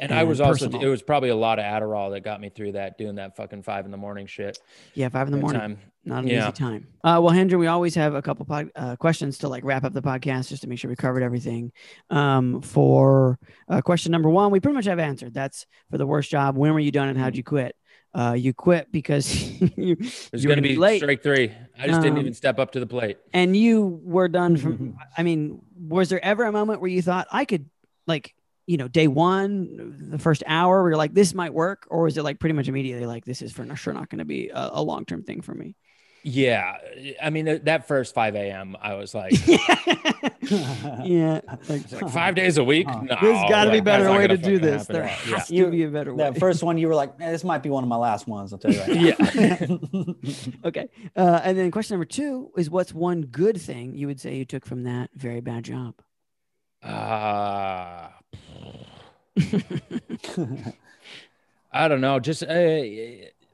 [SPEAKER 3] And I was
[SPEAKER 1] And
[SPEAKER 3] also,
[SPEAKER 1] personal.
[SPEAKER 3] it was probably a lot of Adderall that got me through that, doing that fucking five in the morning shit.
[SPEAKER 1] Yeah, five in the
[SPEAKER 3] that
[SPEAKER 1] morning.
[SPEAKER 3] time.
[SPEAKER 1] Not an
[SPEAKER 3] Yeah.
[SPEAKER 1] easy time. Uh, well, Hendra, we always have a couple pod, uh, questions to like wrap up the podcast just to make sure we covered everything. Um, for uh, question number one, we pretty much have answered. That's for the worst job. When were you done and how'd you quit? Uh, you quit because you
[SPEAKER 3] It was
[SPEAKER 1] you were
[SPEAKER 3] going to be
[SPEAKER 1] late
[SPEAKER 3] straight three. I just didn't
[SPEAKER 1] Um,
[SPEAKER 3] even step up to the plate.
[SPEAKER 1] and you were done from. I mean, was there ever a moment where you thought I could like you know day one, the first hour, where you're like this might work, or was it like pretty much immediately like this is for sure not going to be a, a long term thing for me?
[SPEAKER 3] Yeah. I mean, that- that first 5 a.m., I was like,
[SPEAKER 1] Uh-huh. yeah, like
[SPEAKER 3] it's like five days a week.
[SPEAKER 2] Uh-huh.
[SPEAKER 3] No,
[SPEAKER 1] there's got to be
[SPEAKER 3] like, that's
[SPEAKER 1] better
[SPEAKER 3] not
[SPEAKER 1] way to
[SPEAKER 3] gonna
[SPEAKER 1] do
[SPEAKER 3] fucking
[SPEAKER 1] this.
[SPEAKER 3] happen.
[SPEAKER 1] There
[SPEAKER 3] Yeah.
[SPEAKER 1] has
[SPEAKER 2] You-
[SPEAKER 1] to be a better way.
[SPEAKER 2] that first one you were like, "Man, this might be one of my last ones. I'll tell you right now.
[SPEAKER 3] Yeah.
[SPEAKER 1] okay, uh, and then question number two is what's one good thing you would say you took from that very bad job?
[SPEAKER 3] Ah, I don't know. Just uh,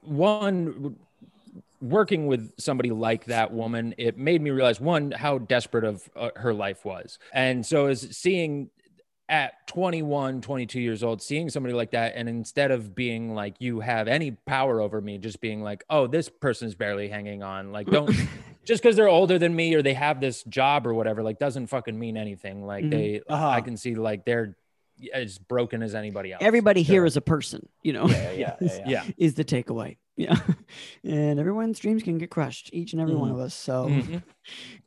[SPEAKER 3] one working with somebody like that woman, it made me realize one how desperate of uh, her life was, and so is seeing at 21 22 years old seeing somebody like that and instead of being like you have any power over me just being like oh this person's barely hanging on like don't just because they're older than me or they have this job or whatever like doesn't fucking mean anything like
[SPEAKER 1] Mhm.
[SPEAKER 3] they
[SPEAKER 2] Uh-huh.
[SPEAKER 3] i can see like they're as broken as anybody else
[SPEAKER 1] Everybody here
[SPEAKER 3] They're-
[SPEAKER 1] is a person, you know,
[SPEAKER 2] yeah, yeah, yeah, yeah.
[SPEAKER 3] yeah
[SPEAKER 1] is the takeaway. Yeah. and everyone's dreams can get crushed, each and every one of us. So
[SPEAKER 3] Mhm.
[SPEAKER 1] Um,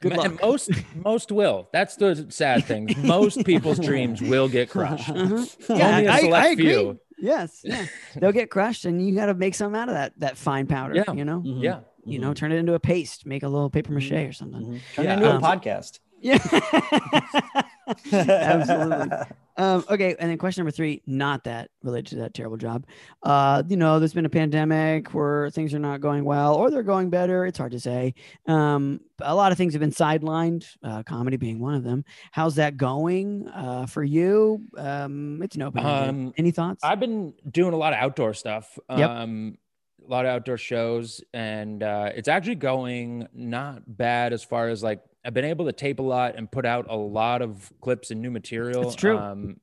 [SPEAKER 1] good
[SPEAKER 3] Ma-
[SPEAKER 1] luck.
[SPEAKER 3] and Most most will. That's the sad thing. Most people's dreams will get crushed.
[SPEAKER 1] Uh-huh.
[SPEAKER 3] Yeah, Only a
[SPEAKER 1] I- I
[SPEAKER 3] select
[SPEAKER 1] agree.
[SPEAKER 3] few.
[SPEAKER 1] Yes. Yeah. They'll get crushed and you got to make something out of that, that fine powder,
[SPEAKER 3] Yeah. Mm-hmm.
[SPEAKER 1] you know,
[SPEAKER 2] Mhm.
[SPEAKER 3] Yeah.
[SPEAKER 1] you know, turn it into a paste, make a little paper mache or something.
[SPEAKER 2] Mhm. Turn
[SPEAKER 3] Yeah.
[SPEAKER 2] it into
[SPEAKER 1] Um,
[SPEAKER 2] a podcast.
[SPEAKER 3] Mm-hmm.
[SPEAKER 1] Yeah. Absolutely. Um, okay, and then question number three, not that related to that terrible job. Uh, you know, there's been a pandemic where things are not going well or they're going better. It's hard to say. Um, a lot of things have been sidelined, uh, comedy being one of them. How's that going uh, for you? Um, it's an open.
[SPEAKER 3] Um,
[SPEAKER 1] Any thoughts?
[SPEAKER 3] I've been doing a lot of outdoor stuff.
[SPEAKER 1] Yep.
[SPEAKER 3] Um, a lot of outdoor shows, and uh, it's actually going not bad as far as like I've been able to tape a lot and put out a lot of clips and new material.
[SPEAKER 1] That's true.
[SPEAKER 3] Um,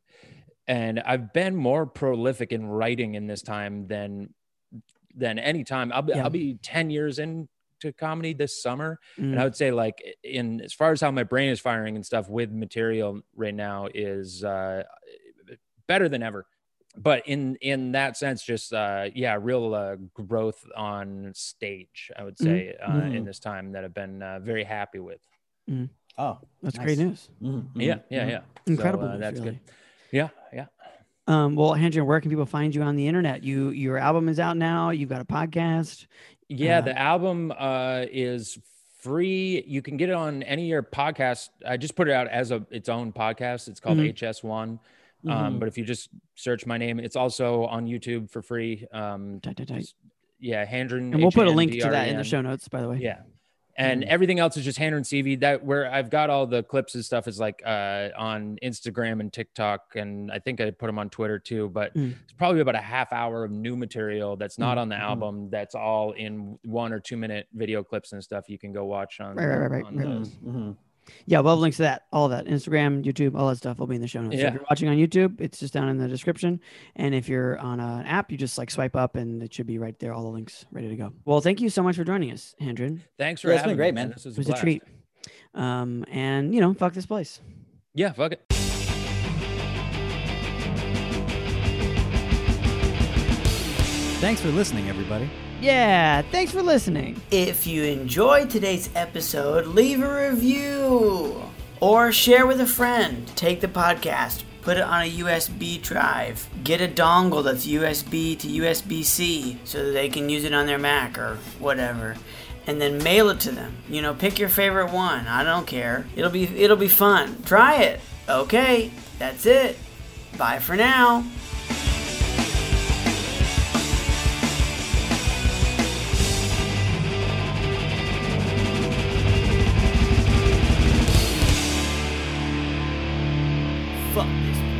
[SPEAKER 3] and I've been more prolific in writing in this time than than any time. I'll be,
[SPEAKER 1] Yeah.
[SPEAKER 3] I'll be ten years into comedy this summer and
[SPEAKER 1] Mm,
[SPEAKER 3] I would say like in as far as how my brain is firing and stuff with material right now is uh, better than ever. But in in that sense, just uh, yeah, real uh, growth on stage. I would say uh, in
[SPEAKER 2] Mhm.
[SPEAKER 3] this time that I've been uh, very happy with. Mm-hmm.
[SPEAKER 2] Oh,
[SPEAKER 1] that's great
[SPEAKER 2] nice.
[SPEAKER 1] news.
[SPEAKER 2] Mhm, mhm.
[SPEAKER 3] Yeah, yeah, yeah. So,
[SPEAKER 1] Incredible.
[SPEAKER 3] uh,
[SPEAKER 1] news,
[SPEAKER 3] that's
[SPEAKER 1] really.
[SPEAKER 3] good. Yeah, yeah.
[SPEAKER 1] Um, well, Andrew, where can people find you on the internet? You your album is out now. You've got a podcast.
[SPEAKER 3] Yeah,
[SPEAKER 1] Uh,
[SPEAKER 3] the album uh, is free. You can get it on any of your podcast. I just put it out as a its own podcast. It's called
[SPEAKER 1] Mhm.
[SPEAKER 3] HS1. Um,
[SPEAKER 1] Mm-hmm.
[SPEAKER 2] Mhm.
[SPEAKER 3] but if you just search my name, it's also on YouTube for free. Um,
[SPEAKER 1] Tight, tight, tight.
[SPEAKER 3] just- yeah, Handren.
[SPEAKER 1] And we'll put a link to that in the
[SPEAKER 3] H A N D R E N.
[SPEAKER 1] show notes, Mm-hmm. by the way.
[SPEAKER 3] Yeah. And
[SPEAKER 2] Mhm.
[SPEAKER 3] everything else is just Handren CV. That where I've got all the clips and stuff is like uh, on Instagram and TikTok, and I think I put them on Twitter too. But
[SPEAKER 1] Mm. Mm-hmm.
[SPEAKER 3] it's probably about a half hour of new material that's not on the
[SPEAKER 2] Mhm.
[SPEAKER 3] album. That's all in one or two minute video clips and stuff. You can go watch on.
[SPEAKER 1] Right, right, right, right,
[SPEAKER 3] on
[SPEAKER 1] right.
[SPEAKER 3] those.
[SPEAKER 2] Mhm, mhm.
[SPEAKER 1] Yeah, we'll have links to that, all that, Instagram, YouTube, all that stuff will be in the show notes. So
[SPEAKER 3] Yeah.
[SPEAKER 1] if you're watching on YouTube, it's just down in the description. And if you're on an app, you just like swipe up and it should be right there, all the links ready to go. Well, thank you so much for joining us, Hendron.
[SPEAKER 3] Thanks for
[SPEAKER 2] Yeah, it's been
[SPEAKER 3] having
[SPEAKER 2] great,
[SPEAKER 3] me,
[SPEAKER 2] man.
[SPEAKER 3] This was,
[SPEAKER 1] It was
[SPEAKER 3] a,
[SPEAKER 1] a
[SPEAKER 3] blast.
[SPEAKER 1] treat. Um, and, you know, fuck this place.
[SPEAKER 3] Yeah, fuck it.
[SPEAKER 4] Thanks for listening, everybody.
[SPEAKER 1] Yeah, thanks for listening.
[SPEAKER 5] If you enjoyed today's episode, leave a review or share with a friend. Take the podcast, put it on a USB drive, get a dongle that's USB to USB C so that they can use it on their Mac or whatever. And then mail it to them. You know, pick your favorite one. I don't care. It'll be it'll be fun. Try it. Okay, that's it. Bye for now. Fuck this.